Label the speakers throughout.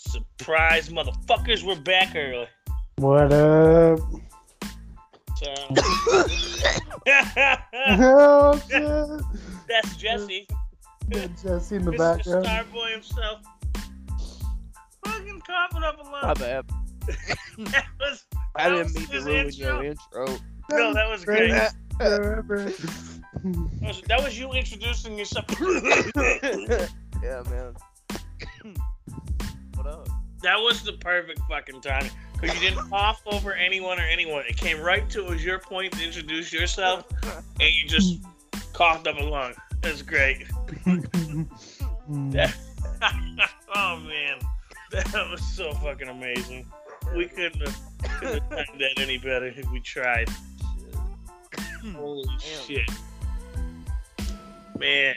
Speaker 1: surprise, motherfuckers. We're back early.
Speaker 2: What up?
Speaker 1: So
Speaker 2: Hell yeah.
Speaker 1: that's Jesse,
Speaker 2: Just in the
Speaker 1: Mr.
Speaker 2: background.
Speaker 1: Starboy himself. Fucking coughing up a
Speaker 3: My
Speaker 1: lot.
Speaker 3: bad.
Speaker 1: That was
Speaker 3: I didn't
Speaker 1: was
Speaker 3: mean to
Speaker 1: his
Speaker 3: ruin
Speaker 1: intro.
Speaker 3: your intro.
Speaker 1: no, that was great. That
Speaker 2: Greatest ever.
Speaker 1: was, that was you introducing yourself.
Speaker 3: yeah, man. what up?
Speaker 1: that was the perfect fucking timing because you didn't cough over anyone or anyone. It came right to it was your point to introduce yourself, and you just coughed up a lung. That's great.
Speaker 2: Mm.
Speaker 1: oh man, that was so fucking amazing. We couldn't have, couldn't have done that any better if we tried. Holy shit, man!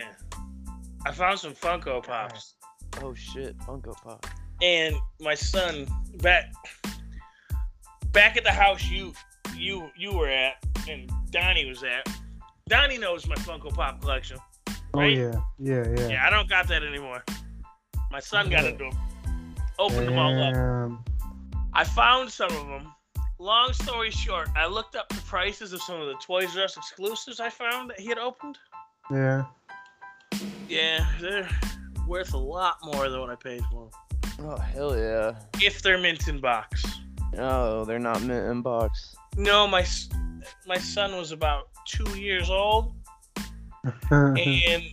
Speaker 1: I found some Funko Pops,
Speaker 3: Oh shit, Funko Pop.
Speaker 1: and my son back back at the house you you you were at, and Donnie was at. Donnie knows my Funko Pop collection.
Speaker 2: Oh
Speaker 1: Right?
Speaker 2: yeah, yeah, yeah.
Speaker 1: Yeah, I don't got that anymore. My son got into them. Opened them all up.
Speaker 2: Damn.
Speaker 1: I found some of them. Long story short, I looked up the prices of some of the Toys R Us exclusives I found that he had opened.
Speaker 2: Yeah.
Speaker 1: Yeah, they're worth a lot more than what I paid for them.
Speaker 3: Oh hell yeah.
Speaker 1: If they're mint in box.
Speaker 3: No, they're not mint in box.
Speaker 1: No, my s- my son was about two years old
Speaker 2: Uh-huh.
Speaker 1: and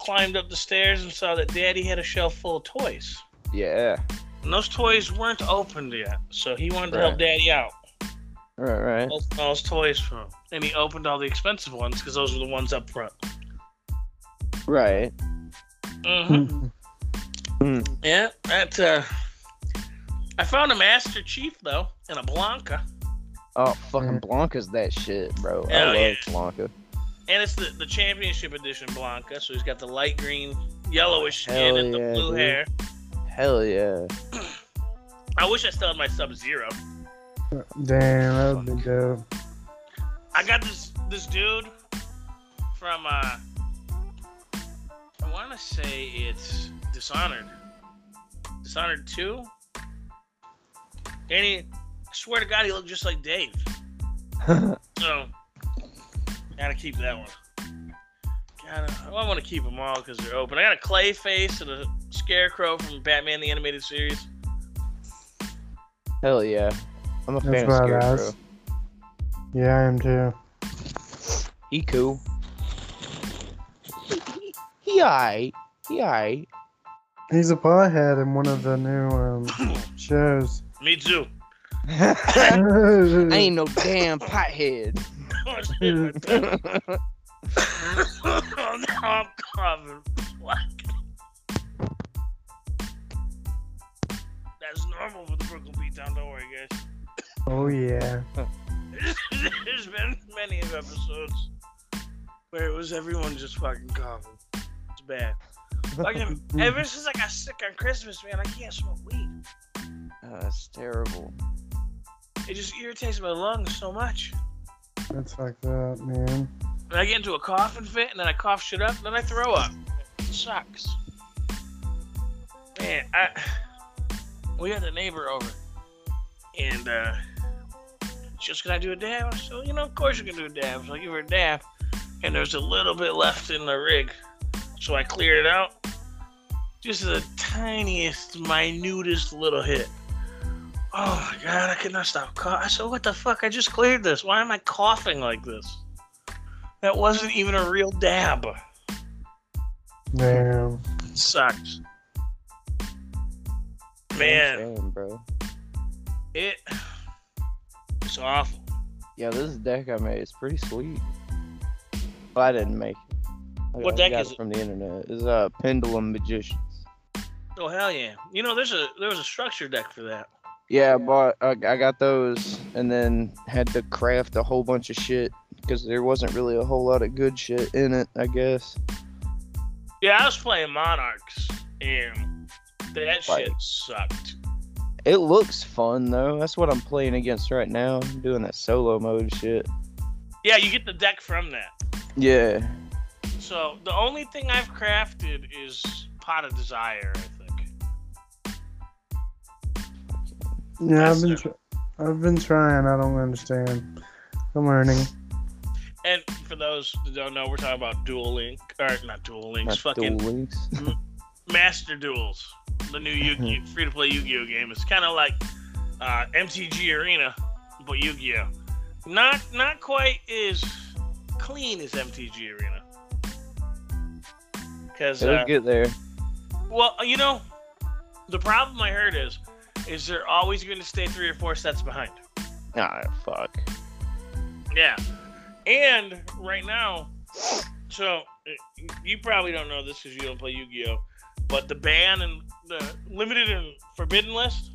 Speaker 1: climbed up the stairs and saw that Daddy had a shelf full of toys.
Speaker 3: Yeah.
Speaker 1: And those toys weren't opened yet, so he wanted to help
Speaker 3: Right.
Speaker 1: Daddy out.
Speaker 3: Right, right.
Speaker 1: opened all his toys from. And he opened all the expensive ones because those were the ones up front. Oh.
Speaker 3: Right.
Speaker 1: hmm Yeah, that. Uh, I found a Master Chief though, and a Blanca,
Speaker 3: Oh fucking Blanca's that shit, bro. I
Speaker 1: Hell
Speaker 3: love
Speaker 1: yeah.
Speaker 3: Blanca.
Speaker 1: and it's the the Championship Edition Blanca. So he's got the light green, yellowish skin,
Speaker 3: Oh, Hell
Speaker 1: and the
Speaker 3: yeah,
Speaker 1: blue
Speaker 3: dude.
Speaker 1: hair.
Speaker 3: Hell yeah.
Speaker 1: I wish I still had my Sub Zero.
Speaker 2: Damn, that would be dope.
Speaker 1: I got this this dude from uh, I want to say it's Dishonored, Dishonored Two, and he, I swear to God, he looked just like Dave. So, gotta keep that one. Gotta, I want to keep them all because they're open. I got a clay face and a scarecrow from Batman the Animated Series.
Speaker 3: Hell yeah. I'm a
Speaker 2: That's
Speaker 3: fan of
Speaker 2: what I
Speaker 3: Scarecrow.
Speaker 2: was. Yeah, I am too.
Speaker 3: He cool. He aight. He aight.
Speaker 2: He's a pothead in one of the new um, shows.
Speaker 1: Me too.
Speaker 3: I ain't no damn pothead.
Speaker 1: Oh, shit, my tongue. oh, no, I'm coughing. Fuck. That's normal for the Brooklyn Beatdown. Don't worry, guys.
Speaker 2: oh yeah.
Speaker 1: There's been many of episodes where it was everyone just fucking coughing. It's bad. Fucking, ever since I got sick on Christmas, man, I can't smoke weed.
Speaker 3: Oh, that's terrible.
Speaker 1: It just irritates my lungs so much.
Speaker 2: That's fucked up, man.
Speaker 1: And I get into a coughing fit, and then I cough shit up, and then I throw up. It sucks. Man, I we had a neighbor over, and uh, she was, "Can I do a dab?" I said, "You know, of course you can do a dab." So I give her a dab, and there's a little bit left in the rig, so I cleared it out. Just the tiniest, minutest little hit. Oh my god, I could not stop coughing. I said, "What the fuck? I just cleared this. Why am I coughing like this?" That wasn't even a real dab.
Speaker 2: Damn.
Speaker 1: Sucks. Man,
Speaker 3: Damn, bro.
Speaker 1: it it's awful.
Speaker 3: Yeah, this deck I made is pretty sweet. Well, I didn't make it. I
Speaker 1: What
Speaker 3: I
Speaker 1: deck
Speaker 3: got
Speaker 1: is it?
Speaker 3: From the internet. It's uh, Pendulum Magicians.
Speaker 1: Oh hell yeah. You know there's a there was a structure deck for that.
Speaker 3: Yeah, I bought. I, I got those, and then had to craft a whole bunch of shit because there wasn't really a whole lot of good shit in it. I guess.
Speaker 1: Yeah, I was playing Monarchs and that
Speaker 3: Right.
Speaker 1: shit sucked.
Speaker 3: It looks fun though. That's what I'm playing against right now. I'm doing that solo mode shit.
Speaker 1: Yeah, you get the deck from that.
Speaker 3: Yeah.
Speaker 1: So the only thing I've crafted is Pot of Desire, I think.
Speaker 2: Yeah, I've been,
Speaker 1: Yes,
Speaker 2: tr- I've been trying. I don't understand. I'm learning.
Speaker 1: And for those that don't know, we're talking about Duel Link, or not Duel Links,
Speaker 3: Not
Speaker 1: fucking
Speaker 3: Duel Links.
Speaker 1: Master Duels, the new Yu-Gi-Oh, free-to-play Yu-Gi-Oh game. It's kind of like uh, MTG Arena, but Yu-Gi-Oh. Not not quite as clean as MTG Arena. Because
Speaker 3: It'll get there.
Speaker 1: well, you know, the problem I heard is, is they're always going to stay three or four sets behind.
Speaker 3: Ah, fuck.
Speaker 1: Yeah. And right now, so uh, you probably don't know this because you don't play Yu Gi Oh! But the ban and the limited and forbidden list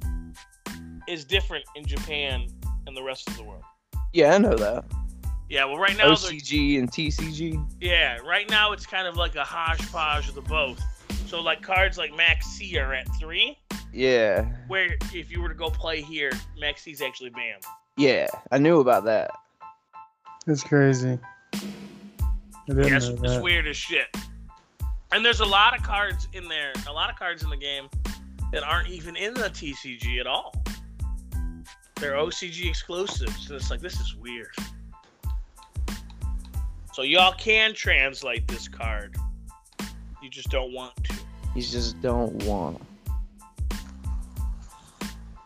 Speaker 1: is different in Japan and the rest of the world.
Speaker 3: Yeah, I know that.
Speaker 1: Yeah, well, right now,
Speaker 3: Oh,
Speaker 1: the-
Speaker 3: OCG and TCG.
Speaker 1: yeah, right now it's kind of like a hodgepodge of the both. So, like cards like Max C are at three,
Speaker 3: Yeah.
Speaker 1: where if you were to go play here, Max C's actually banned.
Speaker 3: Yeah, I knew about that.
Speaker 2: It's crazy. I didn't
Speaker 1: Yes,
Speaker 2: know
Speaker 1: it's
Speaker 2: that.
Speaker 1: weird as shit. And there's a lot of cards in there, a lot of cards in the game that aren't even in the TCG at all. They're OCG exclusives. And it's like, this is weird. So y'all can translate this card. You just don't want to.
Speaker 3: You just don't want.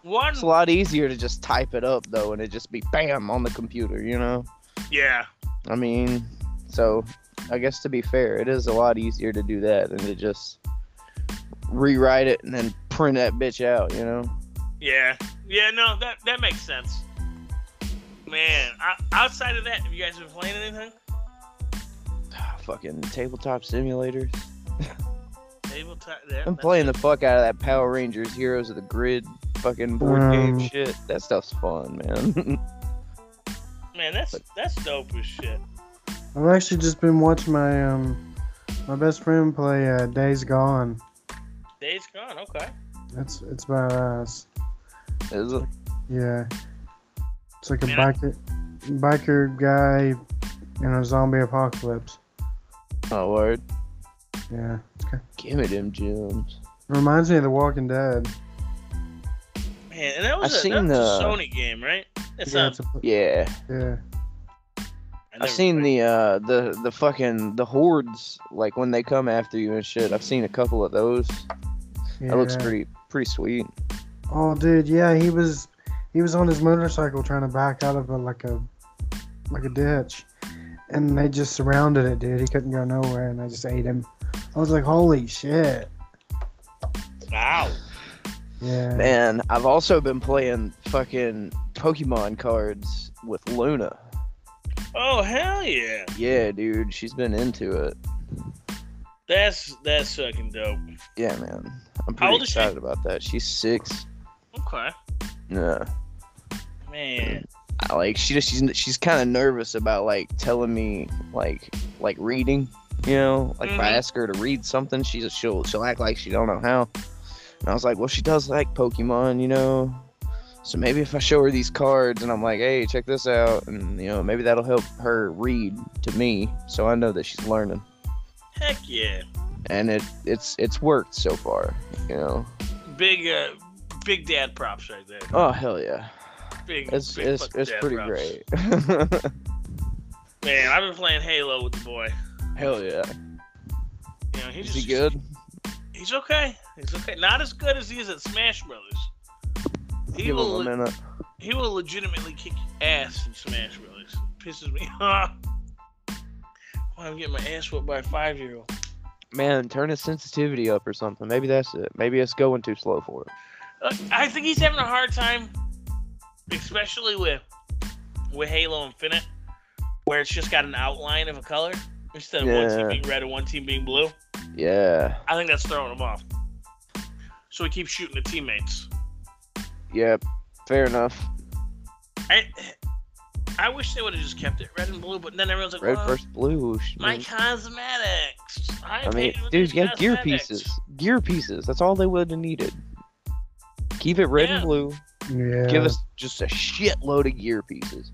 Speaker 1: One,
Speaker 3: It's a lot easier to just type it up though, and it just be bam on the computer. You know.
Speaker 1: yeah,
Speaker 3: I mean, so I guess to be fair, it is a lot easier to do that than to just rewrite it and then print that bitch out. You know.
Speaker 1: yeah, yeah. No, that that makes sense. Man, o- outside of that, have you guys been playing anything?
Speaker 3: Ah, Fucking tabletop simulators.
Speaker 1: Tabletop. yeah,
Speaker 3: I'm
Speaker 1: that's-
Speaker 3: playing the fuck out of that Power Rangers Heroes of the Grid fucking board game
Speaker 2: Um.
Speaker 3: shit. That stuff's fun, man.
Speaker 1: Man, that's that's dope as shit.
Speaker 2: I've actually just been watching my um my best friend play uh, Days Gone.
Speaker 1: Days gone, okay.
Speaker 2: It's it's badass.
Speaker 3: Is it?
Speaker 2: Yeah, it's like a
Speaker 1: Man, I-
Speaker 2: biker biker guy in a zombie apocalypse.
Speaker 3: Oh word.
Speaker 2: Yeah, it's good.
Speaker 3: Give me them gems.
Speaker 2: Reminds me of The Walking Dead.
Speaker 1: Man, and that was,
Speaker 3: I've
Speaker 1: a, that was
Speaker 3: seen
Speaker 1: a
Speaker 3: the-
Speaker 1: Sony game, right? That's
Speaker 2: yeah,
Speaker 1: not.
Speaker 2: it's a-
Speaker 3: Yeah.
Speaker 2: yeah.
Speaker 1: I never
Speaker 3: I've seen
Speaker 1: played-
Speaker 3: the uh the the fucking the hordes like when they come after you and shit. I've seen a couple of those. That looks
Speaker 2: yeah.
Speaker 3: pretty pretty sweet.
Speaker 2: Oh, dude, yeah, he was he was on his motorcycle trying to back out of a like a like a ditch, and they just surrounded it, dude. He couldn't go nowhere, and they just ate him. I was like, holy shit.
Speaker 1: Wow.
Speaker 2: Yeah.
Speaker 3: Man, I've also been playing fucking Pokemon cards with Luna.
Speaker 1: Oh hell yeah.
Speaker 3: Yeah, dude, she's been into it.
Speaker 1: That's that's fucking dope.
Speaker 3: Yeah, man. I'm
Speaker 1: How
Speaker 3: pretty
Speaker 1: old is she?
Speaker 3: excited about that. She's six.
Speaker 1: Okay.
Speaker 3: Yeah.
Speaker 1: Man.
Speaker 3: I, like she just she's she's kind of nervous about like telling me like like reading, you know. Like if I
Speaker 1: Mhm.
Speaker 3: ask her to read something, she's she'll she'll act like she don't know how. And I was like, well, she does like Pokemon, you know. So maybe if I show her these cards and I'm like, hey, check this out, and you know maybe that'll help her read to me, so I know that she's learning.
Speaker 1: Heck yeah.
Speaker 3: And it it's it's worked so far, you know.
Speaker 1: Big uh big dad props right there.
Speaker 3: Oh hell yeah,
Speaker 1: Big
Speaker 3: it's
Speaker 1: big
Speaker 3: it's
Speaker 1: fucking
Speaker 3: it's
Speaker 1: dad
Speaker 3: pretty
Speaker 1: props.
Speaker 3: great.
Speaker 1: Man, I've been playing Halo with the boy.
Speaker 3: hell yeah,
Speaker 1: You know, he's
Speaker 3: is he
Speaker 1: just,
Speaker 3: good?
Speaker 1: He's okay. He's okay. Not as good as he is at Smash Brothers. He
Speaker 3: Give
Speaker 1: will
Speaker 3: him a minute.
Speaker 1: He will legitimately kick ass in Smash Brothers. Pisses me off. Why I'm getting my ass whipped by a five year old.
Speaker 3: Man, turn his sensitivity up or something. Maybe that's it. Maybe it's going too slow for him.
Speaker 1: I think he's having a hard time, especially with with Halo Infinite, where it's just got an outline of a color instead of one
Speaker 3: Yeah.
Speaker 1: team being red and one team being blue.
Speaker 3: Yeah.
Speaker 1: I think that's throwing him off. So he keeps shooting at teammates.
Speaker 3: Yep. Fair enough.
Speaker 1: I I wish they would have just kept it red and blue, but then everyone's like,
Speaker 3: Red
Speaker 1: "Well,
Speaker 3: versus blue. sh-
Speaker 1: Uh, my
Speaker 3: man.
Speaker 1: cosmetics. I,
Speaker 3: I mean,
Speaker 1: paid for
Speaker 3: dude,
Speaker 1: these
Speaker 3: yeah, gear
Speaker 1: cosmetics."
Speaker 3: pieces. Gear pieces. That's all they would have needed. Keep it red
Speaker 1: Yeah.
Speaker 3: and blue.
Speaker 2: yeah.
Speaker 3: Give us just a shitload of gear pieces.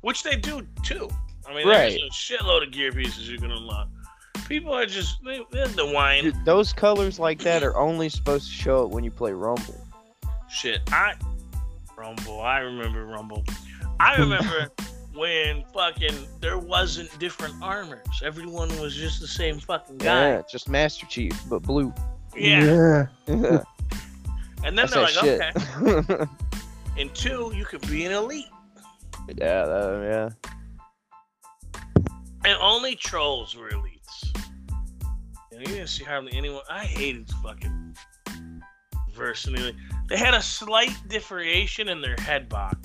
Speaker 1: Which they do too. I mean,
Speaker 3: Right.
Speaker 1: there's a shitload of gear pieces you can unlock. People are just they, they're the wine
Speaker 3: Dude, those colors like that are only supposed to show up when you play Rumble.
Speaker 1: shit. I Rumble. I remember Rumble. I remember when fucking there wasn't different armors. Everyone was just the same fucking guy.
Speaker 3: Yeah, just Master Chief, but blue.
Speaker 1: Yeah.
Speaker 2: yeah.
Speaker 3: That's
Speaker 1: And then they're
Speaker 3: that
Speaker 1: like,
Speaker 3: shit.
Speaker 1: okay. And two, you could be an elite.
Speaker 3: yeah, that,
Speaker 1: And only trolls were elites. You, know, you didn't see hardly anyone. I hated fucking versatility. They had a slight differentiation in their head box.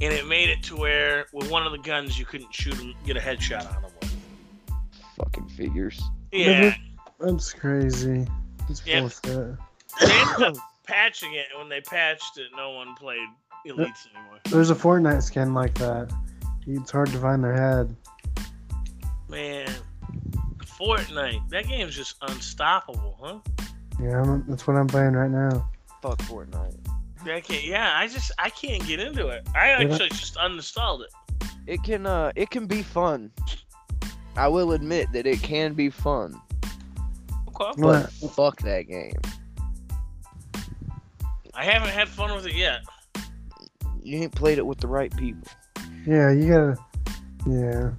Speaker 1: And it made it to where with one of the guns you couldn't shoot them, get a headshot on them. with.
Speaker 3: yeah. Fucking figures.
Speaker 1: Yeah,
Speaker 2: That's crazy. It's
Speaker 1: Yeah.
Speaker 2: bullshit.
Speaker 1: they ended up patching it. and When they patched it, no one played elites anymore.
Speaker 2: There's a Fortnite skin like that. It's hard to find their head.
Speaker 1: Man, Fortnite, that game's just unstoppable, huh?
Speaker 2: Yeah, I'm, that's what I'm playing right now.
Speaker 3: Fuck Fortnite.
Speaker 1: I can't. Yeah, I just I can't get into it. I
Speaker 2: Yeah.
Speaker 1: actually just uninstalled it.
Speaker 3: It can uh it can be fun. I will admit that it can be fun.
Speaker 1: Okay.
Speaker 3: But
Speaker 2: What?
Speaker 3: fuck that game.
Speaker 1: I haven't had fun with it yet.
Speaker 3: You ain't played it with the right people.
Speaker 2: Yeah, you gotta. Yeah.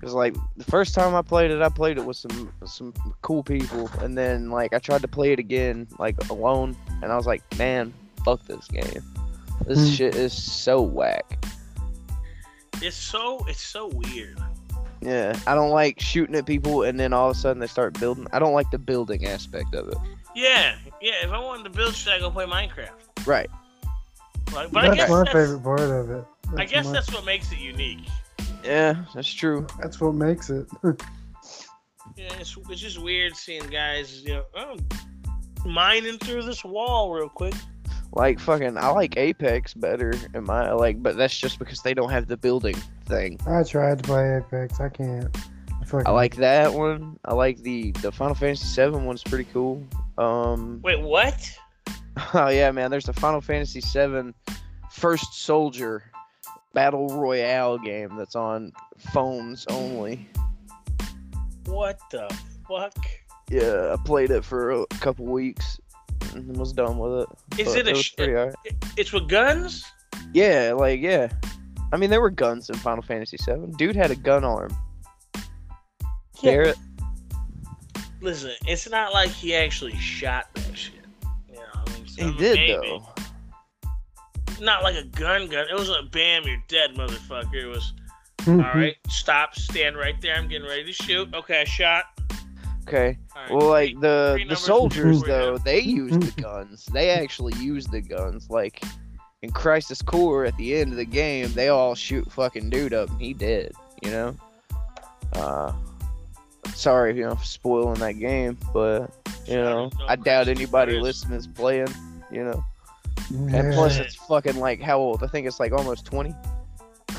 Speaker 3: Cause like the first time I played it, I played it with some some cool people, and then like I tried to play it again like alone, and I was like, man, fuck this game. This
Speaker 2: Hmm.
Speaker 3: shit is so whack.
Speaker 1: It's so it's so weird.
Speaker 3: Yeah, I don't like shooting at people, and then all of a sudden they start building. I don't like the building aspect of it.
Speaker 1: Yeah, yeah. If I wanted to build shit, I go play Minecraft.
Speaker 3: Right.
Speaker 1: Like, but I
Speaker 2: that's
Speaker 1: guess
Speaker 2: my
Speaker 1: that's,
Speaker 2: favorite part of it. That's
Speaker 1: I guess
Speaker 2: my-
Speaker 1: that's what makes it unique.
Speaker 3: Yeah, that's true.
Speaker 2: that's what makes it.
Speaker 1: Yeah, it's, it's just weird seeing guys, you know, oh, mining through this wall real quick.
Speaker 3: Like fucking, I like Apex better. Am I like? But that's just because they don't have the building thing.
Speaker 2: I tried to play Apex. I can't. I, fucking,
Speaker 3: I like that one. I like the the Final Fantasy VII one's pretty cool. Um,
Speaker 1: Wait, what?
Speaker 3: oh yeah, man. There's the Final Fantasy VII First Soldier Battle Royale game that's on phones only.
Speaker 1: What the fuck?
Speaker 3: Yeah, I played it for a couple weeks and was done with it.
Speaker 1: Is
Speaker 3: but
Speaker 1: it a?
Speaker 3: was
Speaker 1: sh-
Speaker 3: pretty alright.
Speaker 1: it's with guns.
Speaker 3: Yeah, like yeah. I mean, there were guns in Final Fantasy VII. Dude had a gun arm.
Speaker 1: Yeah,
Speaker 3: Barrett-
Speaker 1: Listen, it's not like he actually shot that shit. You know, I mean,
Speaker 3: He
Speaker 1: some-
Speaker 3: did
Speaker 1: maybe.
Speaker 3: though.
Speaker 1: Not like a gun gun. It was a bam, you're dead, motherfucker. It was all
Speaker 2: Mhm.
Speaker 1: right. Stop, stand right there. I'm getting ready to shoot. Okay, I shot.
Speaker 3: Okay.
Speaker 1: All right.
Speaker 3: Well, like the
Speaker 1: three
Speaker 3: the
Speaker 1: numbers
Speaker 3: soldiers
Speaker 1: before you
Speaker 3: though, they used the
Speaker 2: Mhm.
Speaker 3: guns. They actually used the guns. Like in Crisis Core, at the end of the game, they all shoot fucking dude up, and he did. You know. Uh, sorry, you know, for spoiling that game, but you know, I doubt anybody listening's playing. You know, and plus
Speaker 2: Mm-hmm. Yeah.
Speaker 3: it's fucking like how old? I think it's like almost twenty.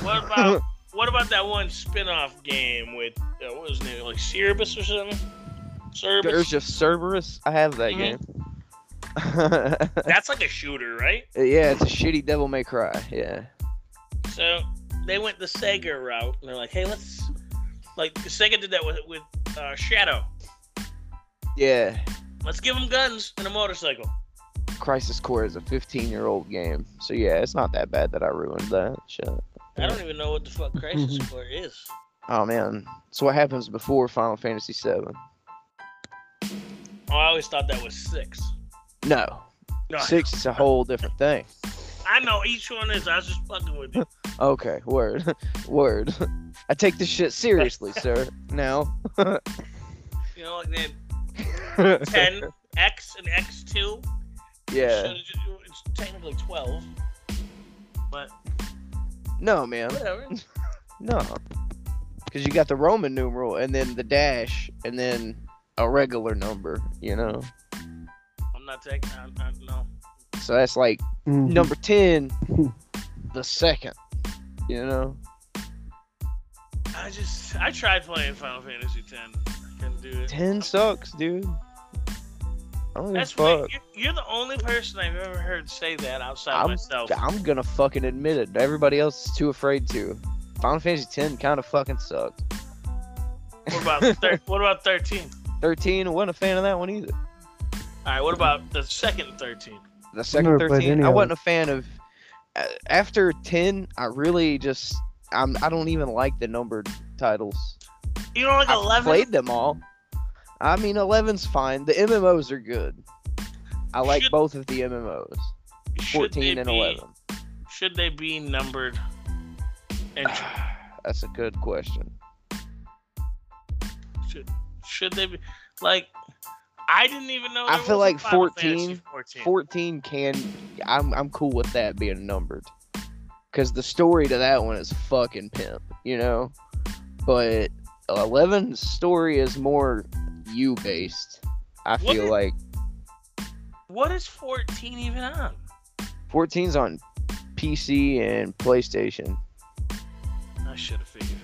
Speaker 1: What about what about that one spin-off game with uh, what was his name? Like Cerebus or something?
Speaker 3: There's
Speaker 1: Cerebus.
Speaker 3: just Cerberus. I have that game.
Speaker 1: That's like a shooter, right?
Speaker 3: yeah, it's a shitty Devil May Cry. Yeah.
Speaker 1: So they went the Sega route, and they're like, "Hey, let's." Like Sega did that with with uh, Shadow.
Speaker 3: Yeah,
Speaker 1: Let's give them guns and a motorcycle.
Speaker 3: Crisis Core is a 15 year old game. So yeah, it's not that bad that I ruined that. Shit.
Speaker 1: I don't even know what the fuck Crisis Core is.
Speaker 3: Oh man, it's what happens before Final Fantasy VII.
Speaker 1: Oh, I always thought that was six.
Speaker 3: No,
Speaker 1: No,
Speaker 3: six is a whole different thing.
Speaker 1: I know each one is. I was just fucking with you.
Speaker 3: Okay, word, word. I take this shit seriously, sir. Now.
Speaker 1: You know, like they had
Speaker 3: yeah,
Speaker 1: ten X and X two. So
Speaker 3: yeah.
Speaker 1: it's it's technically twelve. But
Speaker 3: No, man,
Speaker 1: whatever.
Speaker 3: no. Because you got the Roman numeral and then the dash and then a regular number, you know.
Speaker 1: I'm not taking. I, I, no.
Speaker 3: So that's like
Speaker 2: Mhm.
Speaker 3: number 10 the second you know
Speaker 1: I just. I tried playing Final Fantasy ten. I couldn't do it.
Speaker 3: 10 sucks dude i don't give a
Speaker 1: That's
Speaker 3: fuck
Speaker 1: right. You're, you're the only person I've ever heard say that outside
Speaker 3: I'm-
Speaker 1: myself.
Speaker 3: i'm gonna fucking admit it everybody else is too afraid to final fantasy 10 kind of fucking sucked
Speaker 1: What about thir- what about thirteen?
Speaker 3: 13 wasn't a fan of that one either
Speaker 1: All right. What about the second thirteen?
Speaker 3: the second
Speaker 2: never played
Speaker 3: thirteen,
Speaker 2: any
Speaker 3: I
Speaker 2: of
Speaker 3: wasn't a fan of. a- After ten, I really just I'm I don't even like the numbered titles.
Speaker 1: You don't like
Speaker 3: I
Speaker 1: 11?
Speaker 3: played them all. I mean, 11's fine. The MMOs are good. I like
Speaker 1: Should-
Speaker 3: both of the MMOs,
Speaker 1: Should they
Speaker 3: 14 and
Speaker 1: be-
Speaker 3: 11.
Speaker 1: Should they be numbered? And
Speaker 3: That's a good question.
Speaker 1: should, should they be like? I didn't even know.
Speaker 3: I
Speaker 1: there
Speaker 3: feel
Speaker 1: was a
Speaker 3: like
Speaker 1: Final
Speaker 3: 14
Speaker 1: Fantasy 14.
Speaker 3: 14 can I'm I'm cool with that being numbered. Cuz the story to that one is fucking pimp, you know. But 11's story is more you based. I
Speaker 1: What
Speaker 3: feel
Speaker 1: is-
Speaker 3: like
Speaker 1: What is 14 even on?
Speaker 3: 14's on PC and PlayStation.
Speaker 1: I should have figured.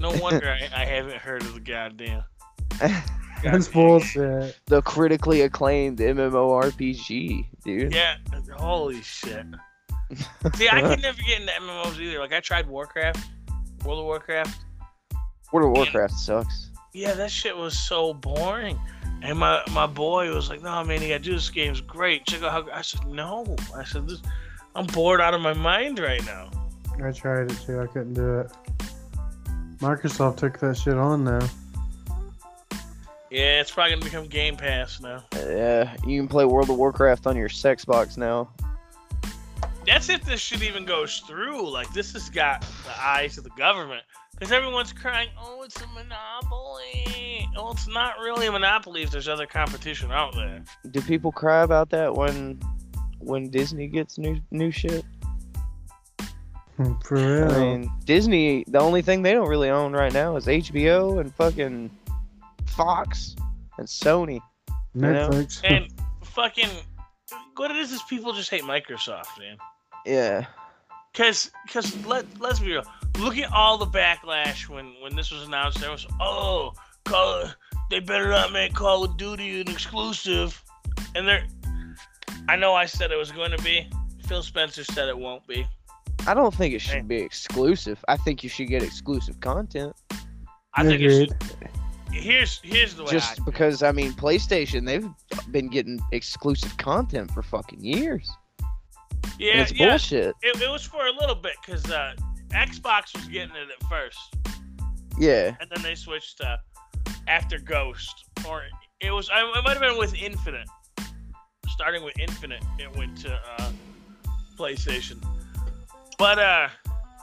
Speaker 1: No wonder I, I haven't heard of the goddamn.
Speaker 2: That's bullshit.
Speaker 3: the critically acclaimed MMORPG, dude.
Speaker 1: Yeah, holy shit. See, I could never get into MMOs either. Like I tried Warcraft, World of Warcraft.
Speaker 3: World of Warcraft sucks.
Speaker 1: Yeah, that shit was so boring. And my, my boy was like, "No, man, you gotta do this game's great. Check out how." gr-" I said, "No," I said, this, "I'm bored out of my mind right now."
Speaker 2: I tried it too. I couldn't do it. Microsoft took that shit on though.
Speaker 1: Yeah, it's probably gonna become Game Pass now.
Speaker 3: Yeah, you can play World of Warcraft on your Sexbox now.
Speaker 1: That's if this shit even goes through. Like this has got the eyes of the government because everyone's crying, "Oh, it's a monopoly." Well, it's not really a monopoly if there's other competition out there.
Speaker 3: Do people cry about that when when Disney gets new new shit?
Speaker 2: Hmm, For real.
Speaker 3: I mean, Disney, the only thing they don't really own right now is HBO and fucking Fox and Sony.
Speaker 2: Netflix.
Speaker 1: And fucking, what it is is people just hate Microsoft, man.
Speaker 3: Yeah.
Speaker 1: Cause, cause let let's be real. Look at all the backlash when when this was announced. There was oh, Call they better not make Call of Duty an exclusive. And they're, I know I said it was going to be. Phil Spencer said it won't be.
Speaker 3: I don't think it should be exclusive. I think you should get exclusive content.
Speaker 1: I think it's here's here's the way. I,
Speaker 3: Just because I mean PlayStation, they've been getting exclusive content for fucking years. And
Speaker 1: yeah,
Speaker 3: it's
Speaker 1: yeah.
Speaker 3: bullshit.
Speaker 1: It, it was for a little bit because uh, Xbox was getting it at first.
Speaker 3: Yeah.
Speaker 1: and then they switched to after Ghost, or it was I- it might have been with Infinite. Starting with Infinite, it went to uh, PlayStation. But uh,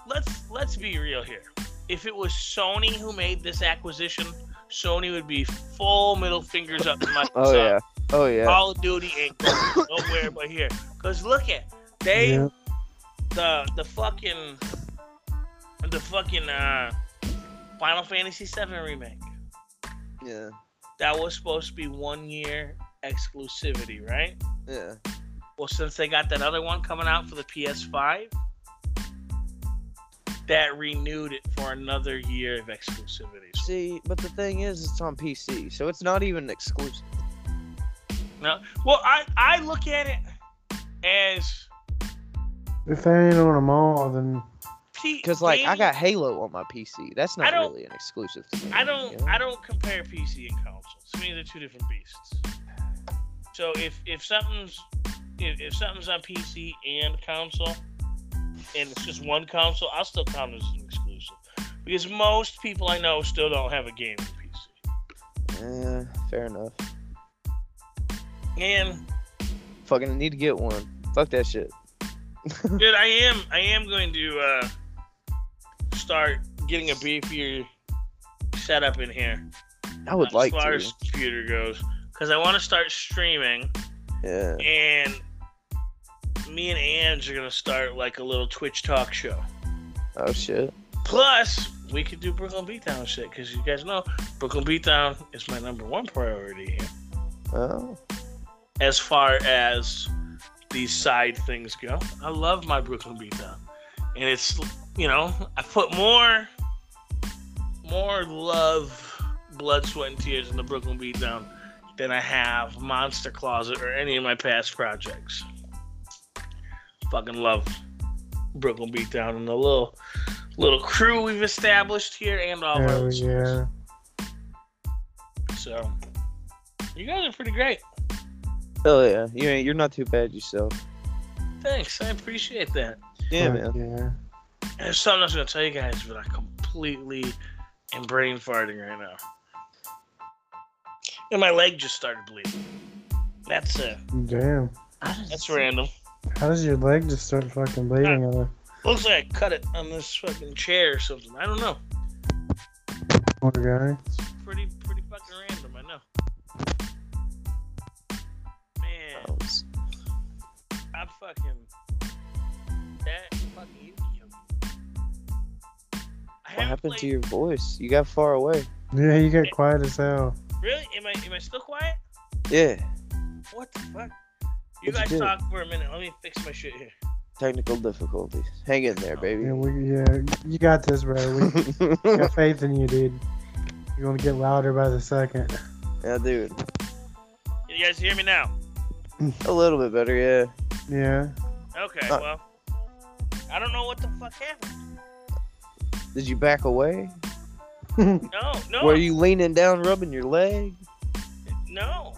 Speaker 1: let's let's be real here. If it was Sony who made this acquisition, Sony would be full middle fingers up to Microsoft.
Speaker 3: Oh yeah. Oh yeah.
Speaker 1: Call of Duty ain't going nowhere but here. Cause look at they
Speaker 2: Yeah.
Speaker 1: the the fucking the fucking uh Final Fantasy VII remake.
Speaker 3: Yeah.
Speaker 1: That was supposed to be one year exclusivity, right?
Speaker 3: Yeah.
Speaker 1: Well, since they got that other one coming out for the PS5, that renewed it for another year of exclusivity. So
Speaker 3: See, but the thing is, it's on PC, so it's not even exclusive.
Speaker 1: Well, I I look at it as
Speaker 2: If that ain't on them all, then
Speaker 1: P-
Speaker 3: Because like I
Speaker 1: gaming-
Speaker 3: got Halo on my PC. That's
Speaker 1: I
Speaker 3: not
Speaker 1: don't-
Speaker 3: really an exclusive. To me,
Speaker 1: I don't
Speaker 3: you know?
Speaker 1: I don't compare PC and consoles. To me, they're two different beasts. So if if something's if, if something's on PC and console, and it's just one console, I'll still count it as an exclusive because most people I know still don't have a gaming PC.
Speaker 3: Yeah, Eh, fair enough.
Speaker 1: And
Speaker 3: Fucking need to get one. Fuck that shit.
Speaker 1: dude, I am I am going to uh, start getting a beefier setup in here
Speaker 3: I would like
Speaker 1: as far
Speaker 3: to.
Speaker 1: as computer goes because I want to start streaming.
Speaker 3: Yeah.
Speaker 1: and me and Ange are gonna start like a little Twitch talk show.
Speaker 3: Oh shit.
Speaker 1: Plus, we could do Brooklyn Beatdown shit because you guys know Brooklyn Beatdown is my number one priority here
Speaker 3: Oh.
Speaker 1: as far as these side things go. I love my Brooklyn Beatdown, and it's you know I put more, more love, blood, sweat, and tears in the Brooklyn Beatdown than I have Monster Closet or any of my past projects. Fucking love Brooklyn Beatdown and the little little crew we've established here and all
Speaker 2: hell
Speaker 1: those.
Speaker 2: yeah.
Speaker 1: So you guys are pretty great.
Speaker 3: Hell yeah, you ain't. You're not too bad yourself.
Speaker 1: Thanks, I appreciate that.
Speaker 3: Yeah,
Speaker 2: Fuck
Speaker 3: man.
Speaker 2: Yeah.
Speaker 1: There's something I was gonna tell you guys, but I completely am brain farting right now. And my leg just started bleeding. That's uh,
Speaker 2: Damn.
Speaker 1: that's random.
Speaker 2: How does your leg just start fucking bleeding? on it?
Speaker 1: Looks like I cut it on this fucking chair or something. I don't know.
Speaker 2: Poor guy.
Speaker 1: It's pretty pretty fucking random, I know. Man,
Speaker 3: That was-
Speaker 1: I fucking that fucking I
Speaker 3: What
Speaker 1: haven't
Speaker 3: happened to
Speaker 1: played-
Speaker 3: your voice? You got far away.
Speaker 2: Yeah, you got quiet as hell.
Speaker 1: Really? Am I am I still quiet?
Speaker 3: Yeah,
Speaker 1: What the fuck? You
Speaker 3: What'd you
Speaker 1: guys
Speaker 3: do?
Speaker 1: talk for a minute. Let me fix my shit here.
Speaker 3: technical difficulties. Hang in there,
Speaker 2: Yeah,
Speaker 3: baby.
Speaker 2: we, yeah, you got this, bro. We got faith in you, dude. You're gonna get louder by the second.
Speaker 3: yeah, dude.
Speaker 1: Can you guys hear me now?
Speaker 3: A little bit better, yeah.
Speaker 2: Yeah.
Speaker 1: Okay,
Speaker 3: Uh.
Speaker 1: well. I don't know what the fuck happened.
Speaker 3: Did you back away?
Speaker 1: No, no.
Speaker 3: Were you leaning down, rubbing your leg?
Speaker 1: No.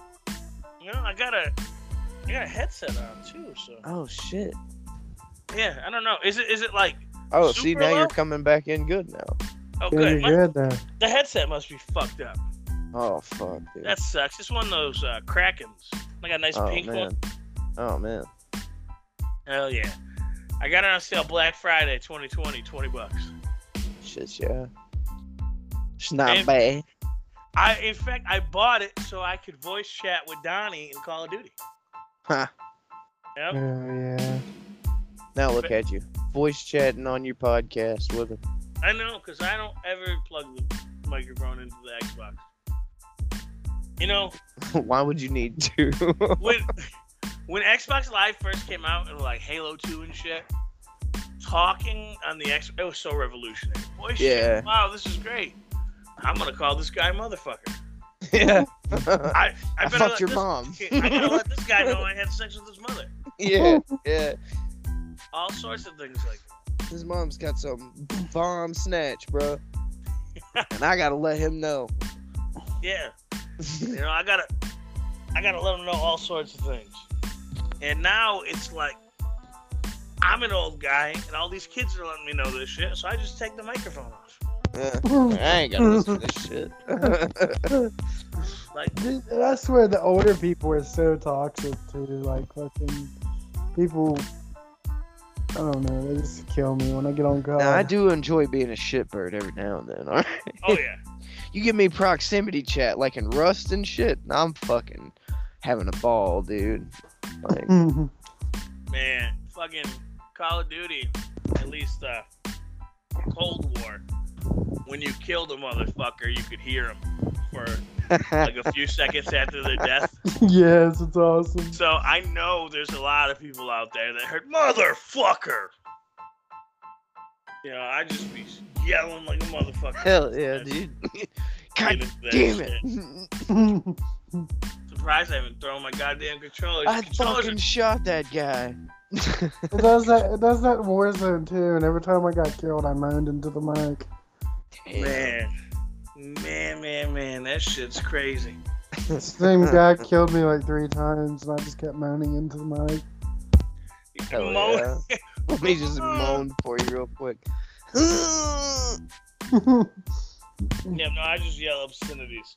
Speaker 1: No, I got a I got a headset on too, so
Speaker 3: Oh shit.
Speaker 1: Yeah, I don't know. Is it is it like
Speaker 3: Oh, see
Speaker 1: Super
Speaker 3: now
Speaker 1: low?
Speaker 3: you're coming back in good now.
Speaker 1: oh
Speaker 2: Yeah,
Speaker 1: good.
Speaker 2: you're
Speaker 1: My-
Speaker 2: good though.
Speaker 1: the headset must be fucked up.
Speaker 3: Oh fuck, dude.
Speaker 1: That sucks. It's one of those uh, Krakens. I got a nice
Speaker 3: oh
Speaker 1: pink
Speaker 3: man.
Speaker 1: one.
Speaker 3: Oh man.
Speaker 1: Hell yeah. I got it on sale Black Friday 2020, 20 bucks.
Speaker 3: Shit, yeah. It's not
Speaker 1: And-
Speaker 3: bad.
Speaker 1: I in fact I bought it so I could voice chat with Donnie in Call of Duty.
Speaker 3: Huh.
Speaker 1: Yep.
Speaker 3: Mm.
Speaker 2: Yeah, yeah.
Speaker 3: Now look
Speaker 1: But-
Speaker 3: at you, voice chatting on your podcast with him.
Speaker 1: I know, cause I don't ever plug the microphone into the Xbox. You know,
Speaker 3: Why would you need to?
Speaker 1: when when Xbox Live first came out and like Halo 2 and shit, talking on the X it was so revolutionary. Boy, shit,
Speaker 3: Yeah.
Speaker 1: wow, this is great. I'm gonna call this guy motherfucker.
Speaker 3: yeah.
Speaker 1: I I,
Speaker 3: I
Speaker 1: better
Speaker 3: fucked
Speaker 1: let
Speaker 3: your
Speaker 1: this,
Speaker 3: mom.
Speaker 1: I gotta let this guy know I had sex with his mother.
Speaker 3: yeah, yeah.
Speaker 1: All sorts of things like that.
Speaker 3: His mom's got some bomb snatch, bro. and I gotta let him know.
Speaker 1: Yeah. You know, I gotta I gotta let them know all sorts of things. And now it's like I'm an old guy and all these kids are letting me know this shit, so I just take the microphone off.
Speaker 3: Yeah. I ain't gotta listen to this shit.
Speaker 1: Like
Speaker 2: Dude, and I swear the older people are so toxic too. Like fucking people. I don't know. They just kill me when I get on God.
Speaker 3: now, I do enjoy being a shitbird every now and then. All right?
Speaker 1: oh yeah.
Speaker 3: You give me proximity chat like in Rust and shit, and I'm fucking having a ball, dude. Like,
Speaker 2: Mhm.
Speaker 1: Man, fucking Call of Duty, at least uh Cold War. When you killed a motherfucker, you could hear him for like a few seconds after their death.
Speaker 2: yes, it's awesome.
Speaker 1: So I know there's a lot of people out there that heard motherfucker. You know, I just be yelling like a motherfucker.
Speaker 3: hell yeah, dude.
Speaker 1: Get
Speaker 3: God
Speaker 1: into that
Speaker 3: damn
Speaker 1: shit.
Speaker 3: it.
Speaker 1: Surprised I haven't thrown my goddamn controller.
Speaker 3: I
Speaker 1: Controllers
Speaker 3: fucking shot that guy.
Speaker 2: It does that. It does that in Warzone too. And every time I got killed, I moaned into the mic.
Speaker 1: are- Man. Man, man, man, that shit's crazy.
Speaker 2: Same guy killed me like three times, and I just kept moaning into the mic.
Speaker 1: You
Speaker 3: Hell
Speaker 1: moan-
Speaker 3: yeah. Let me just moan for you real quick.
Speaker 1: Yeah, no, I just yell obscenities.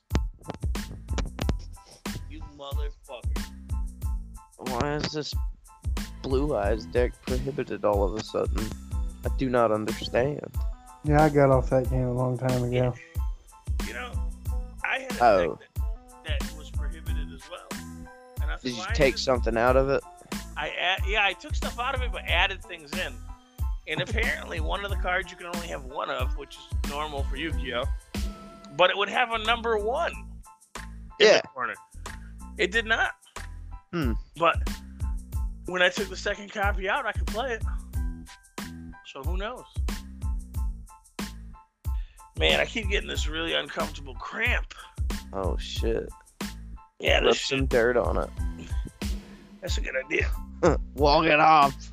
Speaker 1: You motherfucker.
Speaker 3: Why is this blue eyes deck prohibited all of a sudden? I do not understand.
Speaker 2: yeah, I got off that game a long time ago.
Speaker 1: You know, I had a
Speaker 3: Oh.
Speaker 1: deck that, that was prohibited as well. And I said,
Speaker 3: Did you
Speaker 1: "Why is
Speaker 3: take
Speaker 1: this-
Speaker 3: something out of it?
Speaker 1: I add, yeah, I took stuff out of it, but added things in. And apparently, one of the cards you can only have one of, which is normal for Yu-Gi-Oh. But it would have a number one. in the
Speaker 3: Yeah.
Speaker 1: corner. It did not.
Speaker 3: Hmm.
Speaker 1: But when I took the second copy out, I could play it. So who knows? Man, I keep getting this really uncomfortable cramp.
Speaker 3: Oh shit.
Speaker 1: Yeah,
Speaker 3: Rub
Speaker 1: this shit,
Speaker 3: some dirt on it.
Speaker 1: that's a good idea.
Speaker 3: Walk it off.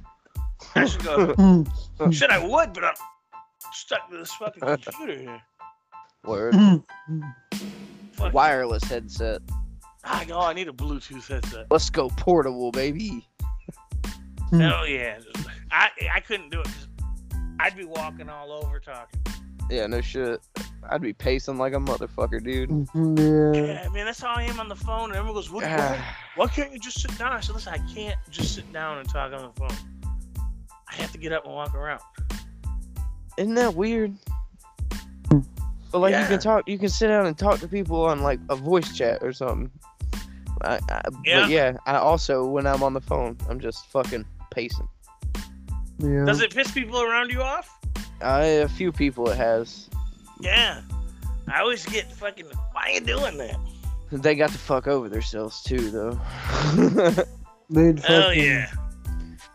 Speaker 1: I should go.
Speaker 2: Mm.
Speaker 1: shit, I would, but I'm stuck to this fucking computer here.
Speaker 3: Word.
Speaker 2: Mm.
Speaker 1: Fuck.
Speaker 3: Wireless headset.
Speaker 1: I go, I need a Bluetooth headset.
Speaker 3: Let's go portable, baby.
Speaker 1: Hell yeah. I, I couldn't do it 'cause I'd be walking all over talking.
Speaker 3: Yeah, no shit. I'd be pacing like a motherfucker, dude.
Speaker 2: yeah.
Speaker 1: Yeah, man, that's how I am on the phone. And everyone goes, what, what,
Speaker 3: Ah,
Speaker 1: why can't you just sit down? I said, listen, I can't just sit down and talk on the phone. I have to get up and walk around.
Speaker 3: Isn't that weird? But like you
Speaker 1: Hmm. Yeah.
Speaker 3: can talk, you can sit down and talk to people on like a voice chat or something. I, I,
Speaker 1: Yeah.
Speaker 3: But yeah, I also when I'm on the phone, I'm just fucking pacing.
Speaker 2: Yeah.
Speaker 1: Does it piss people around you off?
Speaker 3: I, a few people it has.
Speaker 1: Yeah. I always get fucking, why you doing that?
Speaker 3: They got the fuck over themselves too, though.
Speaker 2: Dude,
Speaker 1: Hell
Speaker 2: fucking-
Speaker 1: yeah.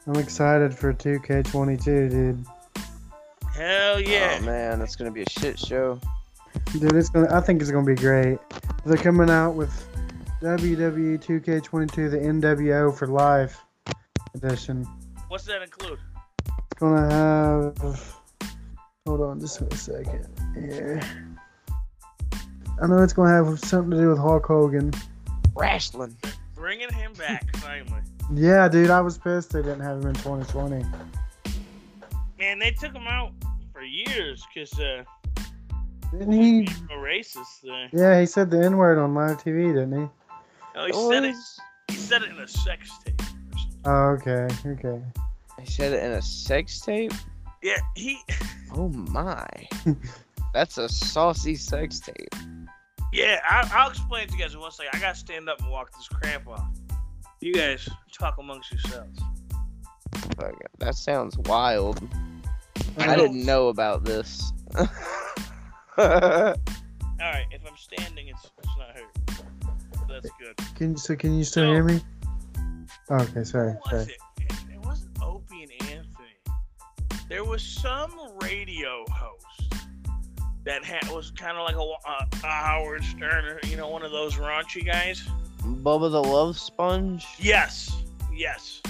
Speaker 2: I'm excited for 2K22, dude.
Speaker 1: Hell yeah.
Speaker 3: Oh man, that's gonna be a shit show.
Speaker 2: Dude, it's gonna. I think it's gonna be great. They're coming out with E WWE 2K22, the NWO for Life edition.
Speaker 1: What's that include?
Speaker 2: It's gonna have. Hold on, just a second. Yeah. I know it's gonna have something to do with Hulk Hogan.
Speaker 3: Wrestling.
Speaker 1: Bringing him back, finally.
Speaker 2: Yeah, dude, I was pissed they didn't have him in 2020.
Speaker 1: Man, they took him out for years because uh,
Speaker 2: Didn't he?
Speaker 1: he's a racist. Uh,
Speaker 2: Yeah, he said the N word on live TV, didn't he?
Speaker 1: oh, he said it. He said it in a sex tape. or something.
Speaker 2: Oh, okay, okay.
Speaker 3: I said it in a sex tape.
Speaker 1: Yeah, he.
Speaker 3: Oh my. That's a saucy sex tape.
Speaker 1: Yeah, I, I'll explain it to you guys in one second. I gotta stand up and walk this cramp off. You guys talk amongst yourselves.
Speaker 3: Fuck, that sounds wild.
Speaker 1: I
Speaker 3: I
Speaker 1: don't-
Speaker 3: didn't know about this. That's
Speaker 1: All right, if I'm standing, it's, it's not hurt. That's good.
Speaker 2: Can so can you still hear me? Okay, sorry,
Speaker 1: Who was
Speaker 2: sorry.
Speaker 1: it? It, it wasn't Opie and Anthony. There was some radio host that had, was kind of like a, uh, a Howard Stern, or, you know, one of those raunchy guys.
Speaker 3: Bubba the Love Sponge.
Speaker 1: Yes, yes.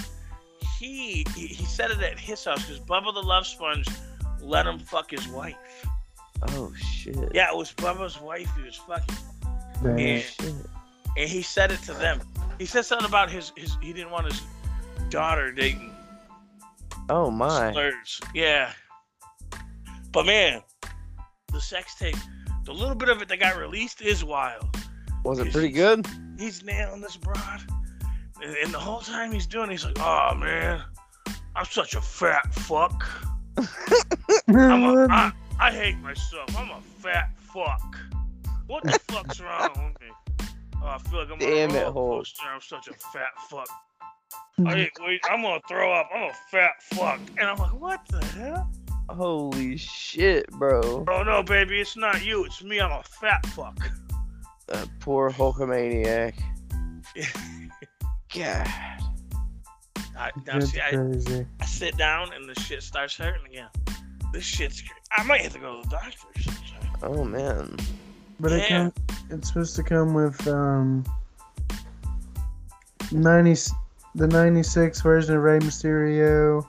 Speaker 1: He he, he said it at his house because Bubba the Love Sponge let him fuck his wife.
Speaker 3: Oh shit. Oh,
Speaker 1: Yeah, it was Bubba's wife he was fucking,
Speaker 2: Damn.
Speaker 1: Yeah.
Speaker 3: Shit.
Speaker 1: and he said it to them. He said something about his his he didn't want his daughter dating
Speaker 3: Oh my.
Speaker 1: slurs. Yeah. But man, the sex tape, the little bit of it that got released is wild.
Speaker 3: Was it pretty good?
Speaker 1: He's nailing this broad. And, and the whole time he's doing it, he's like, oh man, I'm such a fat fuck. I'm a, I, I hate myself. I'm a fat fuck. What the fuck's wrong with me? Oh, I feel like I'm
Speaker 3: Damn
Speaker 1: on a
Speaker 3: it,
Speaker 1: roller
Speaker 3: Hulk.
Speaker 1: coaster. I'm such a fat fuck. I hate, wait, I'm gonna throw up. I'm a fat fuck. And I'm like, what the hell?
Speaker 3: Holy shit, bro.
Speaker 1: Oh no, baby, it's not you. It's me. I'm a fat fuck.
Speaker 3: That poor Hulkamaniac. God.
Speaker 1: I, now,
Speaker 2: That's
Speaker 1: see, I,
Speaker 2: crazy.
Speaker 1: I sit down and the shit starts hurting again. This shit's. cr- I might have to go to the doctor. sometime.
Speaker 3: Oh man.
Speaker 2: But it
Speaker 1: Yeah.
Speaker 2: come, it's supposed to come with um, 90, the 96 version of Rey Mysterio.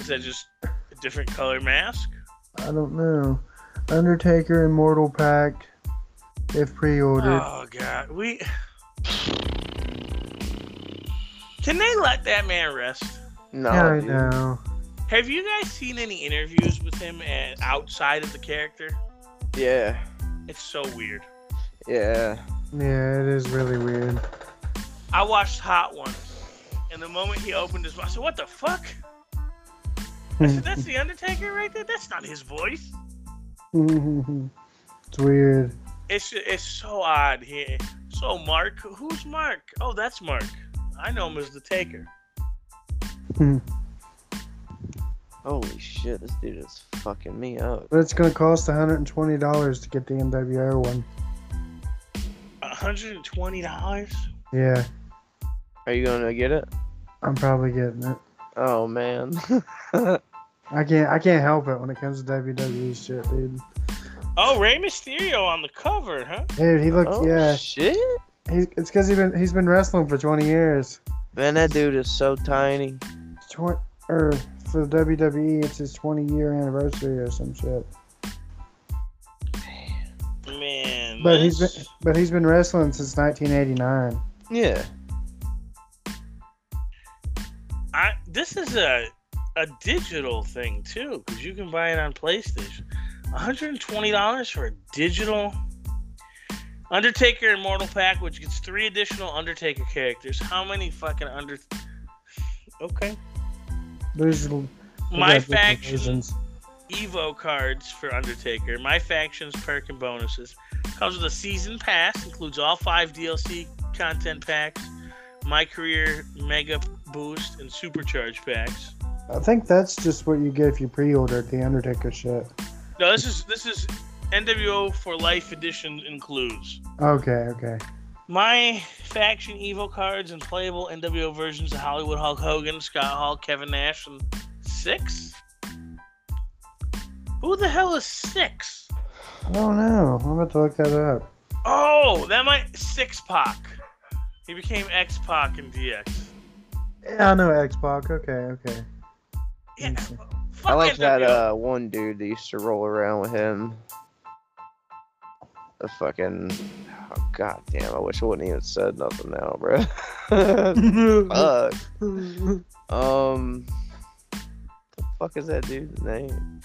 Speaker 1: Is that just a different color mask?
Speaker 2: I don't know. Undertaker Immortal Pack, if pre ordered.
Speaker 1: Oh god, we. Can they let that man rest?
Speaker 3: No.
Speaker 2: yeah, I
Speaker 3: dude.
Speaker 2: know.
Speaker 1: Have you guys seen any interviews with him and outside of the character?
Speaker 3: Yeah.
Speaker 1: It's so weird.
Speaker 3: Yeah.
Speaker 2: Yeah, it is really weird.
Speaker 1: I watched Hot Ones, and the moment he opened his mouth, I said, "What the fuck?" I said, "That's the Undertaker right there. That's not his voice."
Speaker 2: it's weird.
Speaker 1: It's it's so odd here. So Mark, who's Mark? Oh, that's Mark. I know him as the Taker.
Speaker 3: Holy shit, this dude is fucking me up.
Speaker 2: But it's going to cost $120 to get the NWO one.
Speaker 1: hundred and twenty dollars.
Speaker 2: Yeah,
Speaker 3: Are you gonna get it?
Speaker 2: I'm probably getting it.
Speaker 3: Oh man.
Speaker 2: I can't I can't help it when it comes to WWE shit, dude.
Speaker 1: Oh, Rey Mysterio on the cover, huh?
Speaker 2: Dude, he looks
Speaker 3: oh
Speaker 2: yeah.
Speaker 3: shit.
Speaker 2: He's, it's because he been he's been wrestling for 20 years.
Speaker 3: Man, that dude is so tiny.
Speaker 2: Twen- or for the WWE, it's his 20 year anniversary or some shit.
Speaker 1: Man,
Speaker 2: But he's
Speaker 1: It's-
Speaker 2: been, but he's been wrestling since 1989.
Speaker 3: Yeah.
Speaker 1: I this is a a digital thing too because you can buy it on PlayStation. One hundred and twenty dollars for a digital Undertaker Immortal Pack, which gets three additional Undertaker characters. How many fucking under? Okay,
Speaker 2: There's there's
Speaker 1: my
Speaker 2: different
Speaker 1: faction
Speaker 2: versions.
Speaker 1: Evo cards for Undertaker. My faction's perk and bonuses comes with a season pass, includes all five DLC content packs, my career mega boost and supercharge packs.
Speaker 2: I think that's just what you get if you pre-ordered the Undertaker shit.
Speaker 1: No, this is this is NWO for Life edition includes
Speaker 2: Okay, okay.
Speaker 1: my faction Evo cards and playable NWO versions of Hollywood Hulk Hogan, Scott Hall, Kevin Nash, and Six. Who the hell is Six?
Speaker 2: I don't know. I'm about to look that up.
Speaker 1: Oh, that might Six Pac. He became X Pac in DX.
Speaker 2: Yeah, I know Xbox. Okay, okay.
Speaker 1: Yeah,
Speaker 2: Interesting.
Speaker 1: fuck
Speaker 3: Mm. I like that
Speaker 1: NWO.
Speaker 3: uh, one dude that used to roll around with him. The fucking. Oh, God damn, I wish I wouldn't even said nothing now, bro. Fuck. Um. The fuck is that dude's name?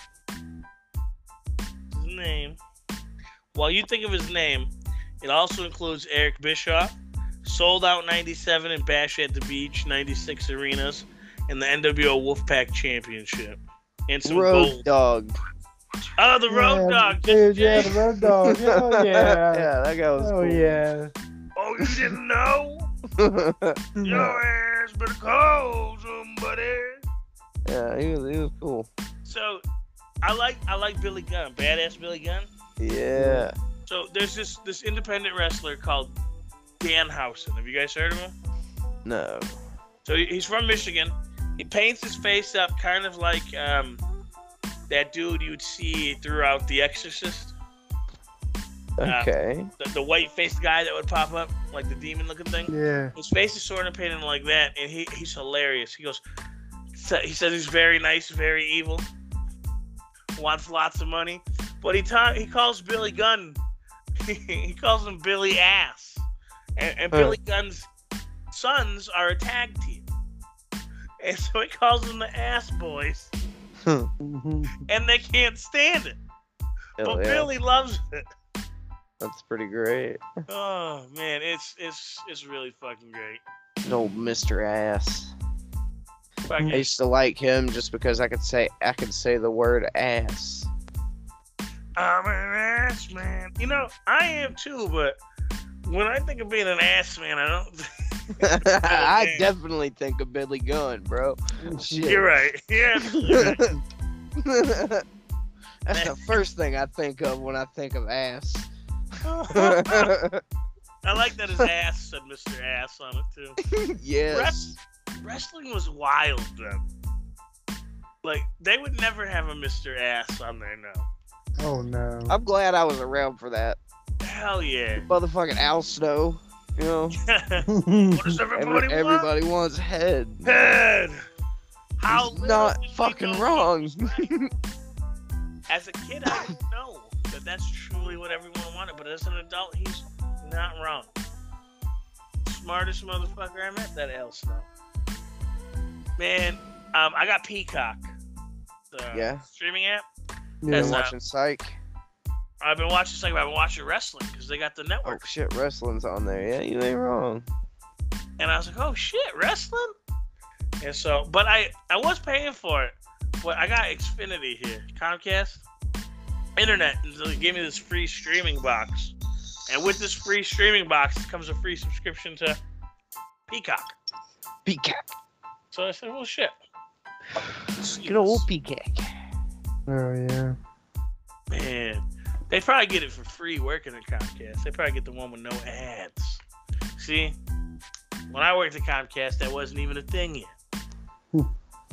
Speaker 1: his name. While you think of his name, it also includes Eric Bischoff, sold out 97 and Bash at the Beach, 96 arenas, and the NWO Wolfpack Championship. And some
Speaker 3: Road
Speaker 1: gold.
Speaker 3: Dog.
Speaker 1: Oh, the Road
Speaker 2: Yeah,
Speaker 1: Dog.
Speaker 2: Dude, yeah, the road dog. Oh yeah.
Speaker 3: yeah, that guy was
Speaker 2: Oh
Speaker 3: cool.
Speaker 2: yeah.
Speaker 1: Oh, you didn't know? Your ass better call somebody.
Speaker 3: yeah, he was, he was cool.
Speaker 1: So, I like I like Billy Gunn, badass Billy Gunn.
Speaker 3: Yeah.
Speaker 1: So there's this this independent wrestler called Danhausen. Have you guys heard of him?
Speaker 3: No.
Speaker 1: So he- he's from Michigan. He paints his face up kind of like um, that dude you'd see throughout The Exorcist, Yeah.
Speaker 3: Okay.
Speaker 1: the, the white-faced guy that would pop up, like the demon-looking thing.
Speaker 2: Yeah.
Speaker 1: His face is sort of painted like that, and he, he's hilarious. He goes, sa- he says he's very nice, very evil, wants lots of money, but he ta- he calls Billy Gunn, he calls him Billy Ass, and, and
Speaker 3: Huh.
Speaker 1: Billy Gunn's sons are a tag team, and so he calls them the Ass Boys,
Speaker 2: Mhm.
Speaker 1: and they can't stand it,
Speaker 3: Hell
Speaker 1: but
Speaker 3: yeah.
Speaker 1: Billy loves it.
Speaker 3: That's pretty great.
Speaker 1: Oh man, it's it's it's really fucking great.
Speaker 3: An old Mr. Ass. I
Speaker 1: Fucking,
Speaker 3: used to like him just because I could say I could say the word ass.
Speaker 1: I'm an ass man. You know, I am too, but when I think of being an ass man, I don't.
Speaker 3: I
Speaker 1: man.
Speaker 3: definitely think of Billy Gunn, bro. Shit.
Speaker 1: You're right. Yeah.
Speaker 3: That's the first thing I think of when I think of ass.
Speaker 1: I like that his ass said Mr. Ass on it too.
Speaker 3: yes.
Speaker 1: Wrestling was wild then. Like they would never have a Mr. Ass on there now.
Speaker 2: Oh no.
Speaker 3: I'm glad I was around for that.
Speaker 1: Hell yeah.
Speaker 3: Motherfucking Al Snow. You know,
Speaker 1: what does everybody,
Speaker 3: every,
Speaker 1: want?
Speaker 3: everybody wants head.
Speaker 1: Head. How
Speaker 3: He's
Speaker 1: little
Speaker 3: not
Speaker 1: did we
Speaker 3: fucking
Speaker 1: know
Speaker 3: wrong.
Speaker 1: As a kid, I didn't know that that's truly what everyone wanted, but as an adult, he's not wrong. Smartest motherfucker I met, that L Snow. Man, um, I got Peacock. The
Speaker 3: Yeah.
Speaker 1: Streaming app.
Speaker 2: yeah.
Speaker 3: Been
Speaker 1: That's not-
Speaker 3: watching Psych.
Speaker 1: I've been watching it's like I've been watching wrestling because they got the
Speaker 3: Oh
Speaker 1: network,
Speaker 3: shit, wrestling's on there. Yeah, you ain't wrong.
Speaker 1: and I was like, oh shit, wrestling. And so, but I I was paying for it, but I got Xfinity here, Comcast, internet, and so they gave me this free streaming box. And with this free streaming box comes a free subscription to Peacock.
Speaker 3: Peacock.
Speaker 1: So I said, well, shit.
Speaker 3: Good old Peacock.
Speaker 2: Oh yeah.
Speaker 1: Man, they probably get it for free working at Comcast. They probably get the one with no ads. See, when I worked at Comcast, that wasn't even a thing yet.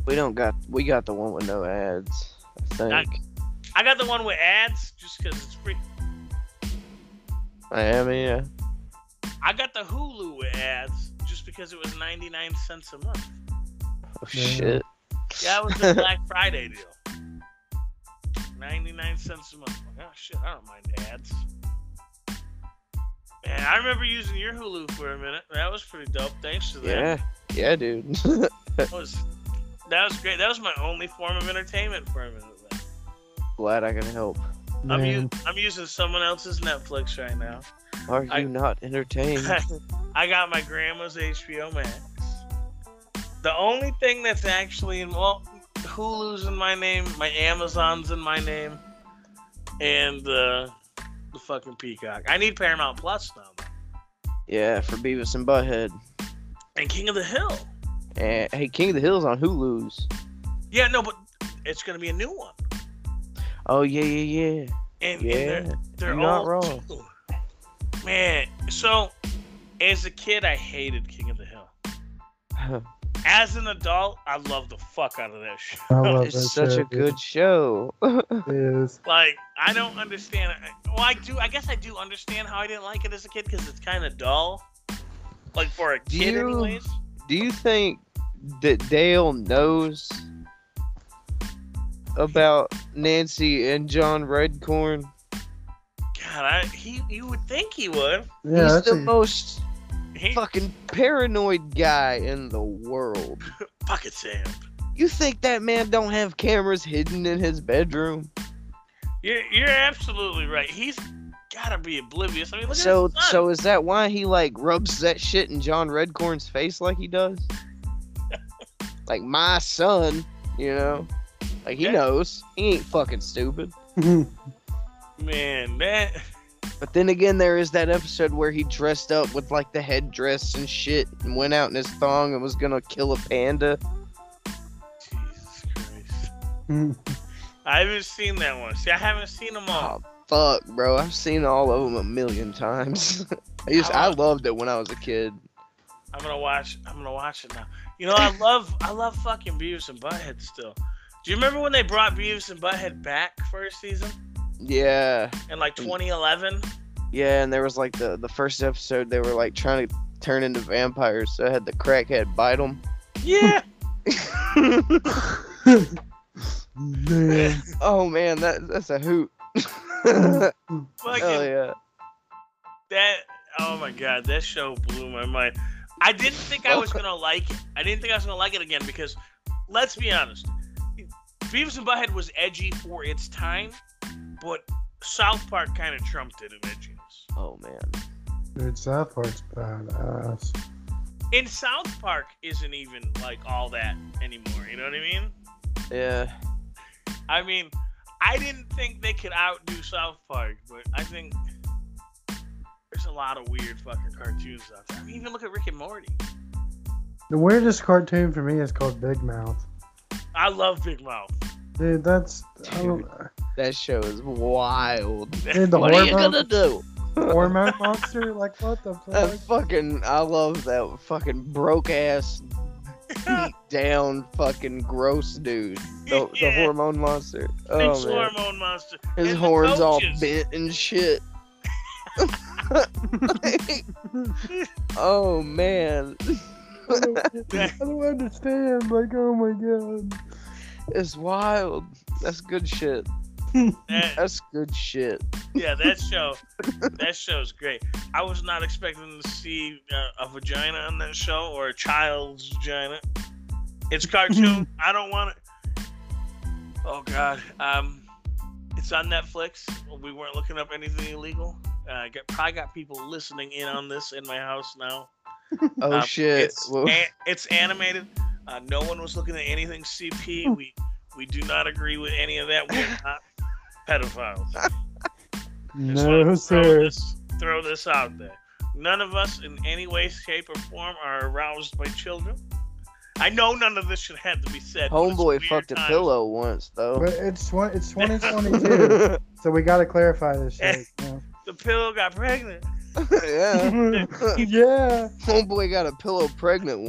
Speaker 3: We don't got. We got the one with no ads. I think.
Speaker 1: Nice. I got the one with ads just because it's free.
Speaker 3: Miami. Yeah.
Speaker 1: I got the Hulu with ads just because it was 99 cents a month.
Speaker 3: Oh
Speaker 2: Yeah.
Speaker 3: shit.
Speaker 1: Yeah, it was the Black Friday deal. 99 cents a month. Oh, shit, I don't mind ads. Man, I remember using your Hulu for a minute. That was pretty dope. Thanks to that.
Speaker 3: Yeah, yeah, dude.
Speaker 1: That was that was great. That was my only form of entertainment for a minute. there.
Speaker 3: Glad I can help.
Speaker 1: I'm,
Speaker 2: Man.
Speaker 1: u- I'm using someone else's Netflix right now.
Speaker 3: Are you
Speaker 1: I-
Speaker 3: not entertained?
Speaker 1: I got my grandma's HBO Max. The only thing that's actually in well, Hulu's in my name, my Amazon's in my name, and uh, the fucking Peacock. I need Paramount Plus now, though.
Speaker 3: yeah, for Beavis and Butthead.
Speaker 1: and King of the Hill.
Speaker 3: And, hey, King of the Hill's on Hulu's.
Speaker 1: Yeah, no, but it's gonna be a new one,
Speaker 3: Oh yeah, yeah, yeah.
Speaker 1: and, and
Speaker 3: Yeah,
Speaker 1: they're they're
Speaker 3: you're not
Speaker 1: all
Speaker 3: wrong.
Speaker 1: cool. Man, so as a kid, I hated King of the Hill. As an adult, I love the fuck out of that shit.
Speaker 2: I love that
Speaker 3: it's such
Speaker 2: show,
Speaker 3: a
Speaker 2: dude.
Speaker 3: good show.
Speaker 2: It is.
Speaker 1: Like, I don't understand. Well, I do. I guess I do understand how I didn't like it as a kid because it's kind of dull. Like for a
Speaker 3: Do
Speaker 1: kid,
Speaker 3: you-
Speaker 1: anyways.
Speaker 3: Do you think that Dale knows about Nancy and John Redcorn?
Speaker 1: God, I, he you would think he would.
Speaker 2: Yeah,
Speaker 3: He's
Speaker 2: that's
Speaker 3: the
Speaker 2: a-
Speaker 3: most
Speaker 1: He
Speaker 3: fucking paranoid guy in the world.
Speaker 1: pocket sand.
Speaker 3: You think that man don't have cameras hidden in his bedroom?
Speaker 1: You're you're absolutely right. He's gotta be oblivious. I mean, look
Speaker 3: So
Speaker 1: at his son.
Speaker 3: so is that why he like rubs that shit in John Redcorn's face like he does? like my son, you know? Like he
Speaker 1: Yeah.
Speaker 3: knows. He ain't fucking stupid.
Speaker 1: man, that
Speaker 3: But then again there is that episode where he dressed up with like the headdress and shit and went out in his thong and was gonna kill a panda.
Speaker 1: Jesus Christ.
Speaker 2: Mm.
Speaker 1: I haven't seen that one. See, I haven't seen them all.
Speaker 3: Oh fuck, bro. I've seen all of them a million times. I just I loved it when I was a kid.
Speaker 1: I'm gonna watch. I'm gonna watch it now. You know, I love I love fucking Beavis and Butthead still. Do you remember when they brought Beavis and Butthead back for a season
Speaker 3: Yeah.
Speaker 1: in like 2011?
Speaker 3: Yeah, and there was like the the first episode they were like trying to turn into vampires, so I had the crackhead bite them.
Speaker 1: Yeah.
Speaker 2: Man.
Speaker 3: oh man, that that's a hoot. Hell
Speaker 2: Mm.
Speaker 1: Fucking
Speaker 3: yeah.
Speaker 1: that. Oh my god, that show blew my mind. I didn't think I was gonna like it. I didn't think I was gonna like it again because, let's be honest, Beavis and Butthead was edgy for its time, but South Park kind of trumped it in edginess.
Speaker 3: Oh man.
Speaker 2: Dude, South Park's badass.
Speaker 1: And South Park isn't even like all that anymore. You know what I mean?
Speaker 3: Yeah.
Speaker 1: I mean, I didn't think they could outdo South Park, but I think there's a lot of weird fucking cartoons out there. I mean, even look at Rick and Morty.
Speaker 2: The weirdest cartoon for me is called Big Mouth.
Speaker 1: I love Big Mouth.
Speaker 2: Dude, that's I don't,
Speaker 3: That show is wild.
Speaker 2: dude, the
Speaker 3: what are you
Speaker 2: hormone,
Speaker 3: gonna do?
Speaker 2: hormone monster. Like what the
Speaker 3: That
Speaker 2: fuck?
Speaker 3: fucking I love that fucking broke ass beat down fucking gross dude. The, the
Speaker 1: Yeah.
Speaker 3: hormone monster.
Speaker 1: Big
Speaker 3: Oh man.
Speaker 1: hormone monster.
Speaker 3: His
Speaker 1: And the
Speaker 3: horns all
Speaker 1: coaches.
Speaker 3: bent and shit. oh man,
Speaker 2: I don't, I don't understand. Like oh my god.
Speaker 3: it's wild. That's good shit.
Speaker 1: That-
Speaker 3: That's good shit.
Speaker 1: yeah, that show, that show's great. I was not expecting to see uh, a vagina on that show or a child's vagina. It's cartoon. I don't want it. Oh God, um, it's on Netflix. We weren't looking up anything illegal. Uh, I got, probably got people listening in on this in my house now.
Speaker 3: Oh
Speaker 1: Um,
Speaker 3: shit.
Speaker 1: It's,
Speaker 3: Well,
Speaker 1: a- it's animated. Uh, no one was looking at anything CP. We we do not agree with any of that. We're not pedophiles. Just wanted to
Speaker 2: No
Speaker 1: throw
Speaker 2: sir.
Speaker 1: This, throw this out there. None of us, in any way, shape, or form, are aroused by children. I know none of this should have to be said. but it's
Speaker 3: homeboy
Speaker 1: weird
Speaker 3: fucked a
Speaker 1: times.
Speaker 3: pillow once though.
Speaker 2: But it's twen- it's 2022, so we gotta clarify this shit. you
Speaker 1: The pillow got pregnant.
Speaker 3: yeah.
Speaker 2: know. yeah.
Speaker 3: Homeboy got a pillow pregnant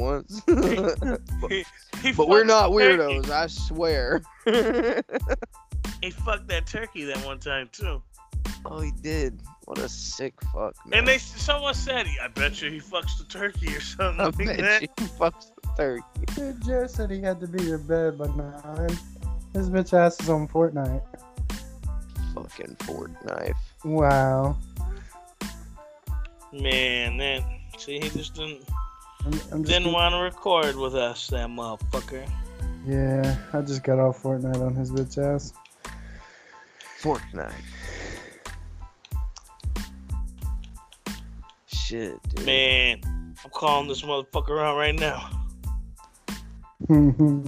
Speaker 3: once. but
Speaker 1: He- he
Speaker 3: we're
Speaker 1: fucked
Speaker 3: not
Speaker 1: that
Speaker 3: weirdos,
Speaker 1: turkey.
Speaker 3: I swear.
Speaker 1: He fucked that turkey that one time too.
Speaker 3: oh, he did. What a sick fuck. Man.
Speaker 1: And they someone said, "I bet you he fucks the turkey or something."
Speaker 3: I
Speaker 1: like
Speaker 3: bet
Speaker 1: that.
Speaker 3: you fucks the turkey.
Speaker 2: Dude, Joe said he had to be in bed by nine. His bitch ass is on Fortnite.
Speaker 3: Fucking Ford knife.
Speaker 2: Wow.
Speaker 1: Man, that see, he just didn't
Speaker 2: I'm, I'm just
Speaker 1: didn't want to record with us, that motherfucker.
Speaker 2: yeah, I just got off Fortnite on his bitch ass.
Speaker 3: Fortnite. Shit, dude.
Speaker 1: Man, I'm calling this motherfucker out right now.
Speaker 3: Oh,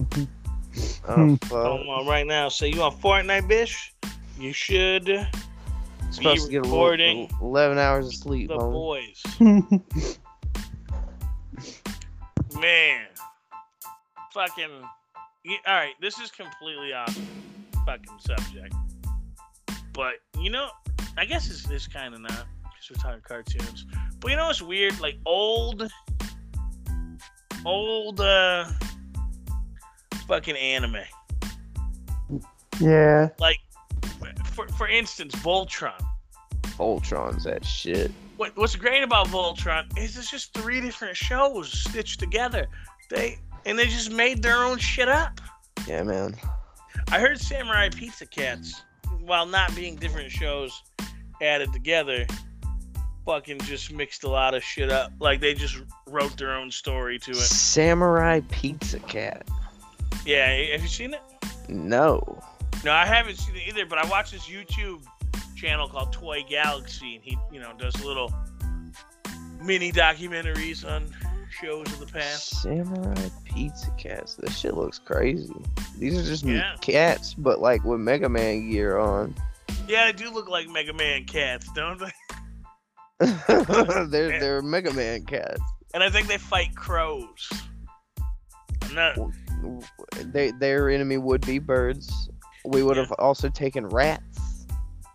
Speaker 1: Call
Speaker 3: fuck.
Speaker 1: him out right now. Say you on Fortnite, bitch? You should. The
Speaker 3: Supposed to get a little-
Speaker 1: recording
Speaker 3: 11 hours of sleep, homie.
Speaker 1: boys, man. Fucking. You, all right, this is completely off fucking subject. But you know, I guess it's, it's kind of not because we're talking cartoons. But you know what's weird? Like old, old, uh, fucking anime.
Speaker 2: yeah,
Speaker 1: Like, for for instance, Voltron.
Speaker 3: Voltron's that shit.
Speaker 1: what, what's great about Voltron is it's just three different shows stitched together. They and they just made their own shit up.
Speaker 3: Yeah, man.
Speaker 1: I heard Samurai Pizza Cats, while not being different shows added together, fucking just mixed a lot of shit up. Like they just wrote their own story to it.
Speaker 3: Samurai Pizza Cat.
Speaker 1: Yeah, have you seen it?
Speaker 3: No.
Speaker 1: No, I haven't seen it either, but I watch this YouTube channel called Toy Galaxy, and he, you know, does little mini documentaries on shows of the past.
Speaker 3: Samurai Pizza Cats. This shit looks crazy. These are just
Speaker 1: Yeah.
Speaker 3: cats, but like with Mega Man gear on.
Speaker 1: Yeah, they do look like Mega Man cats, don't they?
Speaker 3: they're they're Mega Man cats.
Speaker 1: And I think they fight crows. I'm not.
Speaker 3: They, their enemy would be birds. We would have also taken rats.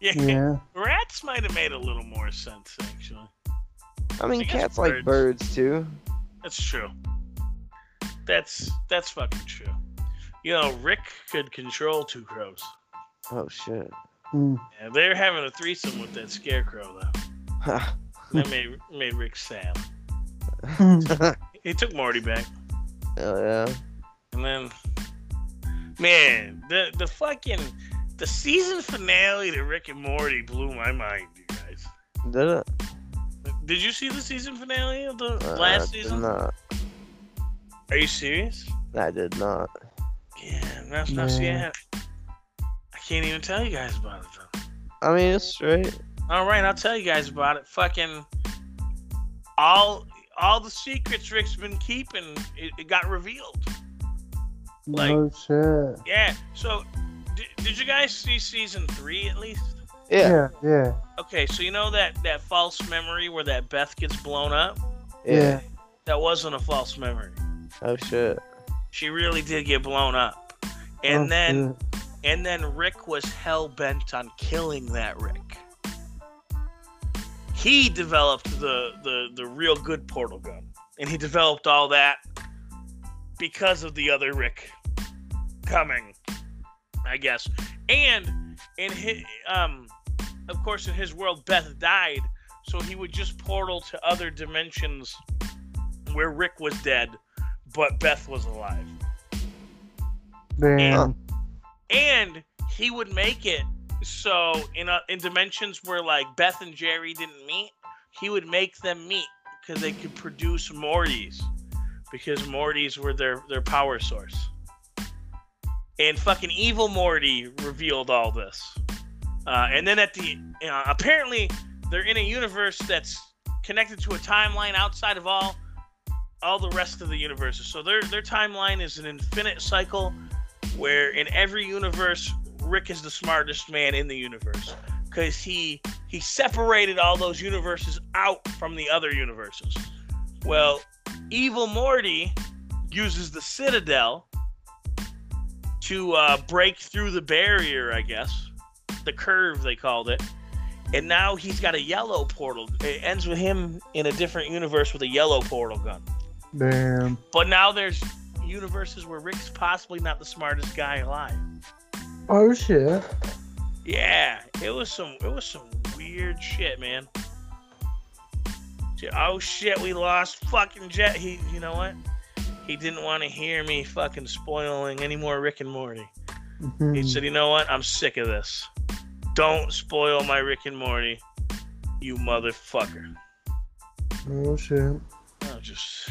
Speaker 1: Yeah,
Speaker 2: yeah.
Speaker 1: rats might have made a little more sense actually.
Speaker 3: I mean,
Speaker 1: I guess
Speaker 3: cats like
Speaker 1: birds.
Speaker 3: birds too.
Speaker 1: That's true. That's that's fucking true. You know, Rick could control two crows.
Speaker 3: Oh shit.
Speaker 2: Mm.
Speaker 1: Yeah, they're having a threesome with that scarecrow though. That made made Rick sad. He took Morty back.
Speaker 3: Oh yeah.
Speaker 1: And then, man, the the fucking the season finale to Rick and Morty blew my mind, you guys.
Speaker 3: Did it?
Speaker 1: Did you see the season finale of the
Speaker 3: Uh,
Speaker 1: last
Speaker 3: I did
Speaker 1: season?
Speaker 3: not.
Speaker 1: Are you serious?
Speaker 3: I did not.
Speaker 1: Yeah, I'm not, not
Speaker 2: No.
Speaker 1: seeing it. I can't even tell you guys about it though.
Speaker 3: I mean, it's straight.
Speaker 1: All right, I'll tell you guys about it. Fucking all all the secrets Rick's been keeping, it, it got revealed. Like-
Speaker 2: oh shit.
Speaker 1: Yeah. So, did, did you guys see season three at least?
Speaker 3: Yeah.
Speaker 2: Yeah, yeah,
Speaker 1: Okay, so you know that that false memory where that Beth gets blown up?
Speaker 2: yeah. oh,
Speaker 1: That wasn't a false memory.
Speaker 3: Oh shit.
Speaker 1: She really did get blown up. And
Speaker 2: Oh,
Speaker 1: then
Speaker 2: shit.
Speaker 1: and then Rick was hell bent on killing that Rick. He developed the, the the real good portal gun. And he developed all that because of the other Rick coming, I guess. And in his, um of course in his world Beth died, so he would just portal to other dimensions where Rick was dead, but Beth was alive
Speaker 2: Damn.
Speaker 1: and he would make it so in a, in dimensions where like Beth and Jerry didn't meet, he would make them meet because they could produce Mortys because Mortys were their their power source. And fucking evil Morty revealed all this, uh, and then at the uh, apparently they're in a universe that's connected to a timeline outside of all all the rest of the universes. So their their timeline is an infinite cycle where in every universe Rick is the smartest man in the universe cuz he he separated all those universes out from the other universes. Well, evil Morty uses the Citadel to uh, break through the barrier, I guess. The curve they called it. And now he's got a yellow portal. It ends with him in a different universe with a yellow portal gun.
Speaker 2: Damn.
Speaker 1: But now there's universes where Rick's possibly not the smartest guy alive.
Speaker 2: Oh shit.
Speaker 1: Yeah, it was some it was some weird shit, man. Shit, Oh shit, we lost fucking Jet. He, you know what? He didn't want to hear me fucking spoiling any more Rick and Morty.
Speaker 2: Mm-hmm.
Speaker 1: He said, "You know what? I'm sick of this. Don't spoil my Rick and Morty, you motherfucker."
Speaker 2: Oh shit.
Speaker 1: I'll just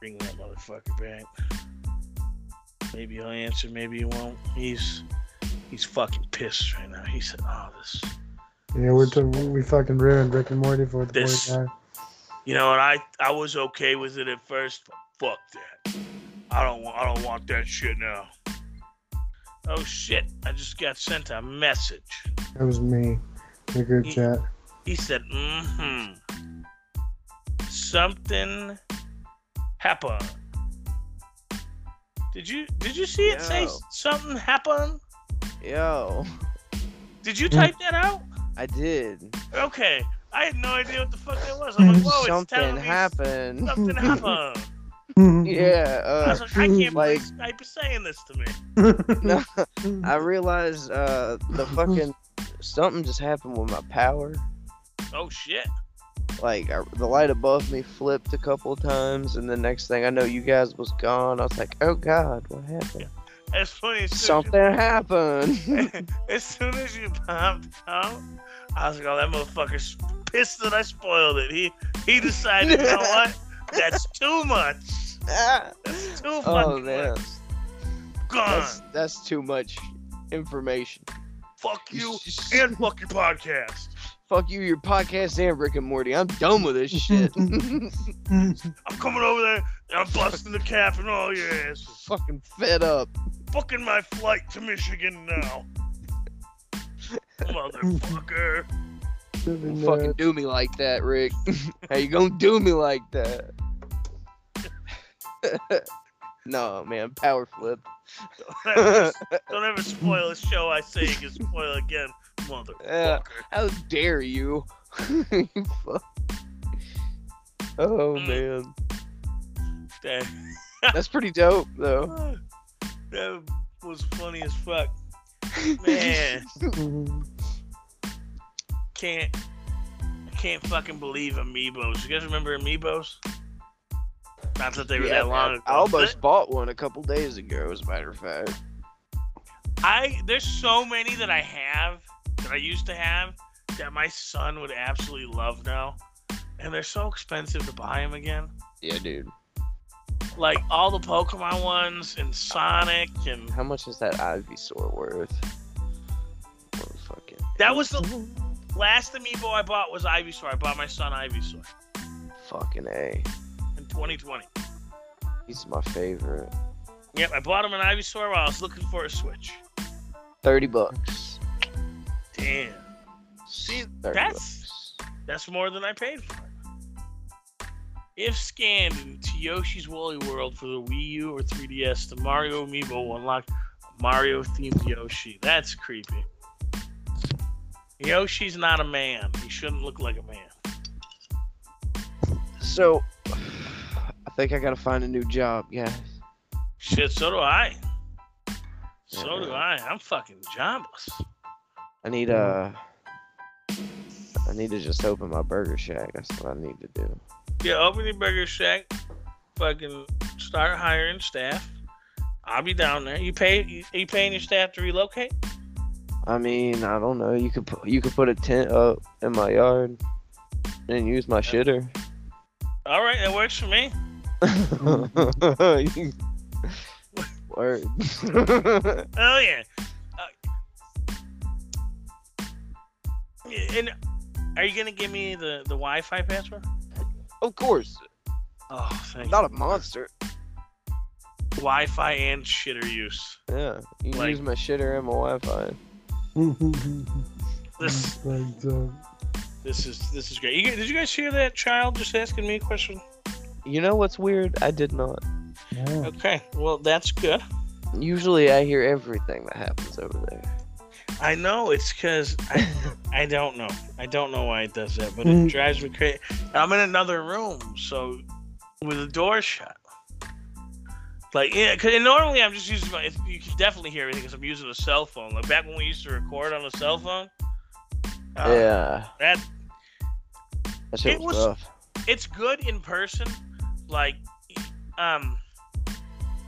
Speaker 1: bring that motherfucker back. Maybe he'll answer, maybe he won't. He's he's fucking pissed right now. He said, "Oh, this."
Speaker 2: Yeah, we're t- we fucking ruined Rick and Morty for the
Speaker 1: This-
Speaker 2: poor guy.
Speaker 1: You know, and I I was okay with it at first. But fuck that. I don't want I don't want that shit now. Oh shit! I just got sent a message.
Speaker 2: That was me. The group
Speaker 1: He-
Speaker 2: chat.
Speaker 1: He said, mm-hmm. Something happened. Did you did you see it say
Speaker 3: No.
Speaker 1: something happened?
Speaker 3: Yo,
Speaker 1: Did you
Speaker 2: Hmm.
Speaker 1: type that out?
Speaker 3: I did.
Speaker 1: Okay. I had no idea what the fuck that was. I'm like, whoa, it's telling
Speaker 3: Something
Speaker 1: me
Speaker 3: happened.
Speaker 1: something happened.
Speaker 2: Mm-hmm.
Speaker 3: Yeah.
Speaker 1: I
Speaker 3: Uh,
Speaker 1: was like, I can't
Speaker 3: Like-
Speaker 1: believe Skype is saying this to me.
Speaker 3: no,
Speaker 2: Mm-hmm.
Speaker 3: I realized uh, the fucking something just happened with my power.
Speaker 1: Oh shit.
Speaker 3: Like I, the light above me flipped a couple of times, and the next thing I know, you guys was gone. I was like, "Oh God, what happened?
Speaker 1: That's funny. as soon as you-
Speaker 3: Something happened."
Speaker 1: as soon as you popped out, I was like, "Oh, that motherfucker's pissed that I spoiled it." He he decided, you know what? That's too much. That's too
Speaker 3: Ah. oh
Speaker 1: fucking
Speaker 3: man,
Speaker 1: much. Gone.
Speaker 3: that's that's too much information.
Speaker 1: Fuck you and fuck your podcast.
Speaker 3: Fuck you, your podcast, and Rick and Morty. I'm done with this shit.
Speaker 2: Mm-hmm.
Speaker 1: I'm coming over there and I'm busting the cap and all your asses.
Speaker 3: Fucking fed up.
Speaker 1: Booking my flight to Michigan now. Motherfucker.
Speaker 3: Don't fucking do me like that, Rick. How you gonna do me like that? no, man, power flip.
Speaker 1: Don't ever spoil a show I say you can spoil again, motherfucker.
Speaker 3: How dare you? You fuck.
Speaker 1: Hmm.
Speaker 3: Oh man,
Speaker 1: Damn.
Speaker 3: that's pretty dope though.
Speaker 1: that was funny as fuck. Man,
Speaker 2: Mm-hmm.
Speaker 1: can't I can't fucking believe Amiibos. You guys remember Amiibos? Not that they were
Speaker 3: Yeah,
Speaker 1: that long
Speaker 3: man,
Speaker 1: ago.
Speaker 3: I almost bought one a couple days ago, as a matter of fact.
Speaker 1: but I there's so many that I have that I used to have that my son would absolutely love now, and they're so expensive to buy them again.
Speaker 3: Yeah, dude.
Speaker 1: Like all the Pokemon ones and Sonic and
Speaker 3: How much is that Ivysaur worth? Motherfucking.
Speaker 1: that was the last Amiibo I bought was Ivysaur. I bought my son Ivysaur
Speaker 3: Fucking A.
Speaker 1: in 2020.
Speaker 3: He's my favorite.
Speaker 1: Yep, I bought him an Ivysaur while I was looking for a Switch.
Speaker 3: 30 bucks.
Speaker 1: Damn, See,
Speaker 3: 30
Speaker 1: that's-
Speaker 3: bucks.
Speaker 1: that's more than I paid for it. If scanned into Yoshi's Woolly World for the Wii U or 3DS, the Mario Amiibo will unlock a Mario themed Yoshi. That's creepy. Yoshi's not a man. He shouldn't look like a man.
Speaker 3: So, I think I gotta find a new job, guys.
Speaker 1: Shit, so do I.
Speaker 3: Yeah,
Speaker 1: So do
Speaker 3: man.
Speaker 1: I. I'm fucking jobless.
Speaker 3: I need uh, I need to just open my burger shack. That's what I need to do.
Speaker 1: Yeah, open your burger shack. Fucking start hiring staff. I'll be down there. You pay? You, you paying your staff to relocate?
Speaker 3: I mean, I don't know. You could put you could put a tent up in my yard and use my shitter.
Speaker 1: All right, that works for me.
Speaker 3: Word.
Speaker 1: Oh yeah. Uh, and are you gonna give me the the Wi-Fi password?
Speaker 3: of course,
Speaker 1: Oh, thank
Speaker 3: not a monster.
Speaker 1: you. Wi-Fi and shitter use.
Speaker 3: Yeah, you can
Speaker 1: Like-
Speaker 3: use my shitter and my Wi-Fi.
Speaker 1: This
Speaker 2: Mm-hmm.
Speaker 1: this is this is great. You, guys- did you guys hear that child just asking me a question?
Speaker 3: You know what's weird? I did not.
Speaker 2: yeah.
Speaker 1: Okay, well that's good.
Speaker 3: Usually I hear everything that happens over there.
Speaker 1: I know it's because I, I don't know. I don't know why it does that, but it
Speaker 2: Mm.
Speaker 1: drives me crazy. I'm in another room, so with the door shut. Like yeah, cause and normally I'm just using my. You can definitely hear everything because I'm using a cell phone. Like back when we used to record on a cell phone. uh,
Speaker 3: yeah,
Speaker 1: That
Speaker 3: that shit
Speaker 1: it
Speaker 3: was,
Speaker 1: was-
Speaker 3: rough.
Speaker 1: it's good in person. Like, um,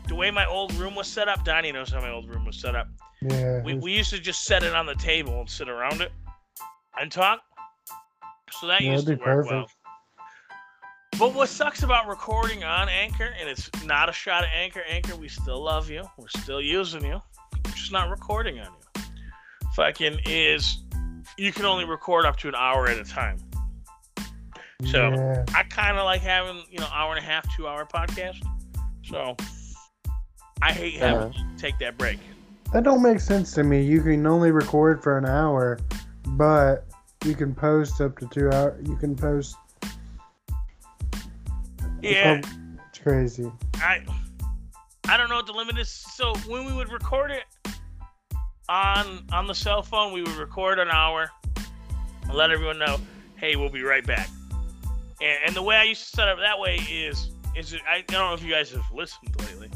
Speaker 1: the way my old room was set up. Donnie knows how my old room was set up.
Speaker 2: Yeah.
Speaker 1: we, we used to just set it on the table and sit around it and talk. So that
Speaker 2: Yeah,
Speaker 1: used to
Speaker 2: that'd
Speaker 1: work
Speaker 2: be
Speaker 1: well. But what sucks about recording on Anchor, and it's not a shot at Anchor, Anchor, we still love you. We're still using you. We're just not recording on you. Fucking is you can only record up to an hour at a time. So-
Speaker 2: Yeah.
Speaker 1: I kind of like having, you know, hour and a half, two hour podcast. So I hate having
Speaker 2: Uh-huh.
Speaker 1: to take that break.
Speaker 2: That don't make sense to me. You can only record for an hour, but you can post up to two hours. You can post.
Speaker 1: Yeah.
Speaker 2: It's crazy.
Speaker 1: I I don't know what the limit is. So when we would record it on on the cell phone, we would record an hour and let everyone know, hey, we'll be right back. And, and the way I used to set up that way is is it, I, I don't know if you guys have listened lately,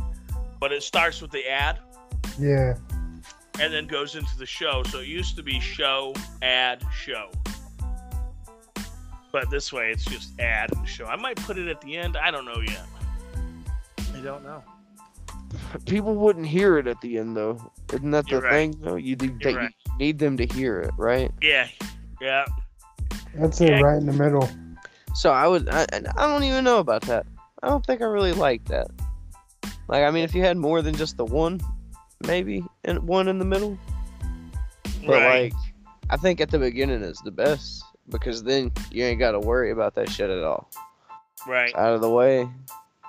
Speaker 1: but it starts with the ad
Speaker 2: Yeah.
Speaker 1: and then goes into the show. So it used to be show ad show. But this way it's just ad and show. I might put it at the end. I don't know yet. I don't know.
Speaker 3: People wouldn't hear it at the end though. Isn't that
Speaker 1: You're
Speaker 3: the
Speaker 1: right.
Speaker 3: thing though? You, do- that you
Speaker 1: right.
Speaker 3: need them to hear it, right?
Speaker 1: Yeah, yeah.
Speaker 2: That's it,
Speaker 1: Yeah.
Speaker 2: right in the middle.
Speaker 3: So I would. I, and I don't even know about that. I don't think I really like that. Like I mean, if you had more than just the one, maybe and one in the middle. But like, I think at the beginning is the best because then you ain't got to worry about that shit at all.
Speaker 1: right.
Speaker 3: Out of the way.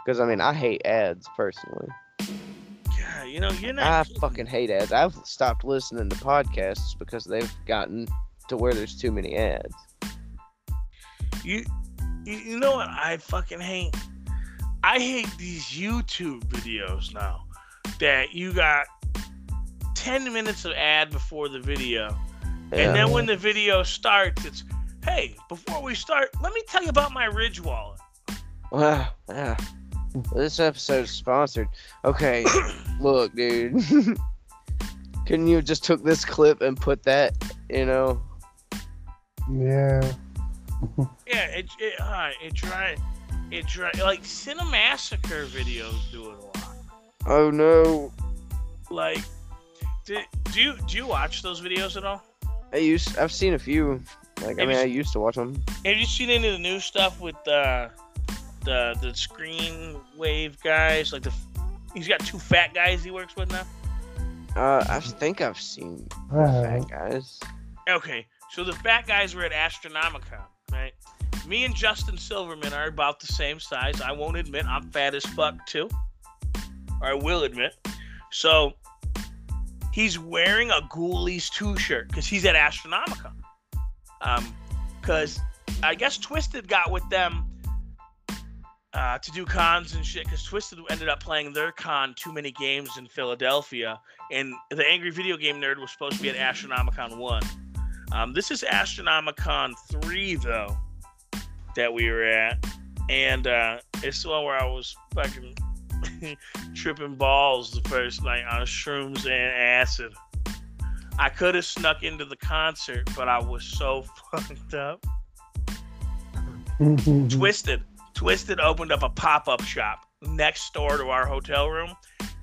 Speaker 3: Because I mean, I hate ads personally.
Speaker 1: God, you know, you're
Speaker 3: I
Speaker 1: not.
Speaker 3: fucking hate ads. I've stopped listening to podcasts because they've gotten to where there's too many ads.
Speaker 1: You, you, you know what I fucking hate? I hate these YouTube videos now that you got 10 minutes of ad before the video.
Speaker 3: Yeah.
Speaker 1: And then when the video starts, it's, hey, before we start, let me tell you about my Ridge wallet.
Speaker 3: Ah, ah. This episode's sponsored. Okay, look, dude. Couldn't you have just took this clip and put that, you know?
Speaker 2: Yeah.
Speaker 1: Yeah, it, it, uh, it dry, it dry, like Cinemassacre videos do it a lot.
Speaker 3: Oh no.
Speaker 1: Like, do, do you do you watch those videos at all?
Speaker 3: I used I've seen a few. Like I
Speaker 1: Have you
Speaker 3: mean,
Speaker 1: s-
Speaker 3: I used to watch them.
Speaker 1: Have you seen any of the new stuff with uh, the the screen wave guys? Like the he's got two fat guys he works with now.
Speaker 3: Uh, I
Speaker 1: Mm-hmm.
Speaker 3: think I've seen
Speaker 2: Alright.
Speaker 3: that, guys.
Speaker 1: Okay, so the fat guys were at Astronomicon, right? Me and Justin Silverman are about the same size. I won't admit I'm fat as fuck too, or I will admit. So he's wearing a Ghoulies 2 shirt because he's at Astronomicon. Um, because I guess Twisted got with them uh, to do cons and shit because Twisted ended up playing their con too many games in Philadelphia, and the Angry Video Game Nerd was supposed to be at Astronomicon one. Um, this is Astronomicon three though that we were at, and uh, it's the one where I was fucking tripping balls the first night on shrooms and acid. I could have snuck into the concert, but I was so fucked up.
Speaker 2: Mm-hmm.
Speaker 1: Twisted. Twisted opened up a pop up shop next door to our hotel room,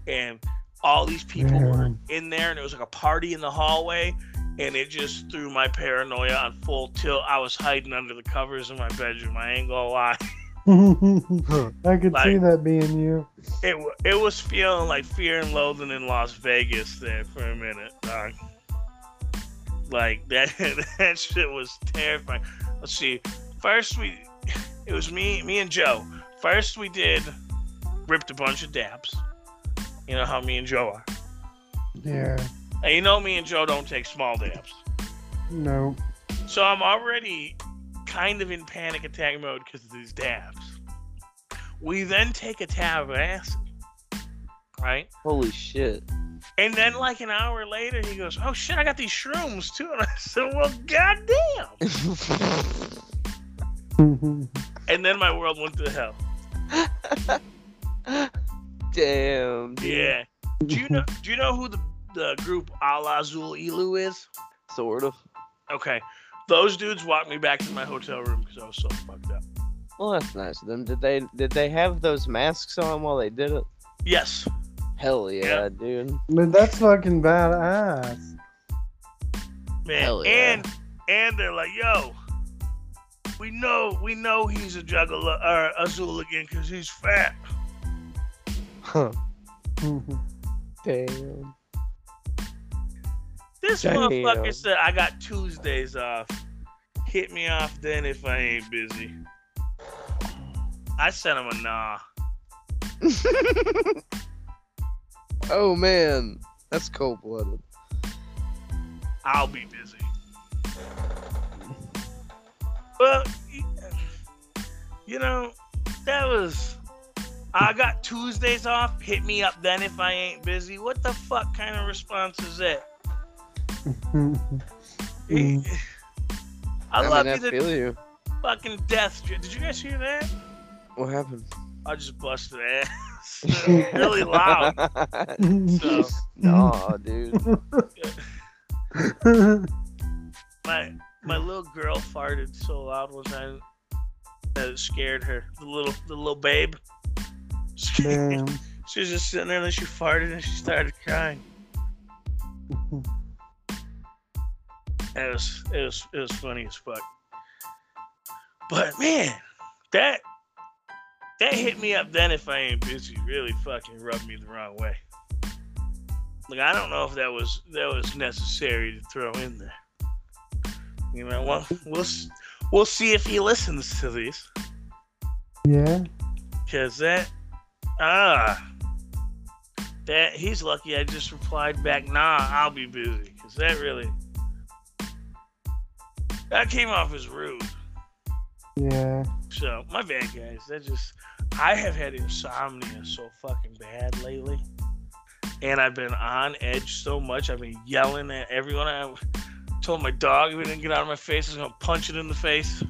Speaker 1: and all these people were in there, and it was like a party in the hallway, and it just threw my paranoia on full tilt. I was hiding under the covers in my bedroom. I ain't gonna lie,
Speaker 2: I could see
Speaker 1: Like-
Speaker 2: that being you.
Speaker 1: it wa- it was feeling like fear and loathing in Las Vegas there for a minute. dog. Like that that shit was terrifying. Let's see. First we it was me me and Joe. First we did ripped a bunch of dabs. You know how me and Joe are.
Speaker 2: Yeah.
Speaker 1: And you know me and Joe don't take small dabs.
Speaker 2: No.
Speaker 1: So I'm already kind of in panic attack mode because of these dabs. We then take a tab of acid. Right?
Speaker 3: Holy shit.
Speaker 1: And then, like an hour later, he goes, "Oh shit, I got these shrooms too." And I said, "Well, goddamn!" And then my world went to hell.
Speaker 3: Damn. dude.
Speaker 1: Yeah. Do you know? Do you know who the the group Al Azul Ilu is?
Speaker 3: Sort of.
Speaker 1: Okay, those dudes walked me back to my hotel room because I was so fucked up.
Speaker 3: Well, that's nice of them. Did they did they have those masks on while they did it?
Speaker 1: Yes.
Speaker 3: Hell yeah, dude.
Speaker 2: But that's fucking badass.
Speaker 1: Man,
Speaker 3: Hell yeah.
Speaker 1: and and they're like, "Yo, We know, we know he's a juggler or a zooligan because he's fat.
Speaker 3: Huh.
Speaker 2: Mhm.
Speaker 3: Damn.
Speaker 1: This
Speaker 3: Damn.
Speaker 1: motherfucker said I got Tuesdays off. Hit me off then if I ain't busy. I sent him a nah.
Speaker 3: oh man, that's cold blooded.
Speaker 1: I'll be busy. Well, you know, that was. I got Tuesdays off. Hit me up then if I ain't busy. What the fuck kind of response is that?
Speaker 2: Mhm. Mm.
Speaker 1: I
Speaker 3: mean,
Speaker 1: love
Speaker 3: I
Speaker 1: you to
Speaker 3: feel you.
Speaker 1: fucking death. Did you guys hear that?
Speaker 3: What happened?
Speaker 1: I just busted ass really loud. So,
Speaker 3: nah, dude.
Speaker 1: my my little girl farted so loud one time that it scared her. The little the little babe.
Speaker 2: Damn.
Speaker 1: She was just sitting there and then she farted and she started crying. It was it was it was funny as fuck. But man, that that hit me up then if I ain't busy really fucking rubbed me the wrong way. Like I don't know if that was that was necessary to throw in there. You know, well, we'll s- we'll see if he listens to these.
Speaker 2: Yeah.
Speaker 1: Cause that ah that he's lucky I just replied back, nah, I'll be busy. Cause that really that came off as rude.
Speaker 2: Yeah.
Speaker 1: So my bad guys, that just I have had insomnia so fucking bad lately. And I've been on edge so much, I've been yelling at everyone. I told my dog if it didn't get out of my face, I was gonna punch it in the face.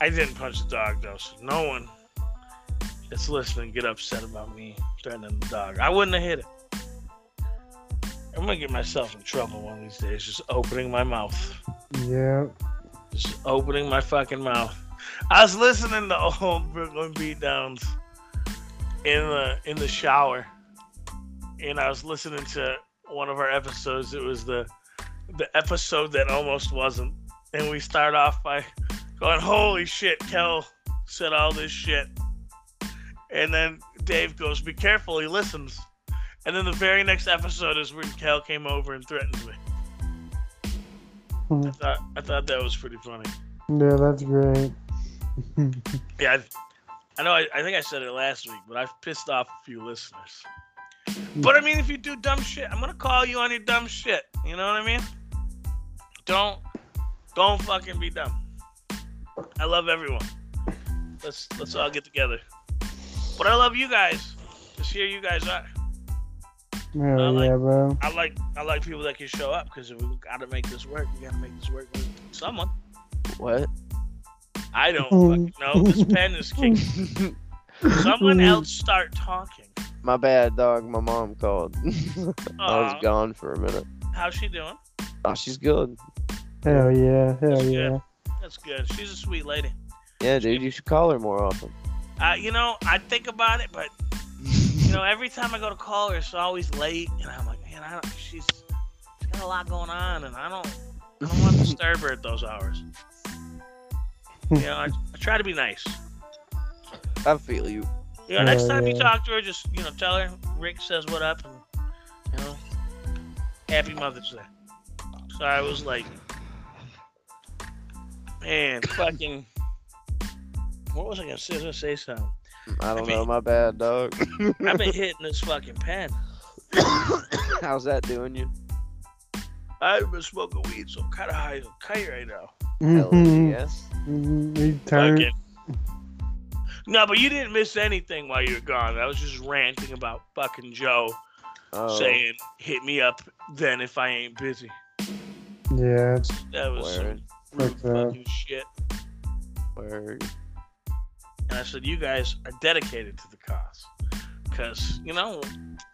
Speaker 1: I didn't punch the dog though, so no one that's listening get upset about me threatening the dog. I wouldn't have hit it. I'm gonna get myself in trouble one of these days, just opening my mouth
Speaker 2: Yeah.
Speaker 1: just opening my fucking mouth. I was listening to old Brooklyn Beatdowns in the in the shower, and I was listening to one of our episodes. It was the the episode that almost wasn't, and we start off by going, "Holy shit, Kel said all this shit," and then Dave goes, "Be careful," he listens. And then the very next episode is when Kel came over and threatened me. I thought I thought that was pretty funny.
Speaker 2: Yeah, that's great.
Speaker 1: Yeah, I've, I know. I, I think I said it last week, but I've pissed off a few listeners. But I mean, if you do dumb shit, I'm gonna call you on your dumb shit. You know what I mean? Don't, don't fucking be dumb. I love everyone. Let's let's all get together. But I love you guys. Just here you guys are.
Speaker 2: Hell
Speaker 1: I like-
Speaker 2: yeah, bro.
Speaker 1: I like I like people that can show up because we gotta make this work. We gotta make this work with someone.
Speaker 3: What?
Speaker 1: I don't fucking know. This pen is kicking. Someone else start talking.
Speaker 3: My bad, dog. My mom called. I was
Speaker 1: Aw.
Speaker 3: gone for a minute.
Speaker 1: How's she doing?
Speaker 3: Oh, she's good.
Speaker 2: Hell yeah. Hell
Speaker 1: That's
Speaker 2: yeah.
Speaker 1: That's good. She's a sweet lady.
Speaker 3: Yeah, dude, you should call her more often.
Speaker 1: Uh, you know, I think about it, but you know, every time I go to call her, she's always late, and I'm like, man, I don't, she's, she's got a lot going on, and I don't, I don't want to disturb her at those hours. You know, I, I try to be nice.
Speaker 3: I feel you.
Speaker 1: You know, next
Speaker 2: Yeah,
Speaker 1: time you
Speaker 2: yeah.
Speaker 1: talk to her, just you know, tell her Rick says what up, and you know, happy Mother's Day. So I was like, man, fucking, what was I gonna say? I was gonna say something.
Speaker 3: I don't
Speaker 1: mean-
Speaker 3: know. My bad, dog.
Speaker 1: I've been hitting this fucking pen.
Speaker 3: How's that doing you?
Speaker 1: I've been smoking weed, so I'm kind of high as a kite right now.
Speaker 3: Hell
Speaker 2: Mhm.
Speaker 3: yes.
Speaker 2: Mhm. He turned.
Speaker 1: No, but you didn't miss anything while you were gone. I was just ranting about fucking Joe
Speaker 3: Oh,
Speaker 1: saying, "Hit me up then if I ain't busy."
Speaker 2: Yeah.
Speaker 1: That was some
Speaker 3: word,
Speaker 1: rude
Speaker 2: Fuck that.
Speaker 1: fucking shit.
Speaker 3: word.
Speaker 1: And I said, "You guys are dedicated to the cause, because you know,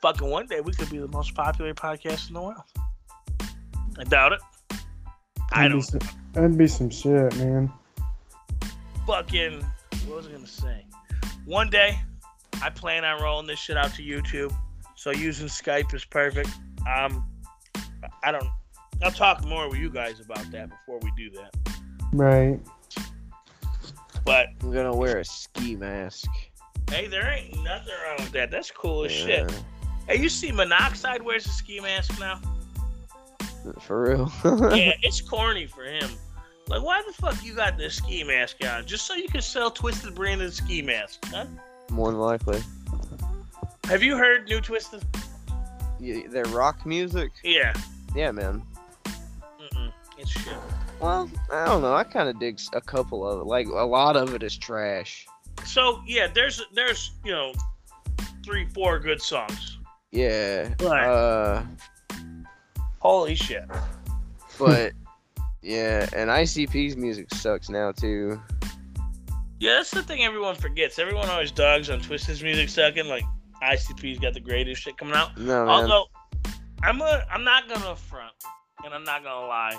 Speaker 1: fucking one day we could be the most popular podcast in the world." I doubt it. I
Speaker 2: That'd be
Speaker 1: don't
Speaker 2: some- That'd be some shit, man.
Speaker 1: fucking what was I gonna say? One day, I plan on rolling this shit out to YouTube. So using Skype is perfect. Um, I don't. I'll talk more with you guys about that before we do that.
Speaker 2: Right.
Speaker 1: But
Speaker 3: I'm gonna wear a ski mask.
Speaker 1: hey, there ain't nothing wrong with that. That's cool as shit. Hey, you see, Monoxide wears a ski mask now.
Speaker 3: Yeah, For real.
Speaker 1: yeah, it's corny for him. Like, why the fuck you got this ski mask on? Just so you can sell Twisted Brandon ski mask, huh?
Speaker 3: More than likely.
Speaker 1: Have you heard new Twisted?
Speaker 3: Yeah, their rock music.
Speaker 1: Yeah.
Speaker 3: Yeah, man.
Speaker 1: Mm-mm. It's shit.
Speaker 3: Well, I don't know. I kind of dig s- a couple of it. Like a lot of it is trash.
Speaker 1: So yeah, there's there's you know three four good songs.
Speaker 3: Yeah.
Speaker 1: Right.
Speaker 3: Uh,
Speaker 1: Holy shit.
Speaker 3: but yeah, and ICP's music sucks now too.
Speaker 1: Yeah, that's the thing everyone forgets. Everyone always dogs on Twisted's music sucking. Like ICP's got the greatest shit coming out.
Speaker 3: No, man.
Speaker 1: Although I'm a, I'm not gonna front, and I'm not gonna lie.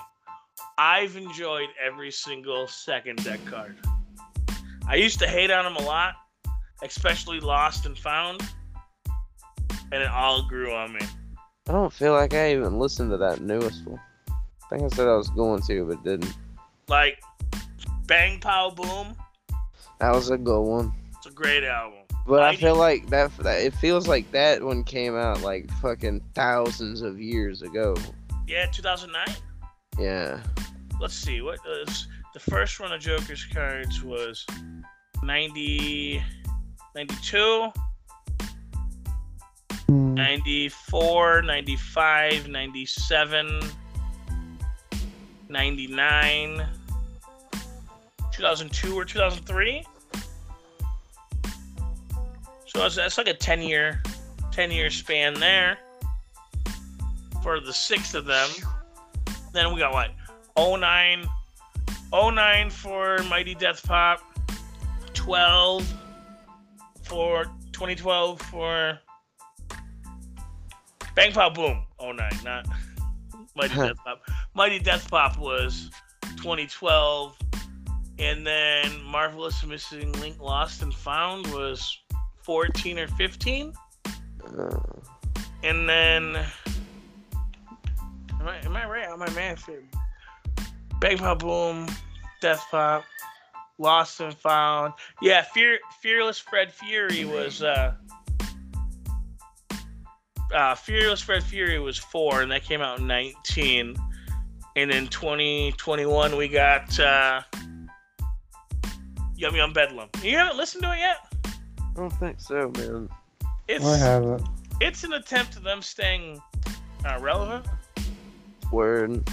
Speaker 1: I've enjoyed every single second deck card. I used to hate on them a lot, especially Lost and Found, and it all grew on me.
Speaker 3: I don't feel like I even listened to that newest one. I think I said I was going to, but didn't.
Speaker 1: Like Bang Pow Boom,
Speaker 3: That was a good one.
Speaker 1: it's a great album.
Speaker 3: But I
Speaker 1: Mighty-
Speaker 3: feel like that, that it feels like that one came out like fucking thousands of years ago.
Speaker 1: Yeah, 2009.
Speaker 3: Yeah.
Speaker 1: let's see what was the first run of joker's cards was 90 92
Speaker 2: Hmm.
Speaker 1: 94 95 97 99 2002 or 2003 so that's, that's like a 10 year 10 year span there for the six of them then we got what 09 09 for mighty death pop 12 for 2012 for Bang Pop Boom. Oh nine, not Mighty Death Pop. Mighty Death Pop was 2012, and then Marvelous Missing Link Lost and Found was 14 or 15,
Speaker 3: Uh,
Speaker 1: and then am I am I right? Am I math here? Bang Pop Boom, Death Pop, Lost and Found. Yeah, Fear Fearless Fred Fury was. uh uh, Fearless Fred Fury was four, and that came out in 19. And in 2021, we got uh, Yum Yum Bedlam. You haven't listened to it yet?
Speaker 3: I don't think so, man.
Speaker 2: I
Speaker 1: It's
Speaker 2: have it.
Speaker 1: it's an attempt at them staying uh, relevant.
Speaker 3: Word.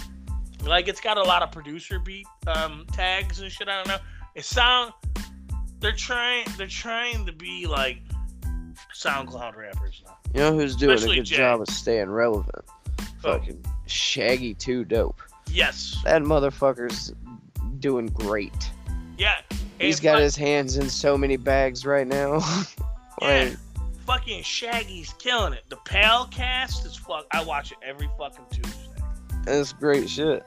Speaker 1: Like it's got a lot of producer beat um, tags and shit. I don't know. It sound they're trying they're trying to be like SoundCloud rappers now.
Speaker 3: You know who's doing
Speaker 1: Especially
Speaker 3: a good
Speaker 1: Jay.
Speaker 3: job of staying relevant?
Speaker 1: Oh.
Speaker 3: Fucking Shaggy Two Dope.
Speaker 1: Yes.
Speaker 3: That motherfucker's doing great.
Speaker 1: Yeah.
Speaker 3: He's
Speaker 1: And
Speaker 3: got
Speaker 1: fuck-
Speaker 3: his hands in so many bags right now.
Speaker 1: Yeah.
Speaker 3: Like,
Speaker 1: Fucking Shaggy's killing it. The Pal cast is fuck. I watch it every fucking Tuesday.
Speaker 3: that's great shit.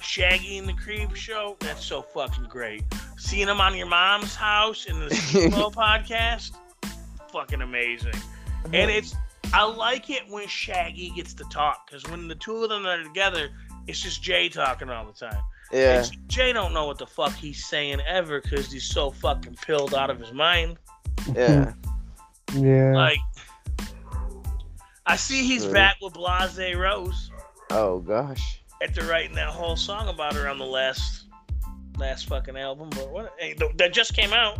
Speaker 1: Shaggy and the Creep Show. That's so fucking great. Seeing him on your mom's house in the Schmo podcast. Fucking amazing. And it's I like it when Shaggy gets to talk because when the two of them are together, it's just Jay talking all the time.
Speaker 3: yeah,
Speaker 1: And Jay don't know what the fuck he's saying ever because he's so fucking pilled out of his mind.
Speaker 3: yeah.
Speaker 2: Yeah.
Speaker 1: Like, I see he's
Speaker 3: Sure.
Speaker 1: back with Blase Rose
Speaker 3: Oh gosh.
Speaker 1: after writing that whole song about her on the last, last fucking album, but what hey, th- that just came out.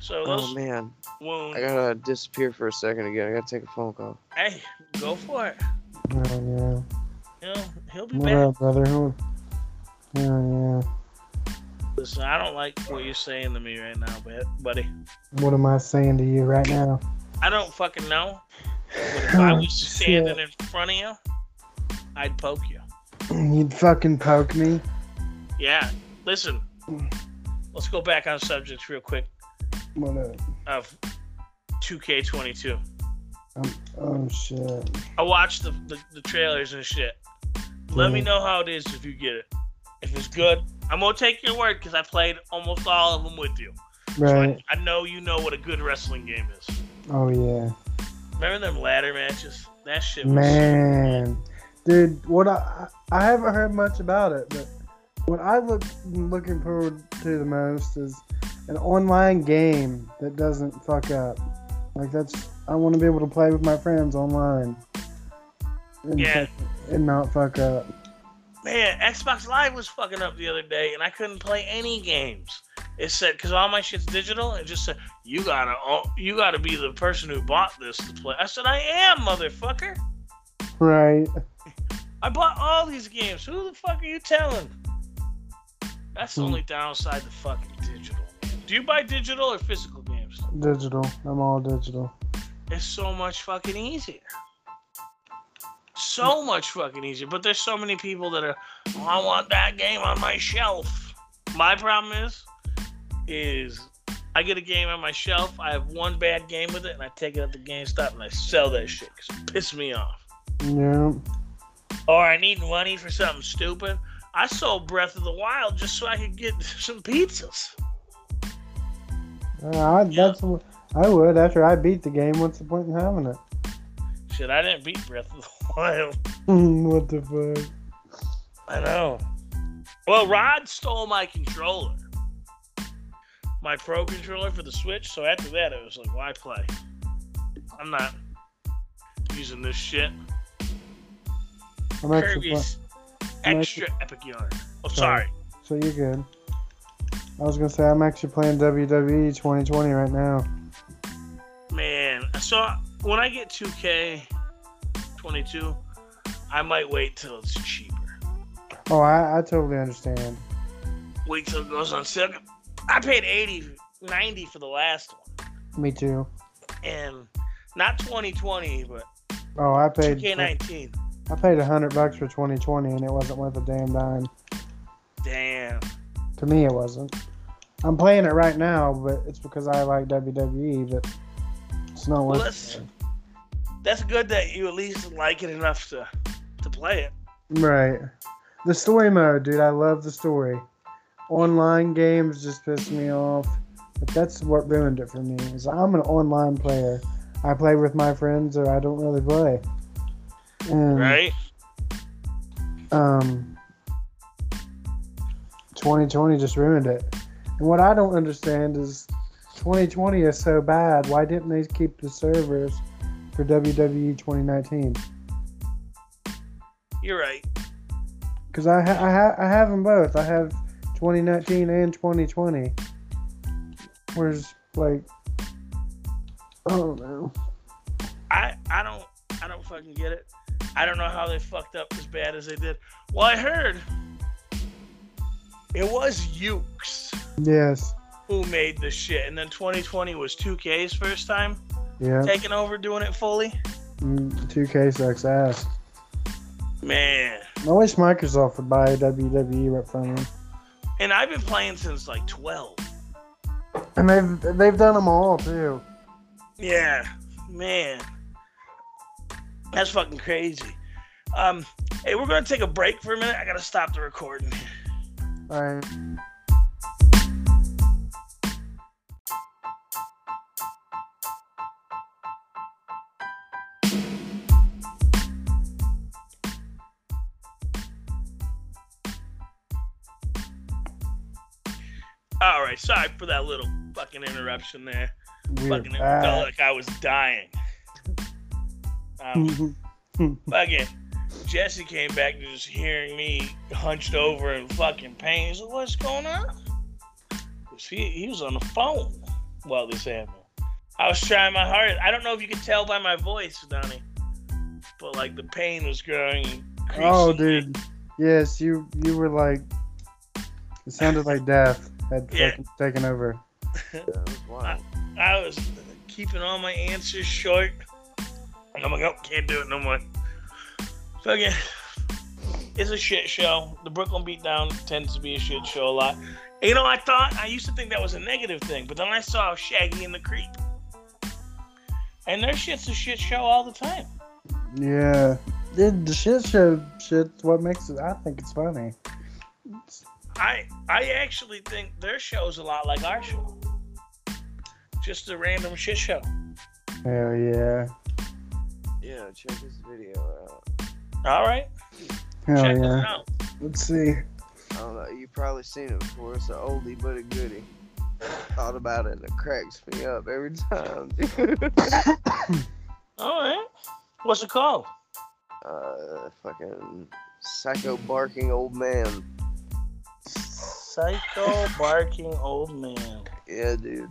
Speaker 1: So
Speaker 3: Oh
Speaker 1: those
Speaker 3: man,
Speaker 1: wounds.
Speaker 3: I gotta disappear for a second again. I gotta take a phone call.
Speaker 1: hey, go for it.
Speaker 2: Oh,
Speaker 1: You know, he'll
Speaker 2: yeah.
Speaker 1: be
Speaker 2: What
Speaker 1: back.
Speaker 3: uh,
Speaker 2: up, brother? Oh, yeah.
Speaker 1: Listen, I don't like what you're saying to me right now, but buddy,
Speaker 2: What am I saying to you right now?
Speaker 1: I don't fucking know. But if
Speaker 3: Oh,
Speaker 1: I was standing in front of you, I'd poke you.
Speaker 2: You'd fucking poke me.
Speaker 1: Yeah. Listen,
Speaker 3: Mm.
Speaker 1: let's go back on subjects real quick.
Speaker 2: What up?
Speaker 1: of 2K22.
Speaker 2: Oh shit.
Speaker 1: I watched the, the, the trailers and shit. Let me
Speaker 2: Mhm.
Speaker 1: know how it is if you get it. If it's good, I'm gonna take your word because I played almost all of them with you. So I-
Speaker 2: Right.
Speaker 1: I, know you know what a good wrestling game is.
Speaker 2: Oh yeah.
Speaker 1: Remember them ladder matches? That shit was.
Speaker 2: Man, dude, what I I haven't heard much about it, but What I look looking forward to the most is an online game that doesn't fuck up. Like that's I want to be able to play with my friends online. And
Speaker 1: Yeah.
Speaker 2: fuck- and not fuck up.
Speaker 1: Man, Xbox Live was fucking up the other day, and I couldn't play any games. It said because all my shit's digital. It just said you gotta own- you gotta be the person who bought this to play. I said I am, motherfucker.
Speaker 2: Right.
Speaker 1: I bought all these games. Who the fuck are you telling? That's the only downside to fucking digital. Do you buy digital or physical games?
Speaker 2: Digital. I'm all digital.
Speaker 1: It's so much fucking easier. So much fucking easier. But there's so many people that are, "Oh, I want that game on my shelf. My problem is, is I get a game on my shelf. I have one bad game with it, and I take it up to GameStop and I sell that shit because it pissed me off.
Speaker 2: Yeah.
Speaker 1: Or I need money for something stupid. I sold Breath of the Wild just so I could get some pizzas.
Speaker 2: Uh, I,
Speaker 1: Yeah.
Speaker 2: That's what I would after I beat the game. What's the point in having it?
Speaker 1: Shit, I didn't beat Breath of the Wild.
Speaker 2: what the fuck?
Speaker 1: I know. Well, Rod stole my controller, my pro controller for the Switch. So after that, it was like, why play? I'm not using this shit.
Speaker 2: I'm actually. pla-
Speaker 1: Kirby's
Speaker 2: I'm
Speaker 1: extra epic yarn. Oh,
Speaker 2: Sorry.
Speaker 1: sorry.
Speaker 2: So you're good. I was gonna say I'm actually playing WWE 2020 right now.
Speaker 1: man. So when I get 2K 22, I might wait till it's cheaper.
Speaker 2: Oh, I, I totally understand.
Speaker 1: Wait till it goes on sale. I paid 80, 90 for the last one,
Speaker 2: Me too.
Speaker 1: and not 2020, but
Speaker 2: Oh, I paid
Speaker 1: 2K19.
Speaker 2: I paid a hundred bucks for 2020 and it wasn't worth a damn dime.
Speaker 1: Damn.
Speaker 2: To me, it wasn't. I'm playing it right now, but it's because I like WWE. But it's not
Speaker 1: Well,
Speaker 2: worth.
Speaker 1: that's that's good that you at least like it enough to to play it.
Speaker 2: it. Right. The story mode, dude. I love the story. Online games just piss me off. But that's what ruined it for me. Is I'm an online player. I play with my friends, or I don't really play. And,
Speaker 1: Right?
Speaker 2: um, 2020 just ruined it. And what I don't understand is 2020 is so bad. Why didn't they keep the servers for E WWE 2019?
Speaker 1: You're right.
Speaker 2: Because I, ha- I, ha- I have them both. I have 2019 and 2020. Whereas, like, I don't know.
Speaker 1: I I don't I don't fucking get it. I don't know how they fucked up as bad as they did. Well, I heard it was Ukes
Speaker 2: Yes.
Speaker 1: who made the shit, and then 2020 was 2K's first time
Speaker 2: Yeah.
Speaker 1: taking over, doing it fully.
Speaker 2: Mm, 2K sucks ass.
Speaker 1: Man,
Speaker 2: I wish Microsoft would buy WWE right from them.
Speaker 1: and I've been playing since like 12.
Speaker 2: And they've, they've done them all, too.
Speaker 1: Yeah, man. That's fucking crazy. Um, hey, we're gonna take a break for a minute. I gotta stop the recording.
Speaker 2: All right.
Speaker 1: All right, sorry for that little fucking interruption there.
Speaker 2: We're
Speaker 1: Fucking felt
Speaker 2: back.
Speaker 1: like I was dying. Um, fucking Jesse came back to just hearing me hunched over in fucking pain. He's like, "What's going on?" 'Cause he he was on the phone while this happened. I was trying my hardest. I don't know if you could tell by my voice, Donnie, but like the pain was growing.
Speaker 2: oh,
Speaker 1: increasingly.
Speaker 2: dude. Yes, you you were like. It sounded like death had
Speaker 1: Yeah.
Speaker 2: fucking taken over.
Speaker 3: That was wild.
Speaker 1: I was keeping all my answers short. And I'm like, oh, can't do it no more. So again, it's a shit show. The Brooklyn Beatdown tends to be a shit show a lot. And, you know, I thought I used to think that was a negative thing, but then I saw Shaggy and the Creep, and their shit's a shit show all the time.
Speaker 2: Yeah. Dude, the shit show shit's what makes it. I think it's funny.
Speaker 1: I I actually think their show's a lot like our show, just a random shit show.
Speaker 2: Hell yeah.
Speaker 3: Yeah, check this video out.
Speaker 1: All right,
Speaker 2: Hell
Speaker 1: check this
Speaker 2: yeah.
Speaker 1: out.
Speaker 2: Let's see.
Speaker 3: I don't know. You've probably seen it before. It's an oldie but a goodie. Thought about it and it cracks me up every time, dude.
Speaker 1: All right. What's it called?
Speaker 3: uh, fucking psycho barking old man.
Speaker 1: Psycho barking old man.
Speaker 3: Yeah, dude.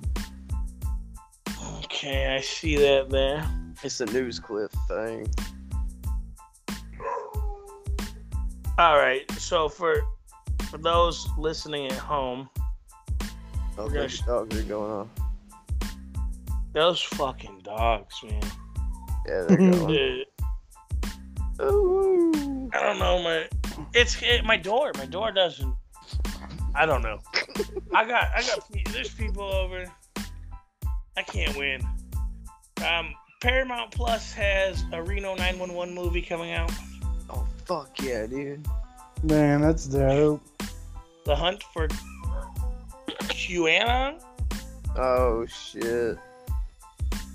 Speaker 1: Okay, I see that there.
Speaker 3: It's a news clip thing.
Speaker 1: All right. So for for those listening at home,
Speaker 3: Oh,
Speaker 1: Okay.
Speaker 3: there's dogs are going on.
Speaker 1: those fucking dogs, man.
Speaker 3: Yeah, they're going.
Speaker 1: Dude,
Speaker 3: Ooh.
Speaker 1: I don't know, my it's it, my door. My door doesn't. I don't know. I got I got pe- there's people over. I can't win. Um, Paramount Plus has a Reno 911 movie coming out,
Speaker 3: Oh, fuck yeah, dude.
Speaker 2: Man, that's dope.
Speaker 1: The Hunt for QAnon.
Speaker 3: Oh, shit.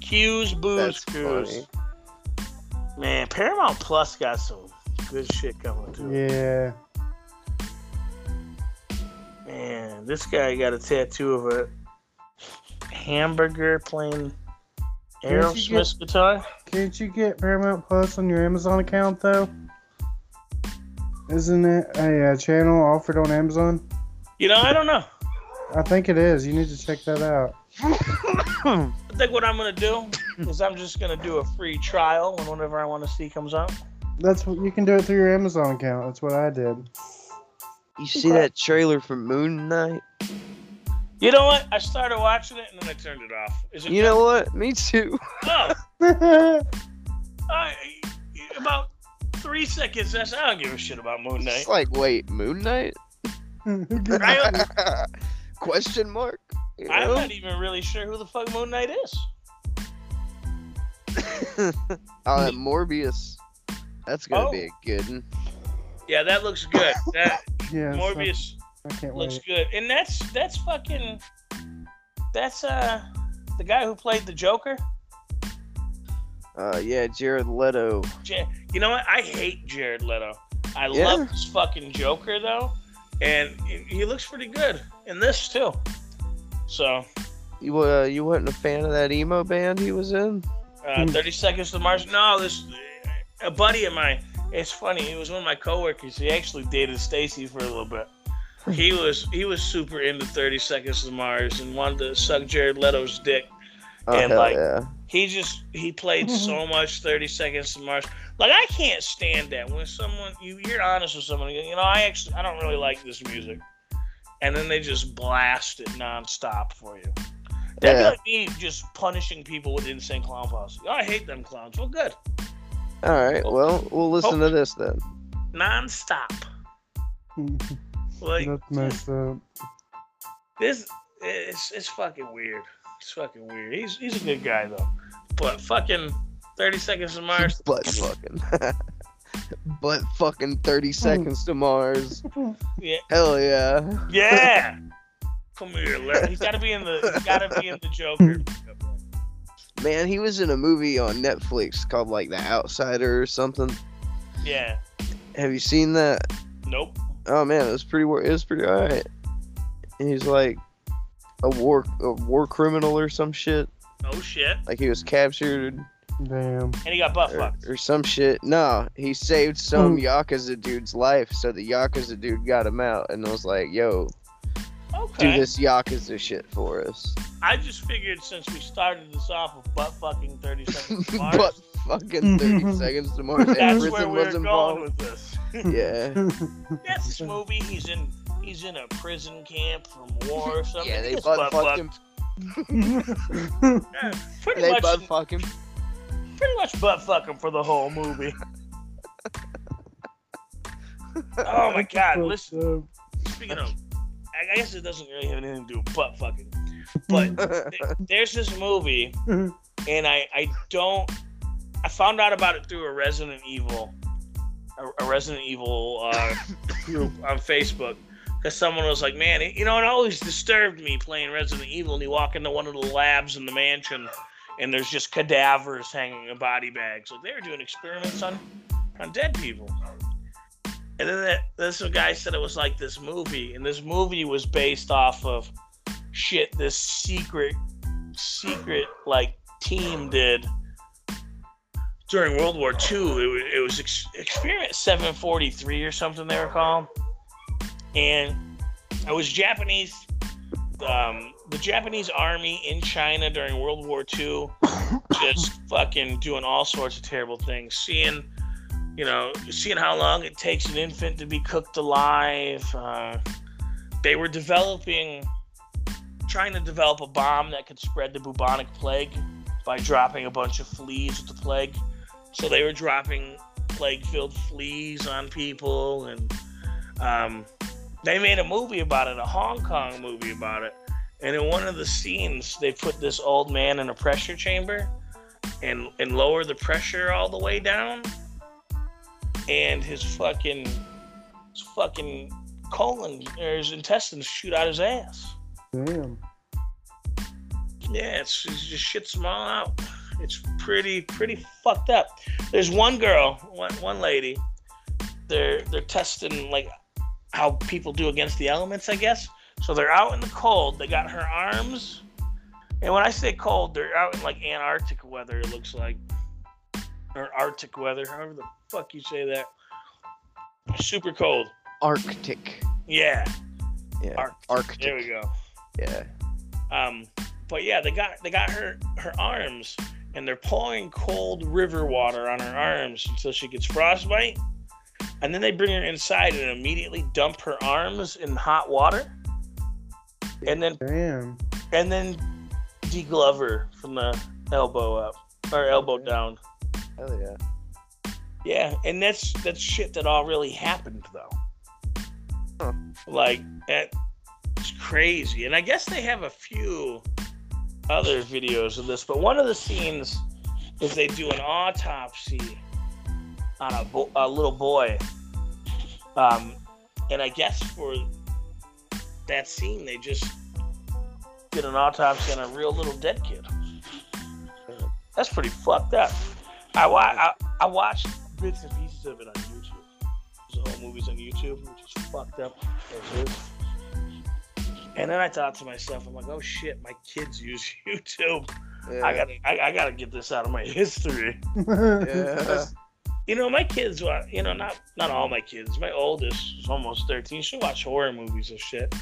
Speaker 1: Q's, booze,
Speaker 3: That's
Speaker 1: Q's.
Speaker 3: funny.
Speaker 1: Man, Paramount Plus got some good shit coming too.
Speaker 2: Yeah.
Speaker 1: Man, this guy got a tattoo of a hamburger playing
Speaker 2: Where'd you
Speaker 1: Aerosmith guitar.
Speaker 2: Can't you get Paramount Plus on your Amazon account though? Isn't it a, uh channel offered on Amazon?
Speaker 1: You know, I don't know.
Speaker 2: I think it is. You need to check that out.
Speaker 1: I think what I'm gonna do is I'm just gonna do a free trial when whenever I want to see comes out.
Speaker 2: That's what you can do it through your Amazon account. That's what I did.
Speaker 3: You see that trailer for Moon Knight?
Speaker 1: You know what? I started watching it and then I turned it off. Is it?
Speaker 3: You know what? Me too.
Speaker 1: Oh,
Speaker 2: That's
Speaker 1: I, about three seconds. That's I don't give a shit about Moon Knight.
Speaker 3: It's like, wait, Moon Knight?
Speaker 1: I,
Speaker 3: Question mark? You
Speaker 1: I'm
Speaker 3: know?
Speaker 1: not even really sure who the fuck Moon Knight is.
Speaker 3: oh, that Morbius. That's gonna
Speaker 1: Oh.
Speaker 3: be a good one.
Speaker 1: Yeah, that looks good. That
Speaker 2: yeah,
Speaker 1: Morbius
Speaker 2: I can't
Speaker 1: looks
Speaker 2: wait.
Speaker 1: good, and that's that's fucking that's uh the guy who played the Joker.
Speaker 3: Uh, yeah, Jared Leto.
Speaker 1: Ja- you know what? I hate Jared Leto. I
Speaker 3: Yeah.
Speaker 1: love this fucking Joker though, and he he looks pretty good in this too. So,
Speaker 3: You uh, you wasn't a fan of that emo band he was in?
Speaker 1: uh,
Speaker 2: Hmm.
Speaker 1: thirty seconds to Mars. No, this a buddy of mine. It's funny. He was one of my coworkers. He actually dated Stacy for a little bit. He was he was super into Thirty Seconds to Mars and wanted to suck Jared Leto's dick.
Speaker 3: Oh,
Speaker 1: And,
Speaker 3: hell
Speaker 1: like-
Speaker 3: yeah.
Speaker 1: He just he played so much Thirty Seconds to Mars. Like I can't stand that when someone you you're honest with someone. You go, "You know, I actually I don't really like this music, and then they just blast it nonstop for you. That'd
Speaker 3: Yeah.
Speaker 1: be like me just punishing people with insane clown posse. Oh, I hate them clowns. Well, good,
Speaker 3: All right.
Speaker 1: oh,
Speaker 3: Well, we'll listen to this then.
Speaker 1: nonstop. Like
Speaker 2: That's messed up.
Speaker 1: this, it's it's fucking weird. It's fucking weird. He's he's a good guy though, but fucking Thirty Seconds to Mars.
Speaker 3: Butt fucking. Butt fucking 30 seconds to Mars.
Speaker 1: Yeah.
Speaker 3: Hell yeah.
Speaker 1: Yeah. Come here, Larry. He's got to be in the. He's got to be in the Joker.
Speaker 3: Man, he was in a movie on Netflix called like The Outsider or something.
Speaker 1: Yeah.
Speaker 3: Have you seen that?
Speaker 1: Nope.
Speaker 3: oh man, it was pretty. wor- It was pretty alright. And he's like a war a war criminal or some shit.
Speaker 1: Oh shit.
Speaker 3: Like he was captured
Speaker 2: Damn.
Speaker 1: And he got butt
Speaker 3: or,
Speaker 1: fucked.
Speaker 3: or some shit. No, he saved some
Speaker 2: Hmm.
Speaker 3: yakuza dude's life, so the yakuza dude got him out and was like, "Yo, do
Speaker 1: Okay.
Speaker 3: this yakuza shit for us."
Speaker 1: I just figured since we started this off with butt fucking thirty seconds to Mars,
Speaker 3: but fucking thirty seconds to Mars. and
Speaker 1: that's where
Speaker 3: prison
Speaker 1: we
Speaker 3: was
Speaker 1: are going
Speaker 3: involved.
Speaker 1: with this.
Speaker 3: Yeah,
Speaker 1: That's this movie. He's in. He's in a prison camp from war or something.
Speaker 3: yeah,
Speaker 1: He
Speaker 3: they
Speaker 1: gets
Speaker 3: butt fucked
Speaker 1: butt-fucked.
Speaker 3: him.
Speaker 1: Yeah, pretty
Speaker 3: They
Speaker 1: much.
Speaker 3: butt fucked him.
Speaker 1: pretty much butt fuck him for the whole movie. oh my god! Listen. Speaking of, I I guess it doesn't really have anything to do with butt fucking. But th- there's this movie, and I, I don't. I found out about it through a Resident Evil, a, a Resident Evil uh, group on Facebook, because someone was like, "Man, it, you know, it always disturbed me playing Resident Evil." And you walk into one of the labs in the mansion, and there's just cadavers hanging in body bags. Like they were doing experiments on on dead people. And then that, then some guy said it was like this movie, and this movie was based off of shit this secret, secret like team did during World War II. It, wa- it was ex- Experiment 743 or something they were called, and it was Japanese. Um, the Japanese army in China during World War II just fucking doing all sorts of terrible things. Seeing, you know, seeing how long it takes an infant to be cooked alive. Uh, they were developing, trying to develop a bomb that could spread the bubonic plague by dropping a bunch of fleas with the plague. So they were dropping plague-filled fleas on people, and um, they made a movie about it, a Hong Kong movie about it. And in one of the scenes, they put this old man in a pressure chamber and and lower the pressure all the way down. And his fucking his fucking colon or his intestines shoot out his ass.
Speaker 2: Damn.
Speaker 1: Yeah, it's, it's just shit small out. It's pretty pretty fucked up. There's one girl, one one lady. They're they're testing like how people do against the elements, I guess. So they're out in the cold. They got her arms, and when I say cold, they're out in like Antarctic weather. It looks like or Arctic weather, however the fuck you say that. Super cold.
Speaker 3: Arctic.
Speaker 1: Yeah,
Speaker 3: Yeah.
Speaker 1: Arctic.
Speaker 3: Arctic.
Speaker 1: There we go.
Speaker 3: Yeah.
Speaker 1: Um, but yeah, they got they got her her arms, and they're pouring cold river water on her arms until she gets frostbite, and then they bring her inside and immediately dump her arms in hot water, and then
Speaker 2: Damn.
Speaker 1: and then deglove her from the elbow up or elbow down.
Speaker 3: Hell yeah.
Speaker 1: Yeah, and that's that's shit that all really happened though.
Speaker 3: Huh.
Speaker 1: Like that- it's crazy. And I guess they have a few other videos of this, but one of the scenes is they do an autopsy on a, bo- a little boy. Um, and I guess for that scene, they just did an autopsy on a real little dead kid. That's pretty fucked up. I, wa- I, I watched bits and pieces of it on YouTube. There's whole movies on YouTube, which is fucked up. as is. And then I thought to myself, I'm like, oh shit, my kids use YouTube. I
Speaker 3: Yeah.
Speaker 1: gotta, I, I gotta get this out of my history.
Speaker 3: Yeah.
Speaker 1: You know, my kids, wa- you know, not not all my kids. My oldest is almost 13. She watch horror movies and shit.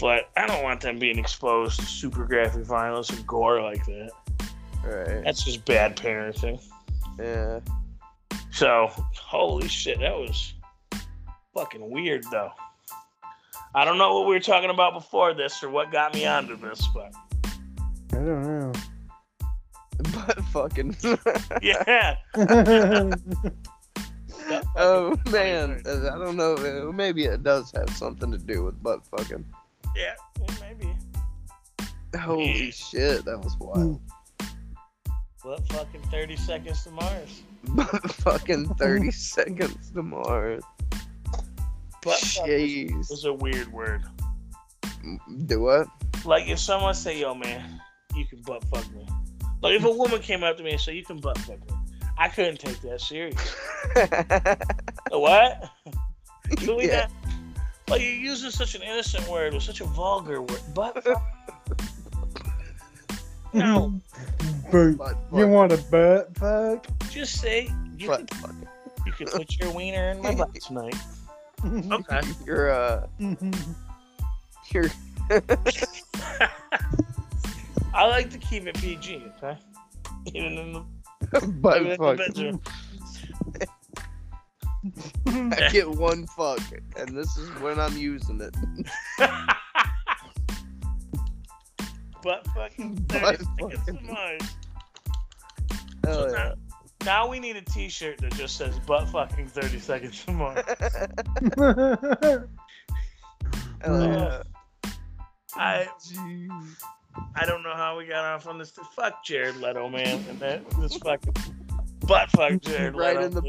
Speaker 1: But I don't want them being exposed to super graphic violence and gore like that.
Speaker 3: Right.
Speaker 1: That's just bad parenting.
Speaker 3: Yeah.
Speaker 1: So, holy shit, that was fucking weird, though. I don't know what we were talking about before this or what got me onto this, but
Speaker 2: I don't know.
Speaker 3: But fucking.
Speaker 1: yeah,
Speaker 3: oh man, I don't know. man. Maybe it does have something to do with butt fucking.
Speaker 1: yeah, well, maybe.
Speaker 3: Holy shit, that was wild.
Speaker 1: What fucking 30 seconds to Mars?
Speaker 3: Butt fucking thirty seconds to Mars.
Speaker 1: Butt fuck was,
Speaker 3: Jeez.
Speaker 1: was a weird word.
Speaker 3: Do what?
Speaker 1: Like, if someone say, yo, man, you can butt fuck me. Like, if a woman came up to me and said, you can butt fuck me, I couldn't take that serious. what? You believe
Speaker 3: Yeah.
Speaker 1: that? Like you're using such an innocent word with such a vulgar word, but no,
Speaker 2: Boot.
Speaker 3: butt
Speaker 2: You
Speaker 3: fucking.
Speaker 2: want a butt fuck?
Speaker 1: just say you can,
Speaker 3: Butt fucking.
Speaker 1: you can put your wiener in my butt tonight. Okay.
Speaker 3: You're uh. You're.
Speaker 1: I like to keep it PG, okay? Even in the, even
Speaker 3: butt
Speaker 1: in the
Speaker 3: fucking.
Speaker 1: bedroom.
Speaker 3: I get one fuck, and this is when I'm using it.
Speaker 1: Butt fucking
Speaker 3: Butt
Speaker 1: 30 seconds to
Speaker 3: fucking.
Speaker 1: Mars. So
Speaker 3: Hell yeah.
Speaker 1: now, now we need a T-shirt that just says "butt fucking 30 seconds to Mars."
Speaker 3: Hell yeah.
Speaker 1: Yeah. I I don't know how we got off on this. Fuck Jared Leto, man, and that this fucking butt fuck Jared
Speaker 3: Right
Speaker 1: Leto.
Speaker 3: in the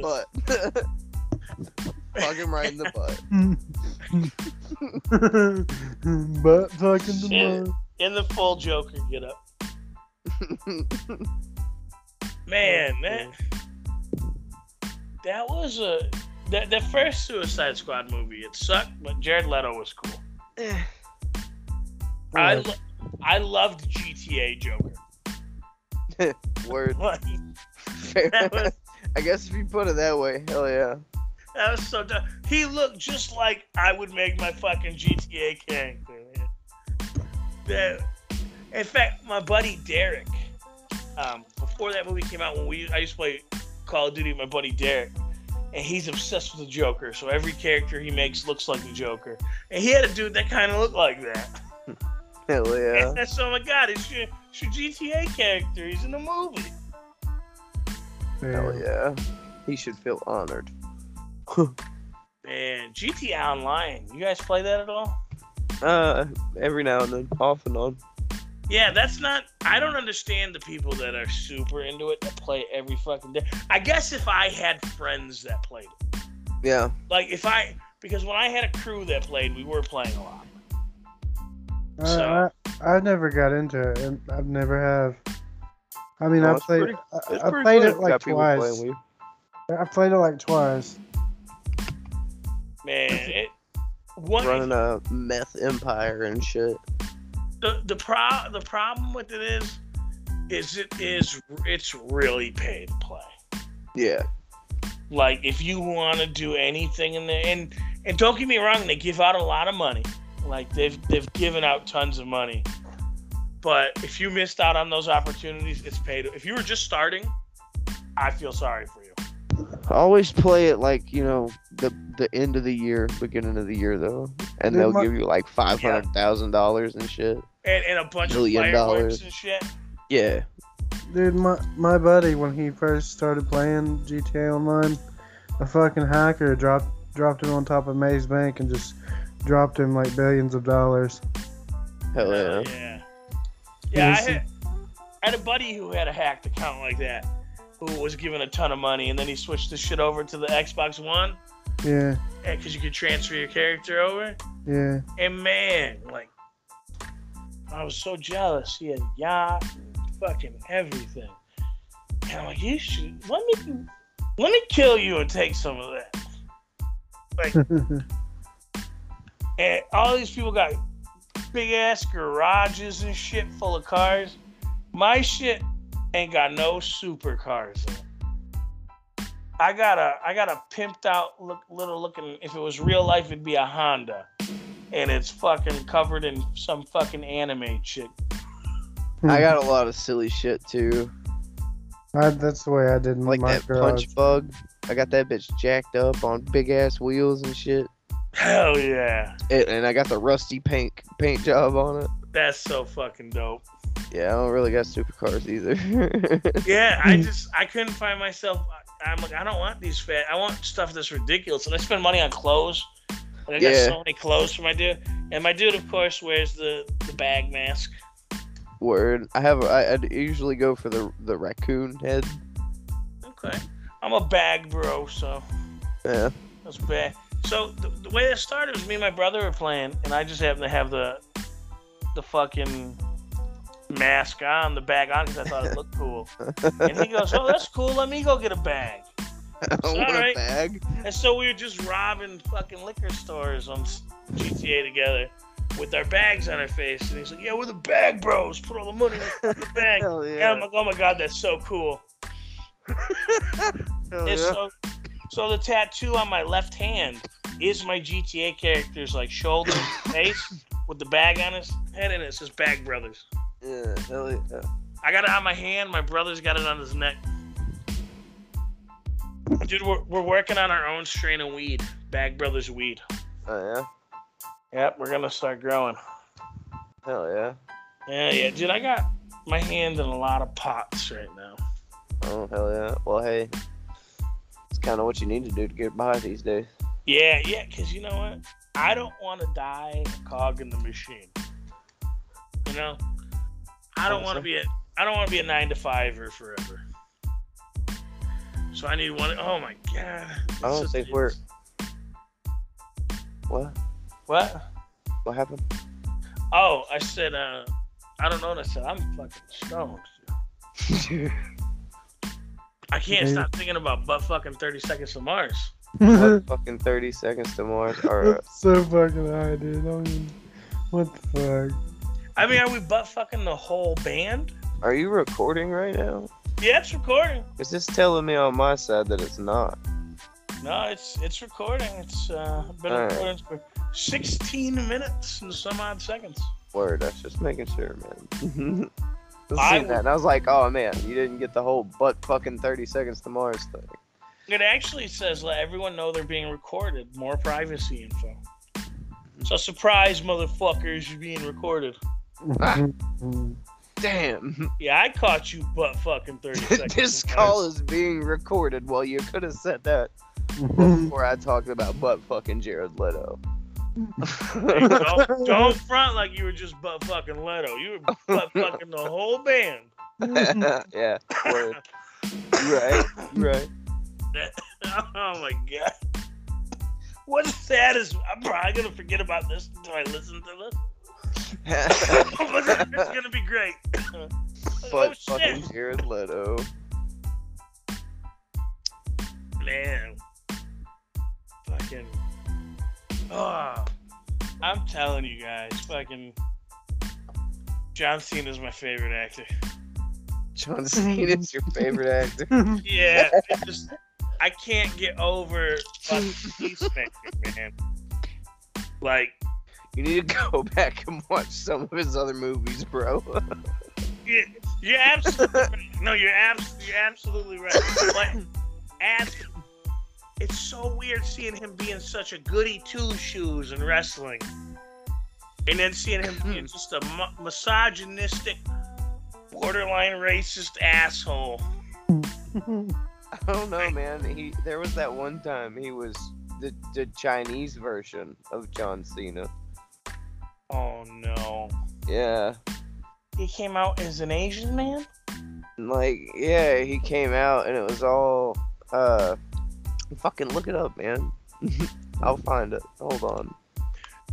Speaker 1: This-
Speaker 3: butt. Fuck him right in the butt.
Speaker 2: butt fucking
Speaker 1: Shit.
Speaker 2: the
Speaker 1: in the full Joker get up. Man, that that was a The, the first Suicide Squad movie, it sucked, but Jared Leto was cool. I, lo- I loved GTA Joker.
Speaker 3: Word.
Speaker 1: Like,
Speaker 3: Fair.
Speaker 1: that, was,
Speaker 3: I guess if you put it that way, hell yeah.
Speaker 1: that was so dumb. He looked just like I would make my fucking GTA character, man. That- in fact, my buddy Derek, um, before that movie came out, when we I used to play Call of Duty with my buddy Derek, and he's obsessed with the Joker. So every character he makes looks like the Joker. And he had a dude that kind of looked like that.
Speaker 3: Hell yeah.
Speaker 1: And that's oh my god, it's your, it's your GTA character. He's in the movie.
Speaker 3: Hell yeah. He should feel honored.
Speaker 1: Man, GTA Online. You guys play that at all?
Speaker 3: Uh, every now and then, off and on.
Speaker 1: Yeah, that's not. I don't understand the people that are super into it that play it every fucking day. I guess if I had friends that played it,
Speaker 3: Yeah.
Speaker 1: like if I, because when I had a crew that played, we were playing a lot.
Speaker 2: I,
Speaker 1: So-
Speaker 2: I, I never got into it. and I've never have. I mean,
Speaker 3: Well,
Speaker 2: I
Speaker 3: it's
Speaker 2: played.
Speaker 3: pretty-
Speaker 2: I,
Speaker 3: It's
Speaker 2: I
Speaker 3: pretty
Speaker 2: played
Speaker 3: good
Speaker 2: it
Speaker 3: if
Speaker 2: like
Speaker 3: got people playing
Speaker 2: twice.
Speaker 3: with you.
Speaker 2: I played it like twice.
Speaker 1: Man, it. One,
Speaker 3: Running a meth empire and shit.
Speaker 1: the the pro the problem with it is, is it is it's really pay to play.
Speaker 3: Yeah.
Speaker 1: Like if you want to do anything in there, and and don't get me wrong, they give out a lot of money. Like they've they've given out tons of money. But if you missed out on those opportunities, it's paid. If you were just starting, I feel sorry for you.
Speaker 3: Always play it like you know the the end of the year, beginning of the year though, and
Speaker 2: Dude,
Speaker 3: they'll
Speaker 2: my-
Speaker 3: give you like five hundred thousand dollars and shit.
Speaker 1: And, and a bunch
Speaker 3: Million
Speaker 1: of
Speaker 3: dollars.
Speaker 1: fireworks and shit.
Speaker 3: Yeah,
Speaker 2: Dude, my, my buddy, when he first started playing GTA Online, a fucking hacker dropped dropped him on top of May's bank and just dropped him like billions of dollars.
Speaker 3: hell yeah.
Speaker 1: Hell yeah. Yeah, I
Speaker 2: Yes.
Speaker 1: had, I had a buddy who had a hacked account like that, who was given a ton of money, and then he switched the shit over to the Xbox One
Speaker 2: Yeah,
Speaker 1: because you could transfer your character over.
Speaker 2: yeah.
Speaker 1: And man, like, I was so jealous. He had a yacht, and fucking everything. And I'm like, you should let me, let me kill you and take some of that. And all these people got big ass garages and shit full of cars. My shit ain't got no supercars in it. I got a I got a pimped out look, little looking. If it was real life, it'd be a Honda, and it's fucking covered in some fucking anime shit.
Speaker 3: I got a lot of silly shit too,
Speaker 2: I, that's the way I did in
Speaker 3: like
Speaker 2: my
Speaker 3: that
Speaker 2: garage.
Speaker 3: punch bug. I got that bitch jacked up on big ass wheels and shit,
Speaker 1: Hell yeah,
Speaker 3: it, and I got the rusty paint paint job on it.
Speaker 1: that's so fucking dope.
Speaker 3: Yeah, I don't really got supercars either.
Speaker 1: Yeah, I just I couldn't find myself. I- I'm like I don't want these fat. I want stuff that's ridiculous. And I spend money on clothes. And I got
Speaker 3: Yeah.
Speaker 1: so many clothes for my dude. And my dude, of course, wears the the bag mask.
Speaker 3: Word, I have I, I usually go for the the raccoon head.
Speaker 1: Okay, I'm a bag bro, so
Speaker 3: Yeah,
Speaker 1: that's bad. So the, the way it started was me and my brother were playing, and I just happened to have the the fucking mask on, the bag on, because I thought it looked cool. And he goes, "Oh, that's cool. Let me go get a bag."
Speaker 3: I want
Speaker 1: alright.
Speaker 3: a bag.
Speaker 1: And so we were just robbing fucking liquor stores on s- GTA together with our bags on our face. And he's like, Yeah, we're the bag bros. Put all the money in the bag.
Speaker 3: Hell yeah.
Speaker 1: And I'm like, Oh my God, that's so cool.
Speaker 3: Hell
Speaker 1: And
Speaker 3: Oh, yeah.
Speaker 1: so, so the tattoo on my left hand is my GTA character's like shoulder and face with the bag on his head and it says Bag Brothers.
Speaker 3: Yeah, hell yeah.
Speaker 1: I got it on my hand. My brother's got it on his neck. Dude, we're, we're working on our own strain of weed, Bag Brothers weed.
Speaker 3: Oh yeah,
Speaker 1: Yep, we're gonna start growing.
Speaker 3: hell yeah.
Speaker 1: Yeah, yeah, dude. I got my hand in a lot of pots right now.
Speaker 3: Oh hell yeah. Well hey, it's kind of what you need to do to get by these days.
Speaker 1: Yeah, yeah, because you know what? I don't want to die a cog in the machine. You know, I don't want to
Speaker 3: Honestly.
Speaker 1: be a I don't want to be a nine to fiver forever. So I need one oh my god!
Speaker 3: I don't think we're. What?
Speaker 1: what?
Speaker 3: What happened?
Speaker 1: Oh, I said uh, I don't know. What I said I'm fucking stoned. I can't
Speaker 2: Mhm.
Speaker 1: stop thinking about butt fucking thirty seconds to Mars.
Speaker 3: What fucking 30 seconds to Mars. Or, uh,
Speaker 2: That's so fucking high, dude. I mean, what the fuck?
Speaker 1: I mean, are we butt fucking the whole band?
Speaker 3: are you recording right now?
Speaker 1: Yeah, it's recording.
Speaker 3: Is this telling me on my side that it's not?
Speaker 1: No, it's it's recording. It's uh, been
Speaker 3: All right.
Speaker 1: recording for 16 minutes and some odd seconds.
Speaker 3: Word, that's just making sure, man. I
Speaker 1: I
Speaker 3: seen that, and I was like, oh man, you didn't get the whole butt fucking 30 seconds to Mars thing.
Speaker 1: It actually says let everyone know they're being recorded. More privacy info. So surprise, motherfuckers, you're being recorded. Ah.
Speaker 3: Damn,
Speaker 1: Yeah, I caught you butt fucking 30 seconds.
Speaker 3: this
Speaker 1: in
Speaker 3: call is being recorded. Well, you could have said that before I talked about butt fucking Jared Leto.
Speaker 1: Hey, don't, don't front like you were just butt fucking Leto. You were butt fucking the whole band.
Speaker 3: yeah, word. You right, you right.
Speaker 1: oh my god. What's sad is I'm probably gonna forget about this until I listen to this. it's gonna be great. oh
Speaker 3: butt fucking
Speaker 1: shit,
Speaker 3: Jared Leto.
Speaker 1: man. Fucking. Oh, I'm telling you guys, fucking. John Cena is my favorite actor.
Speaker 3: John Cena is your favorite actor.
Speaker 1: Yeah, it just I can't get over fucking Peacemaker, man. Like,
Speaker 3: You need to go back and watch some of his other movies, bro.
Speaker 1: you- you're absolutely right. no, you're abs- you're absolutely right. But as it's so weird seeing him being such a goody two shoes in wrestling, and then seeing him being just a mu- misogynistic, borderline racist asshole.
Speaker 3: I don't know, man. He there was that one time he was the the Chinese version of John Cena.
Speaker 1: Oh no,
Speaker 3: Yeah,
Speaker 1: he came out as an Asian man.
Speaker 3: And, like yeah, he came out and it was all uh, fucking look it up, man. I'll find it. Hold on.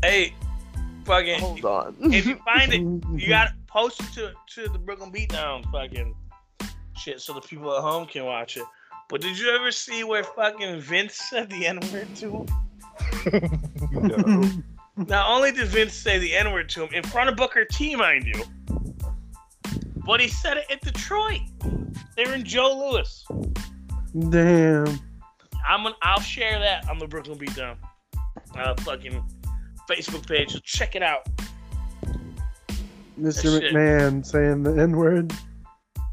Speaker 1: Hey, fucking.
Speaker 3: Hold on.
Speaker 1: if you find it,
Speaker 2: Mm-hmm.
Speaker 1: you got to post it to to the Brooklyn Beatdown fucking shit, so the people at home can watch it. But did you ever see where fucking Vince said the N word to him?
Speaker 3: No.
Speaker 1: Not only did Vince say the N word to him in front of Booker T, mind you, but he said it at Detroit. They were in Joe Lewis.
Speaker 2: Damn.
Speaker 1: I'm gonna, I'll share that on the Brooklyn Beatdown uh, fucking Facebook page. So check it out.
Speaker 2: Mr.
Speaker 1: That shit.
Speaker 2: McMahon saying the N word.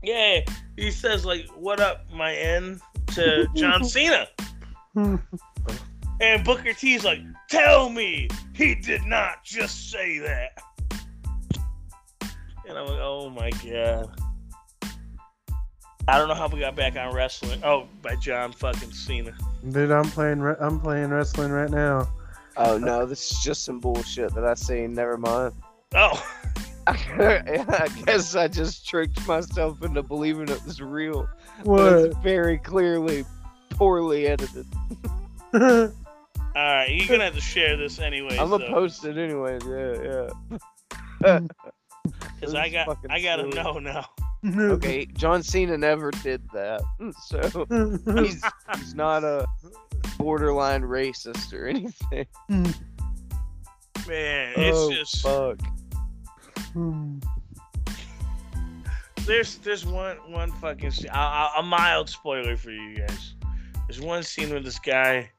Speaker 1: Yeah, he says like, "What up, my N?" to John Cena. And Booker T's like, tell me he did not just say that. And I'm like, oh my god. I don't know how we got back on wrestling. Oh, by John fucking Cena.
Speaker 2: Dude, I'm playing. Re- I'm playing wrestling right now.
Speaker 3: oh no, this is just some bullshit that I seen. Never mind.
Speaker 1: Oh,
Speaker 3: I guess I just tricked myself into believing it was real. But
Speaker 2: What?
Speaker 3: it's very clearly poorly edited.
Speaker 1: all right. You're gonna have to share this anyway.
Speaker 3: I'm
Speaker 1: I'm
Speaker 3: gonna post it anyways. Yeah,
Speaker 1: because I
Speaker 3: this
Speaker 1: got
Speaker 3: fucking
Speaker 1: I gotta
Speaker 3: silly.
Speaker 1: know now.
Speaker 3: yeah. Okay, John Cena never did that, so he's, he's not a borderline racist or anything.
Speaker 1: Man, it's
Speaker 3: oh,
Speaker 1: just
Speaker 3: fuck.
Speaker 1: there's there's one one fucking scene, a, a, a mild spoiler for you guys. There's one scene where this guy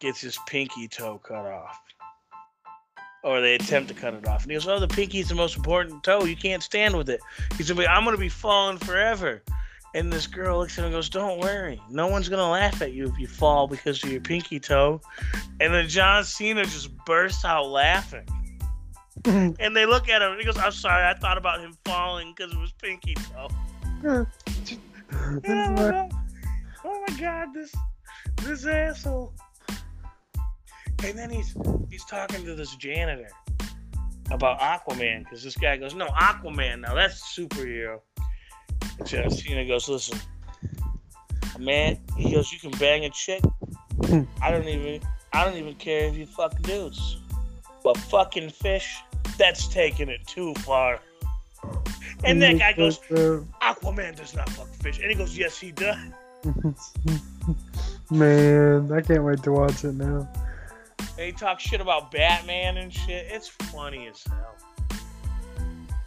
Speaker 1: gets his pinky toe cut off, or they attempt to cut it off, and he goes, "Oh, the pinky's the most important toe. You can't stand with it." He's like, "I'm gonna be falling forever." And this girl looks at him and goes, "Don't worry, no one's gonna laugh at you if you fall because of your pinky toe." And then John Cena just bursts out laughing. And they look at him and he goes, I'm sorry, I thought about him falling because it was pinky toe. And I'm like, oh my god, this this asshole. And then he's he's talking to this janitor about Aquaman, because this guy goes, No, Aquaman, now that's a superhero. And John Cena goes, Listen, a man he goes, You can bang a chick. I don't even I don't even care if you fuck dudes. But fucking fish, that's taking it too far. And that guy goes, Aquaman does not fuck fish. And he goes, Yes, he does.
Speaker 2: Man, I can't wait to watch it now.
Speaker 1: They talk shit about Batman and shit. It's funny as hell.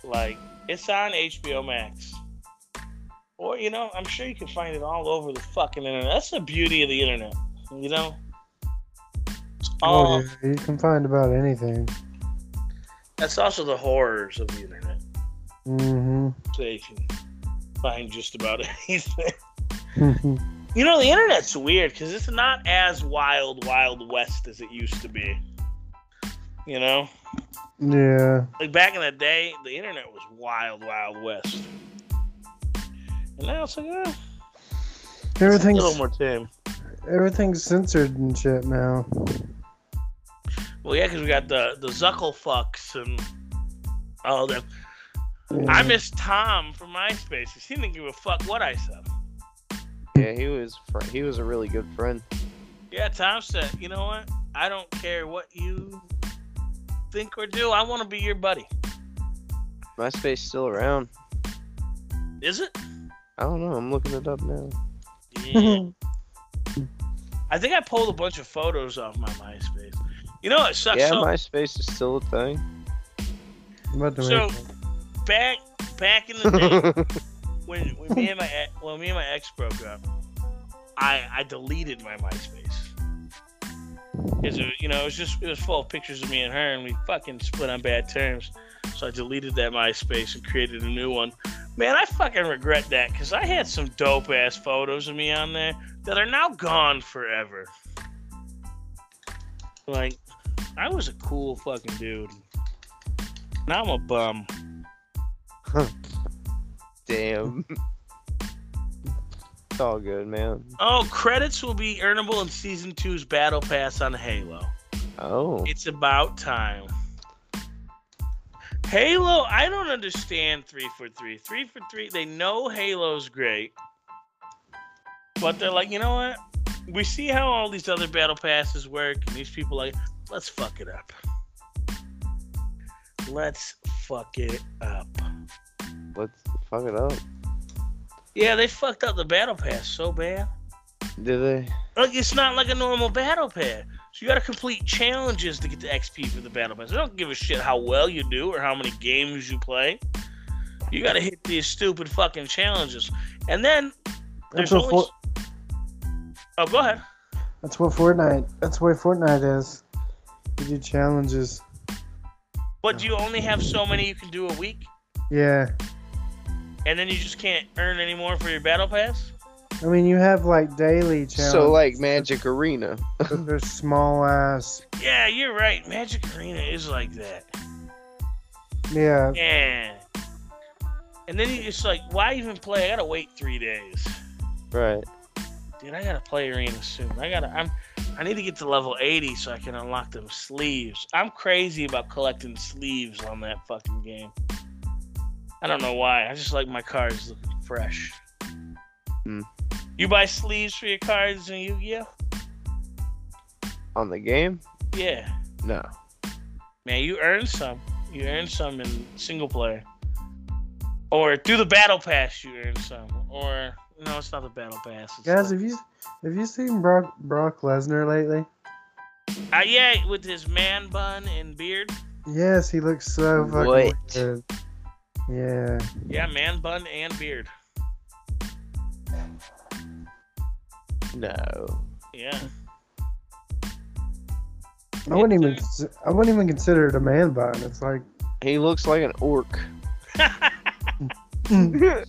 Speaker 1: Like, it's on HBO Max. Or, you know, I'm sure you can find it all over the fucking internet. That's the beauty of the internet, you know? Oh,
Speaker 2: Oh, yeah, you can find about anything.
Speaker 1: that's also the horrors of the internet.
Speaker 2: Mm-hmm.
Speaker 1: So you can find just about anything. You know, the internet's weird because it's not as wild, wild west as it used to be. You know?
Speaker 2: yeah.
Speaker 1: like back in the day, the internet was wild, wild west. And now it's like, eh, it's a
Speaker 2: Everything's
Speaker 1: little more tame.
Speaker 2: everything's censored and shit now.
Speaker 1: Well, yeah, because we got the the Zuckle fucks and all them. I
Speaker 2: Mm-hmm.
Speaker 1: miss Tom from MySpace. 'cause He didn't give a fuck what I said.
Speaker 3: Yeah, he was fr- he was a really good friend.
Speaker 1: Yeah, Tom said, you know what? I don't care what you think or do. I want to be your buddy.
Speaker 3: MySpace still around.
Speaker 1: Is it?
Speaker 3: I don't know. I'm looking it up now.
Speaker 1: Yeah. I think I pulled a bunch of photos off my MySpace. You know what sucks
Speaker 3: yeah,
Speaker 1: so
Speaker 3: MySpace is still a thing.
Speaker 2: I'm about to
Speaker 1: So-
Speaker 2: wait.
Speaker 1: back back in the day when, when me and my ex- when me and my ex broke up, I I deleted my MySpace. Cause it, you know it was just it was full of pictures of me and her, and we fucking split on bad terms. So I deleted that MySpace and created a new one. Man, I fucking regret that because I had some dope ass photos of me on there that are now gone forever. Like, I was a cool fucking dude. Now I'm a bum.
Speaker 3: Damn. it's all good, man.
Speaker 1: Oh, credits will be earnable in season two's battle pass on Halo.
Speaker 3: Oh,
Speaker 1: It's about time. Halo, I don't understand three for three. Three for three, they know Halo's great. But they're like, you know what? We see how all these other battle passes work, and these people like, let's fuck it up. Let's fuck it up.
Speaker 3: let's fuck it up.
Speaker 1: Yeah, they fucked up the battle pass so bad.
Speaker 3: Did they?
Speaker 1: Like it's not like a normal battle pass. So you gotta complete challenges to get the XP for the battle pass. They don't give a shit how well you do or how many games you play. You gotta hit these stupid fucking challenges. And then there's
Speaker 2: That's what,
Speaker 1: always
Speaker 2: for,
Speaker 1: Oh go ahead.
Speaker 2: that's what Fortnite. That's what Fortnite is. You do challenges.
Speaker 1: But do you only have so many you can do a week?
Speaker 2: Yeah.
Speaker 1: And then you just can't earn any more for your battle pass?
Speaker 2: I mean, you have like daily challenges.
Speaker 3: So like Magic Arena.
Speaker 2: but they're small ass.
Speaker 1: Yeah, you're right. Magic Arena is like that.
Speaker 2: Yeah.
Speaker 1: Yeah. And then you just like, why even play? I gotta wait three days.
Speaker 3: Right.
Speaker 1: dude, I gotta play arena soon. I gotta, I'm, I need to get to level 80 so I can unlock them sleeves. I'm crazy about collecting sleeves on that fucking game. I don't know why. I just like my cards looking fresh.
Speaker 3: Hmm.
Speaker 1: You buy sleeves for your cards in Yu-Gi-Oh?
Speaker 3: On the game?
Speaker 1: Yeah,
Speaker 3: No.
Speaker 1: man, you earn some. You earn some in single player, or through the battle pass, you earn some. Or no, it's not the battle pass. It's
Speaker 2: Guys,
Speaker 1: the-
Speaker 2: have you have you seen Brock Brock Lesnar lately?
Speaker 1: Uh, yeah, with his man bun and beard.
Speaker 2: Yes, he looks so fucking
Speaker 3: What?
Speaker 2: weird. Yeah.
Speaker 1: Yeah, man bun and beard.
Speaker 3: No.
Speaker 1: Yeah.
Speaker 2: I wouldn't even cons- I wouldn't even consider it a man bun. It's like
Speaker 3: He looks like an orc.
Speaker 1: oh
Speaker 2: yeah,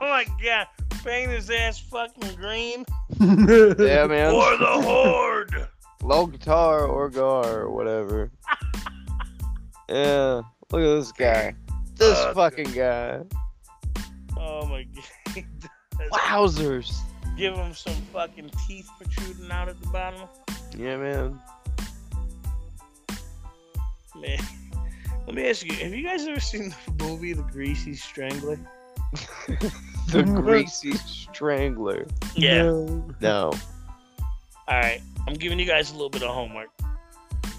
Speaker 1: my god. Paint his ass fucking green.
Speaker 3: Yeah, man.
Speaker 1: Or the horde.
Speaker 3: Low guitar or gar or whatever. yeah. Look at this guy. This
Speaker 1: Uh,
Speaker 3: fucking guy.
Speaker 1: Oh my god.
Speaker 3: Wowzers.
Speaker 1: Give him some fucking teeth protruding out at the bottom.
Speaker 3: Yeah, man.
Speaker 1: Man. Let me ask you, have you guys ever seen the movie The Greasy Strangler?
Speaker 3: The greasy strangler. No.
Speaker 1: Alright. I'm giving you guys a little bit of homework. I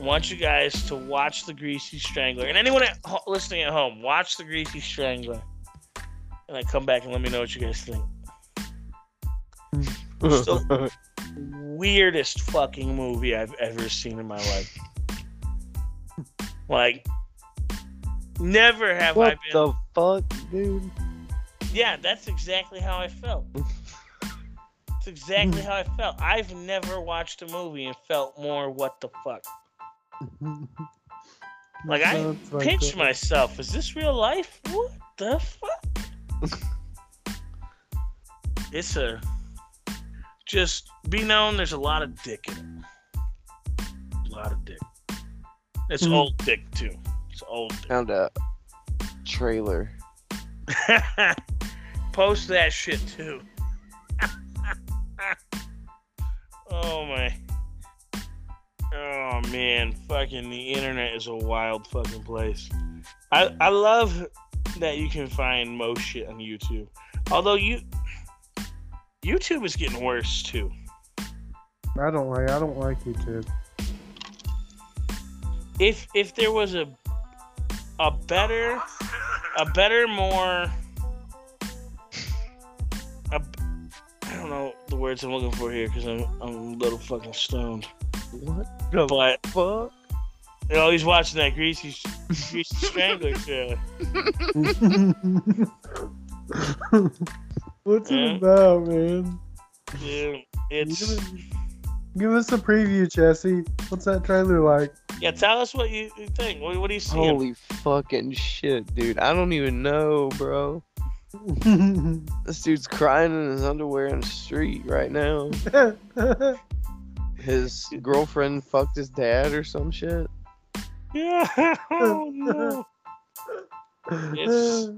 Speaker 1: want you guys to watch The Greasy Strangler. And anyone at ho- listening at home, watch The Greasy Strangler. And then come back and let me know what you guys think. It's the weirdest fucking movie I've ever seen in my life. Like, never have I
Speaker 3: what
Speaker 1: been.
Speaker 3: the fuck, dude?
Speaker 1: Yeah, that's exactly how I felt. That's exactly how I felt. I've never watched a movie and felt more what the fuck. Like, I
Speaker 2: Sounds like
Speaker 1: Pinch
Speaker 2: that.
Speaker 1: myself. Is this real life? What the fuck? it's a. Just be known. There's a lot of dick in it. A lot of dick. It's
Speaker 2: Mhm.
Speaker 1: old dick too. It's old dick.
Speaker 3: Found a trailer.
Speaker 1: Post that shit too. oh my. Oh man, fucking the internet is a wild fucking place. I I love that you can find most shit on YouTube. Although you YouTube is getting worse too.
Speaker 2: I don't like. I don't like YouTube.
Speaker 1: If if there was a a better a better more I I don't know the words I'm looking for here because I'm I'm a little fucking stoned.
Speaker 3: What
Speaker 1: But
Speaker 3: the fuck?
Speaker 1: you know, he's watching that greasy greasy strangler trailer.
Speaker 2: What's
Speaker 1: Yeah.
Speaker 2: it about, man?
Speaker 1: Dude, it's
Speaker 2: Give us a preview, Jesse. What's that trailer like?
Speaker 1: yeah. Tell us what you you think. What, what do you see?
Speaker 3: Holy fucking shit, dude. I don't even know, bro. This dude's crying in his underwear in the street right now. His girlfriend fucked his dad or some shit.
Speaker 1: Yeah. oh no. It's-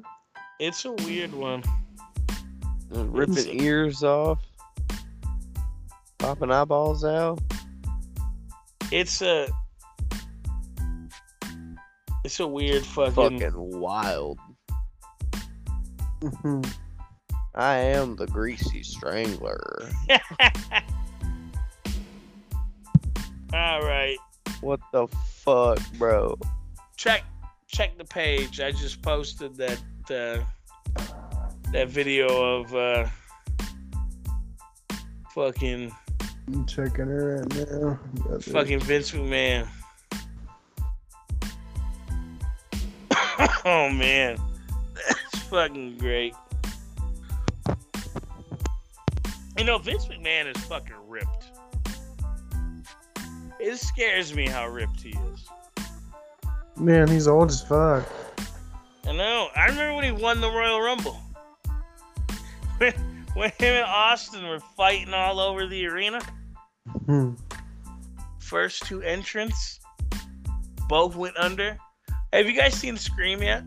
Speaker 1: It's a weird one.
Speaker 3: And ripping ears off. Popping eyeballs out.
Speaker 1: It's a it's a weird fucking.
Speaker 3: Fucking wild. I am the greasy strangler.
Speaker 1: All right.
Speaker 3: What the fuck, bro?
Speaker 1: check check the page. I just posted that uh, that video of uh, fucking
Speaker 2: I'm checking her right now. Got the-
Speaker 1: fucking Vince McMahon. oh man, that's fucking great. You know Vince McMahon is fucking ripped. It scares me how ripped he is.
Speaker 2: Man, he's old as fuck.
Speaker 1: I know. I remember when he won the Royal Rumble. when him and Austin were fighting all over the arena.
Speaker 2: Hmm.
Speaker 1: First two entrants, both went under. Have you guys seen Scream yet?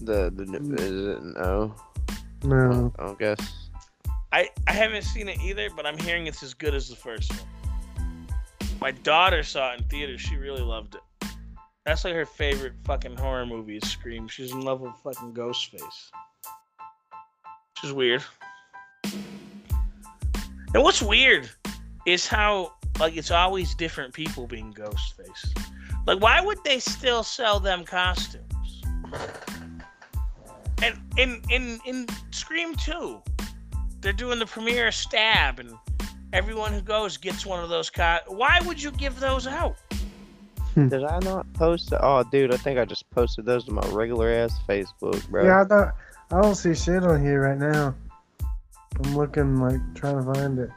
Speaker 3: The, the is it no?
Speaker 2: No.
Speaker 3: I don't guess.
Speaker 1: I, I haven't seen it either, but I'm hearing it's as good as the first one. My daughter saw it in theater. She really loved it. That's like her favorite fucking horror movie is Scream. She's in love with fucking Ghostface. Which is weird. And what's weird is how, like, it's always different people being Ghostface. Like, why would they still sell them costumes? And in, in, in Scream 2, they're doing the premiere stab and everyone who goes gets one of those co- why would you give those out
Speaker 3: Did I not post? Oh, dude, I think I just posted those to my regular ass Facebook, bro.
Speaker 2: Yeah, I thought I don't see shit on here right now. I'm looking like trying to find it.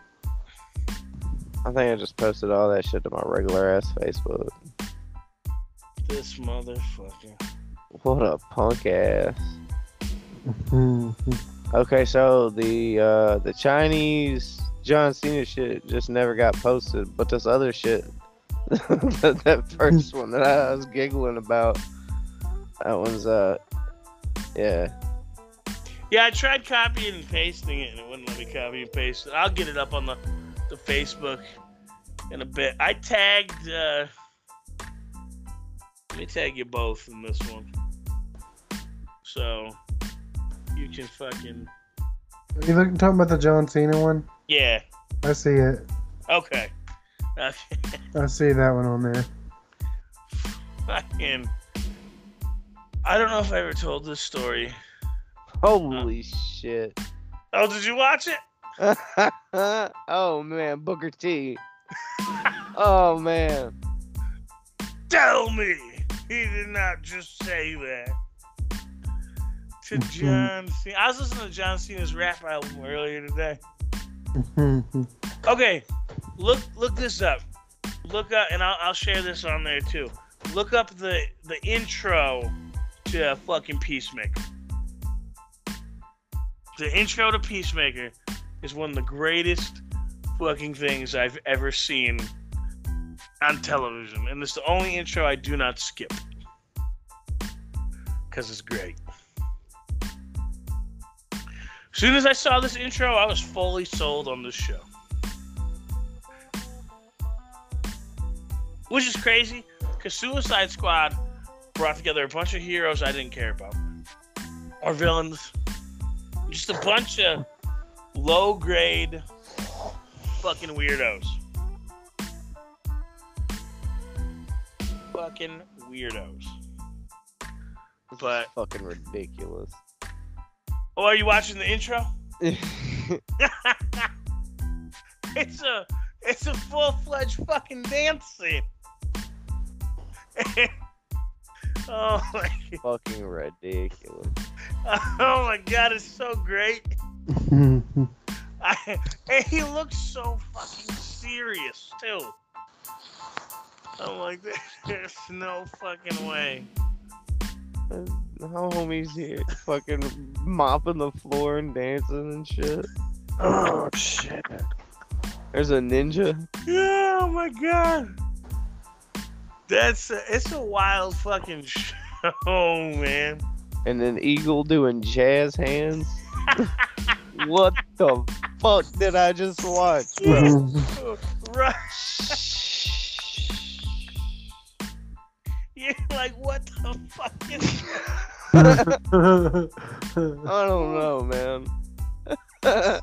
Speaker 3: I think I just posted all that shit to my regular ass Facebook.
Speaker 1: this motherfucker
Speaker 3: What a punk ass.
Speaker 2: Hmm.
Speaker 3: Okay, so the uh, the Chinese John Cena shit just never got posted, but this other shit, that, that first one that I was giggling about, that one's uh, yeah,
Speaker 1: yeah i tried copying and pasting it and it wouldn't let me copy and paste it i'll get it up on the, the facebook in a bit i tagged uh let me tag you both in this one so you can fucking
Speaker 2: Are you looking talking about the John Cena one?
Speaker 1: yeah
Speaker 2: I see it.
Speaker 1: okay okay
Speaker 2: I see that one on there.
Speaker 1: fucking i don't know if i ever told this story
Speaker 3: holy shit.
Speaker 1: Oh, did you watch it?
Speaker 3: oh man, Booker T. oh man.
Speaker 1: Tell me he did not just say that. To
Speaker 2: Mhm.
Speaker 1: John Cena. I was listening to John Cena's rap album earlier today. Okay, look look this up. Look up, and I'll, I'll share this on there too. Look up the the intro to fucking Peacemaker. The intro to Peacemaker is one of the greatest fucking things I've ever seen on television, and it's the only intro I do not skip because it's great. As soon as I saw this intro, I was fully sold on this show. Which is crazy, because Suicide Squad brought together a bunch of heroes I didn't care about, or villains. Just a bunch of low grade fucking weirdos. Fucking weirdos. But,
Speaker 3: Fucking ridiculous.
Speaker 1: oh, are you watching the intro? it's a it's a full fledged fucking dance scene. oh my
Speaker 3: Fucking ridiculous.
Speaker 1: oh my god, it's so great. I, and he looks so fucking serious too. I'm like, there's no fucking way.
Speaker 3: Uh, How homies here fucking mopping the floor and dancing and shit.
Speaker 2: oh shit.
Speaker 3: There's a ninja.
Speaker 1: Yeah, oh my god. That's a, it's a wild fucking show, man.
Speaker 3: and an eagle doing jazz hands. what the fuck did I just watch, bro?
Speaker 1: Right. You're like, what the fuck is
Speaker 3: I don't know, man.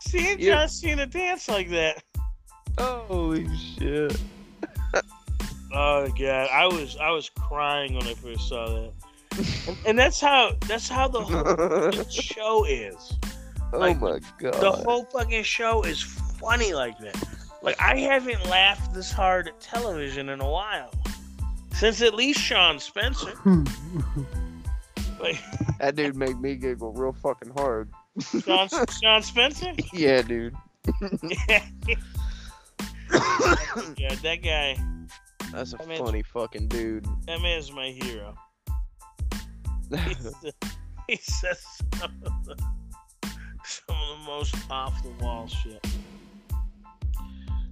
Speaker 1: seeing
Speaker 3: You-
Speaker 1: John Cena dance like that?
Speaker 3: Holy shit.
Speaker 1: Oh god, I was I was crying when I first saw that. And, and that's how that's how the whole
Speaker 3: oh
Speaker 1: fucking show is.
Speaker 3: my god.
Speaker 1: The whole fucking show is funny like that. Like I haven't laughed this hard at television in a while. Since at least Sean Spencer. Oh. Like
Speaker 3: that dude made me giggle real fucking hard.
Speaker 1: Sean, Sean Spencer?
Speaker 3: Yeah, dude.
Speaker 1: Yeah. yeah, that guy
Speaker 3: That's a
Speaker 1: I mean-
Speaker 3: funny fucking dude.
Speaker 1: that man's my hero. He's, he says some of, the, some of the most off the wall shit.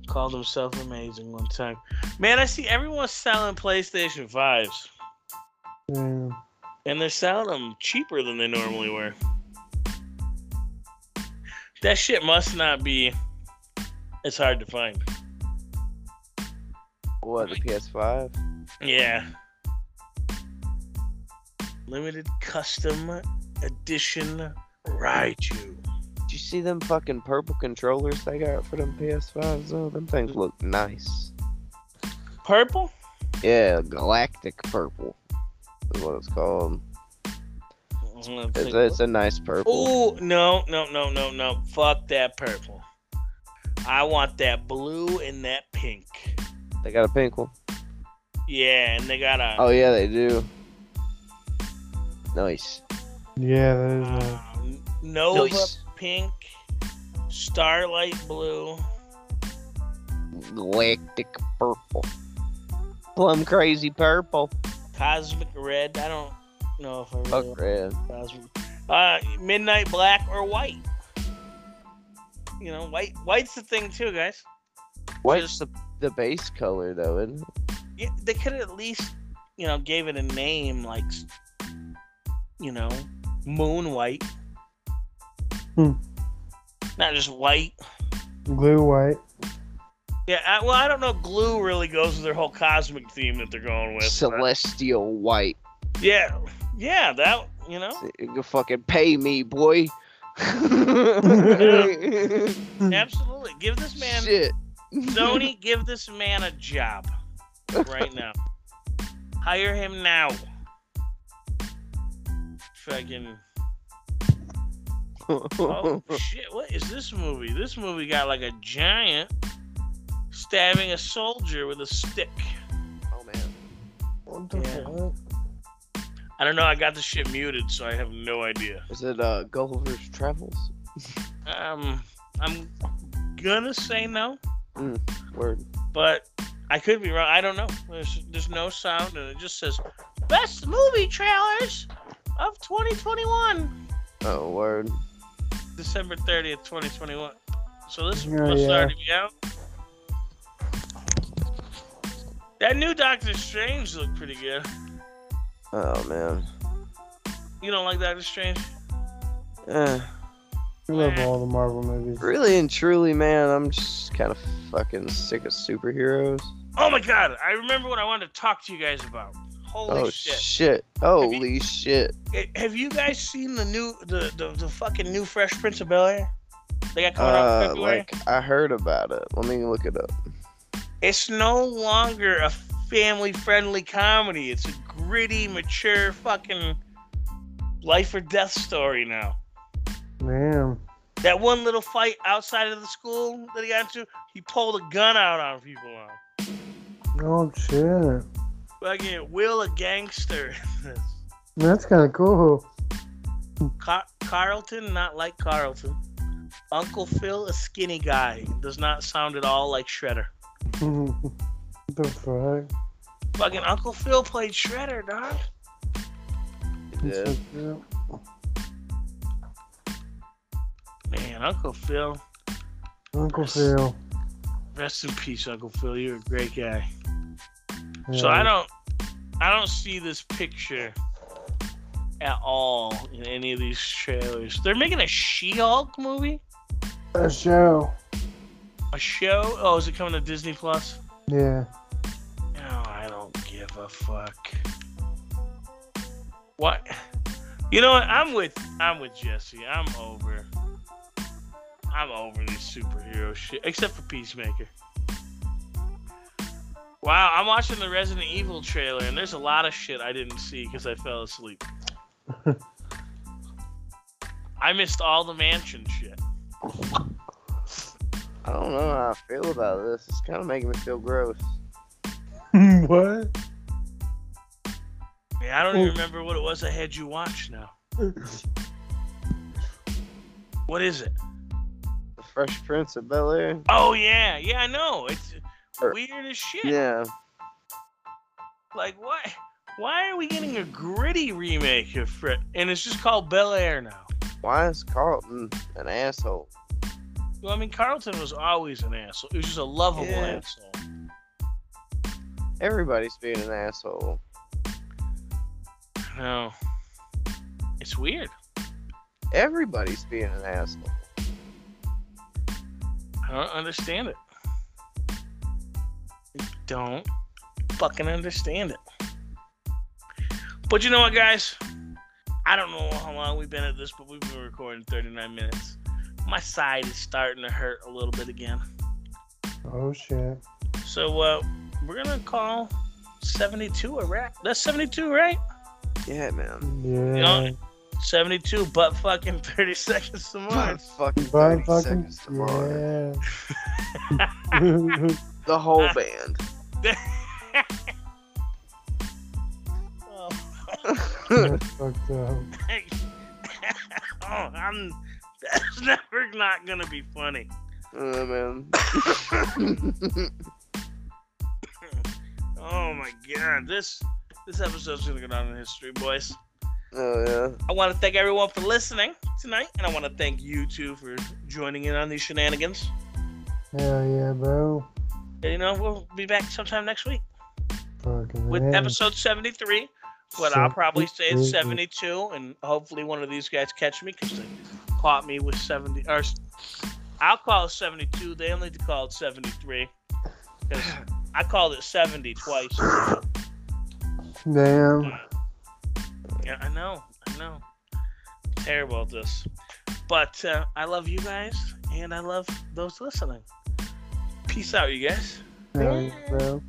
Speaker 1: Called himself amazing one time. Man, I see everyone selling PlayStation 5s,
Speaker 2: Yeah.
Speaker 1: and they're selling them cheaper than they normally were. That shit must not be It's hard to find.
Speaker 3: what, the PS5?
Speaker 1: Yeah. Limited custom edition Raichu.
Speaker 3: Did you see them fucking purple controllers they got for them PS5s? Oh, them things look nice.
Speaker 1: Purple?
Speaker 3: Yeah, galactic purple is what it's called. It's, it's a nice purple.
Speaker 1: Oh no no no no no! Fuck that purple. I want that blue and that pink.
Speaker 3: They got a pink one.
Speaker 1: Yeah, and they got a.
Speaker 3: Oh yeah, they do. Nice.
Speaker 2: Yeah, that is uh,
Speaker 3: Oh.
Speaker 2: nice.
Speaker 1: um, Nova
Speaker 3: Nice.
Speaker 1: pink, starlight blue.
Speaker 3: Galactic purple. Plum crazy purple.
Speaker 1: Cosmic red. I don't know if I really
Speaker 3: Fuck
Speaker 1: want
Speaker 3: red.
Speaker 1: cosmic. Uh, midnight black or white. You know, white. White's the thing too, guys.
Speaker 3: White's the the base color though, isn't it?
Speaker 1: Yeah, they could at least, you know, gave it a name like, s- you know, Moon White.
Speaker 2: Hmm.
Speaker 1: Not just white.
Speaker 2: Blue white.
Speaker 1: Yeah, I, well, I don't know. Glue really goes with their whole cosmic theme that they're going with.
Speaker 3: Celestial white.
Speaker 1: yeah, yeah, that you know,
Speaker 3: You can fucking pay me, boy.
Speaker 1: absolutely. Give this man,
Speaker 3: Shit.
Speaker 1: Sony, give this man a job right now. Hire him now. Fucking Oh shit! What is this movie? This movie got like a giant stabbing a soldier with a stick.
Speaker 3: Oh, man.
Speaker 2: What the
Speaker 1: Yeah.
Speaker 2: fuck?
Speaker 1: I don't know. I got the shit muted, so I have no idea.
Speaker 3: Is it uh, Gulliver's Travels?
Speaker 1: Um, I'm gonna say no,
Speaker 3: Word.
Speaker 1: but I could be wrong. I don't know. There's there's no sound, and it just says best movie trailers of 2021,
Speaker 3: Oh, word.
Speaker 1: December 30th, 2021. So this
Speaker 2: Oh,
Speaker 1: must
Speaker 2: yeah.
Speaker 1: already be out. That new Doctor Strange looked pretty good.
Speaker 3: Oh, man.
Speaker 1: You don't like Doctor Strange?
Speaker 3: Eh.
Speaker 2: I love all the Marvel movies.
Speaker 3: Really and truly, man, I'm just kind of fucking sick of superheroes.
Speaker 1: Oh my god! I remember what I wanted to talk to you guys about. Holy
Speaker 3: oh
Speaker 1: shit!
Speaker 3: shit! Holy shit!
Speaker 1: Hey, Have you guys seen the new the the, the fucking new Fresh Prince of Bel Air? They got coming out in
Speaker 3: Uh,
Speaker 1: February.
Speaker 3: like I heard about it. Let me look it up.
Speaker 1: It's no longer a family friendly comedy. It's a gritty, mature fucking life or death story now.
Speaker 2: Man.
Speaker 1: That one little fight outside of the school that he got into, he pulled a gun out on people. On
Speaker 2: Oh shit.
Speaker 1: fucking Will a gangster.
Speaker 2: That's kind of cool.
Speaker 1: Car- Carlton, not like Carlton. Uncle Phil, a skinny guy, does not sound at all like Shredder.
Speaker 2: the fuck?
Speaker 1: Fucking Uncle Phil played Shredder, dog.
Speaker 3: Yeah.
Speaker 2: That's fucked up.
Speaker 1: Man, Uncle Phil.
Speaker 2: Uncle Phil.
Speaker 1: Rest in peace, Uncle Phil. You're a great guy. So
Speaker 2: Yeah.
Speaker 1: I don't I don't see this picture at all in any of these trailers. They're making a She-Hulk movie?
Speaker 2: A show.
Speaker 1: A show? Oh, is it coming to Disney Plus?
Speaker 2: Yeah.
Speaker 1: No, I don't give a fuck. What? You know what? I'm with I'm with Jesse. I'm over. I'm over this superhero shit, except for Peacemaker. Wow, I'm watching the Resident Evil trailer, and there's a lot of shit I didn't see because I fell asleep. I missed all the mansion shit.
Speaker 3: I don't know how I feel about this. It's kind of making me feel gross.
Speaker 2: what?
Speaker 1: Man, I don't even remember what it was I had you watch now. What is it?
Speaker 3: The Fresh Prince of Bel Air.
Speaker 1: Oh yeah, yeah, I know. It's
Speaker 3: Or-
Speaker 1: weird as shit.
Speaker 3: Er, Yeah.
Speaker 1: Like what? Why are we getting a gritty remake of Fred? And it's just called Bel Air now.
Speaker 3: Why is Carlton an asshole?
Speaker 1: Well, I mean, Carlton was always an asshole. He was just a lovable
Speaker 3: Yeah.
Speaker 1: asshole.
Speaker 3: Everybody's being an asshole.
Speaker 1: No, it's weird.
Speaker 3: Everybody's being an asshole.
Speaker 1: I don't understand it. I don't fucking understand it. But you know what, guys? I don't know how long we've been at this, but we've been recording 39 minutes. My side is starting to hurt a little bit again.
Speaker 2: Oh shit.
Speaker 1: So uh, we're gonna call 72 a wrap. That's 72, right?
Speaker 3: Yeah, man.
Speaker 2: Yeah.
Speaker 1: Yeah. 72, but fucking 30 seconds some more.
Speaker 3: Fuck fucking
Speaker 2: Bye,
Speaker 3: 30
Speaker 2: fucking.
Speaker 3: seconds tomorrow.
Speaker 2: Yeah.
Speaker 3: The whole band.
Speaker 1: oh,
Speaker 2: That's fucked up.
Speaker 1: oh, I'm. That's never not gonna be funny.
Speaker 3: Oh man.
Speaker 1: Oh my god, this this episode's gonna go down in history, boys.
Speaker 3: oh
Speaker 1: I want to thank everyone for listening tonight, and I want to thank you two for joining in on these shenanigans.
Speaker 2: Hell yeah, bro.
Speaker 1: And, you know, we'll be back sometime next week.
Speaker 2: Fucking.
Speaker 1: with
Speaker 2: hell.
Speaker 1: episode 73 but i'll probably say it's 72 and hopefully one of these guys catch me because they caught me with 70 or s- i'll call it 72 they only call it 73 because i called it 70 twice
Speaker 2: Damn.
Speaker 1: yeah i know i know terrible at this but uh, i love you guys and i love those listening peace out you guys
Speaker 2: Hell yeah, bro.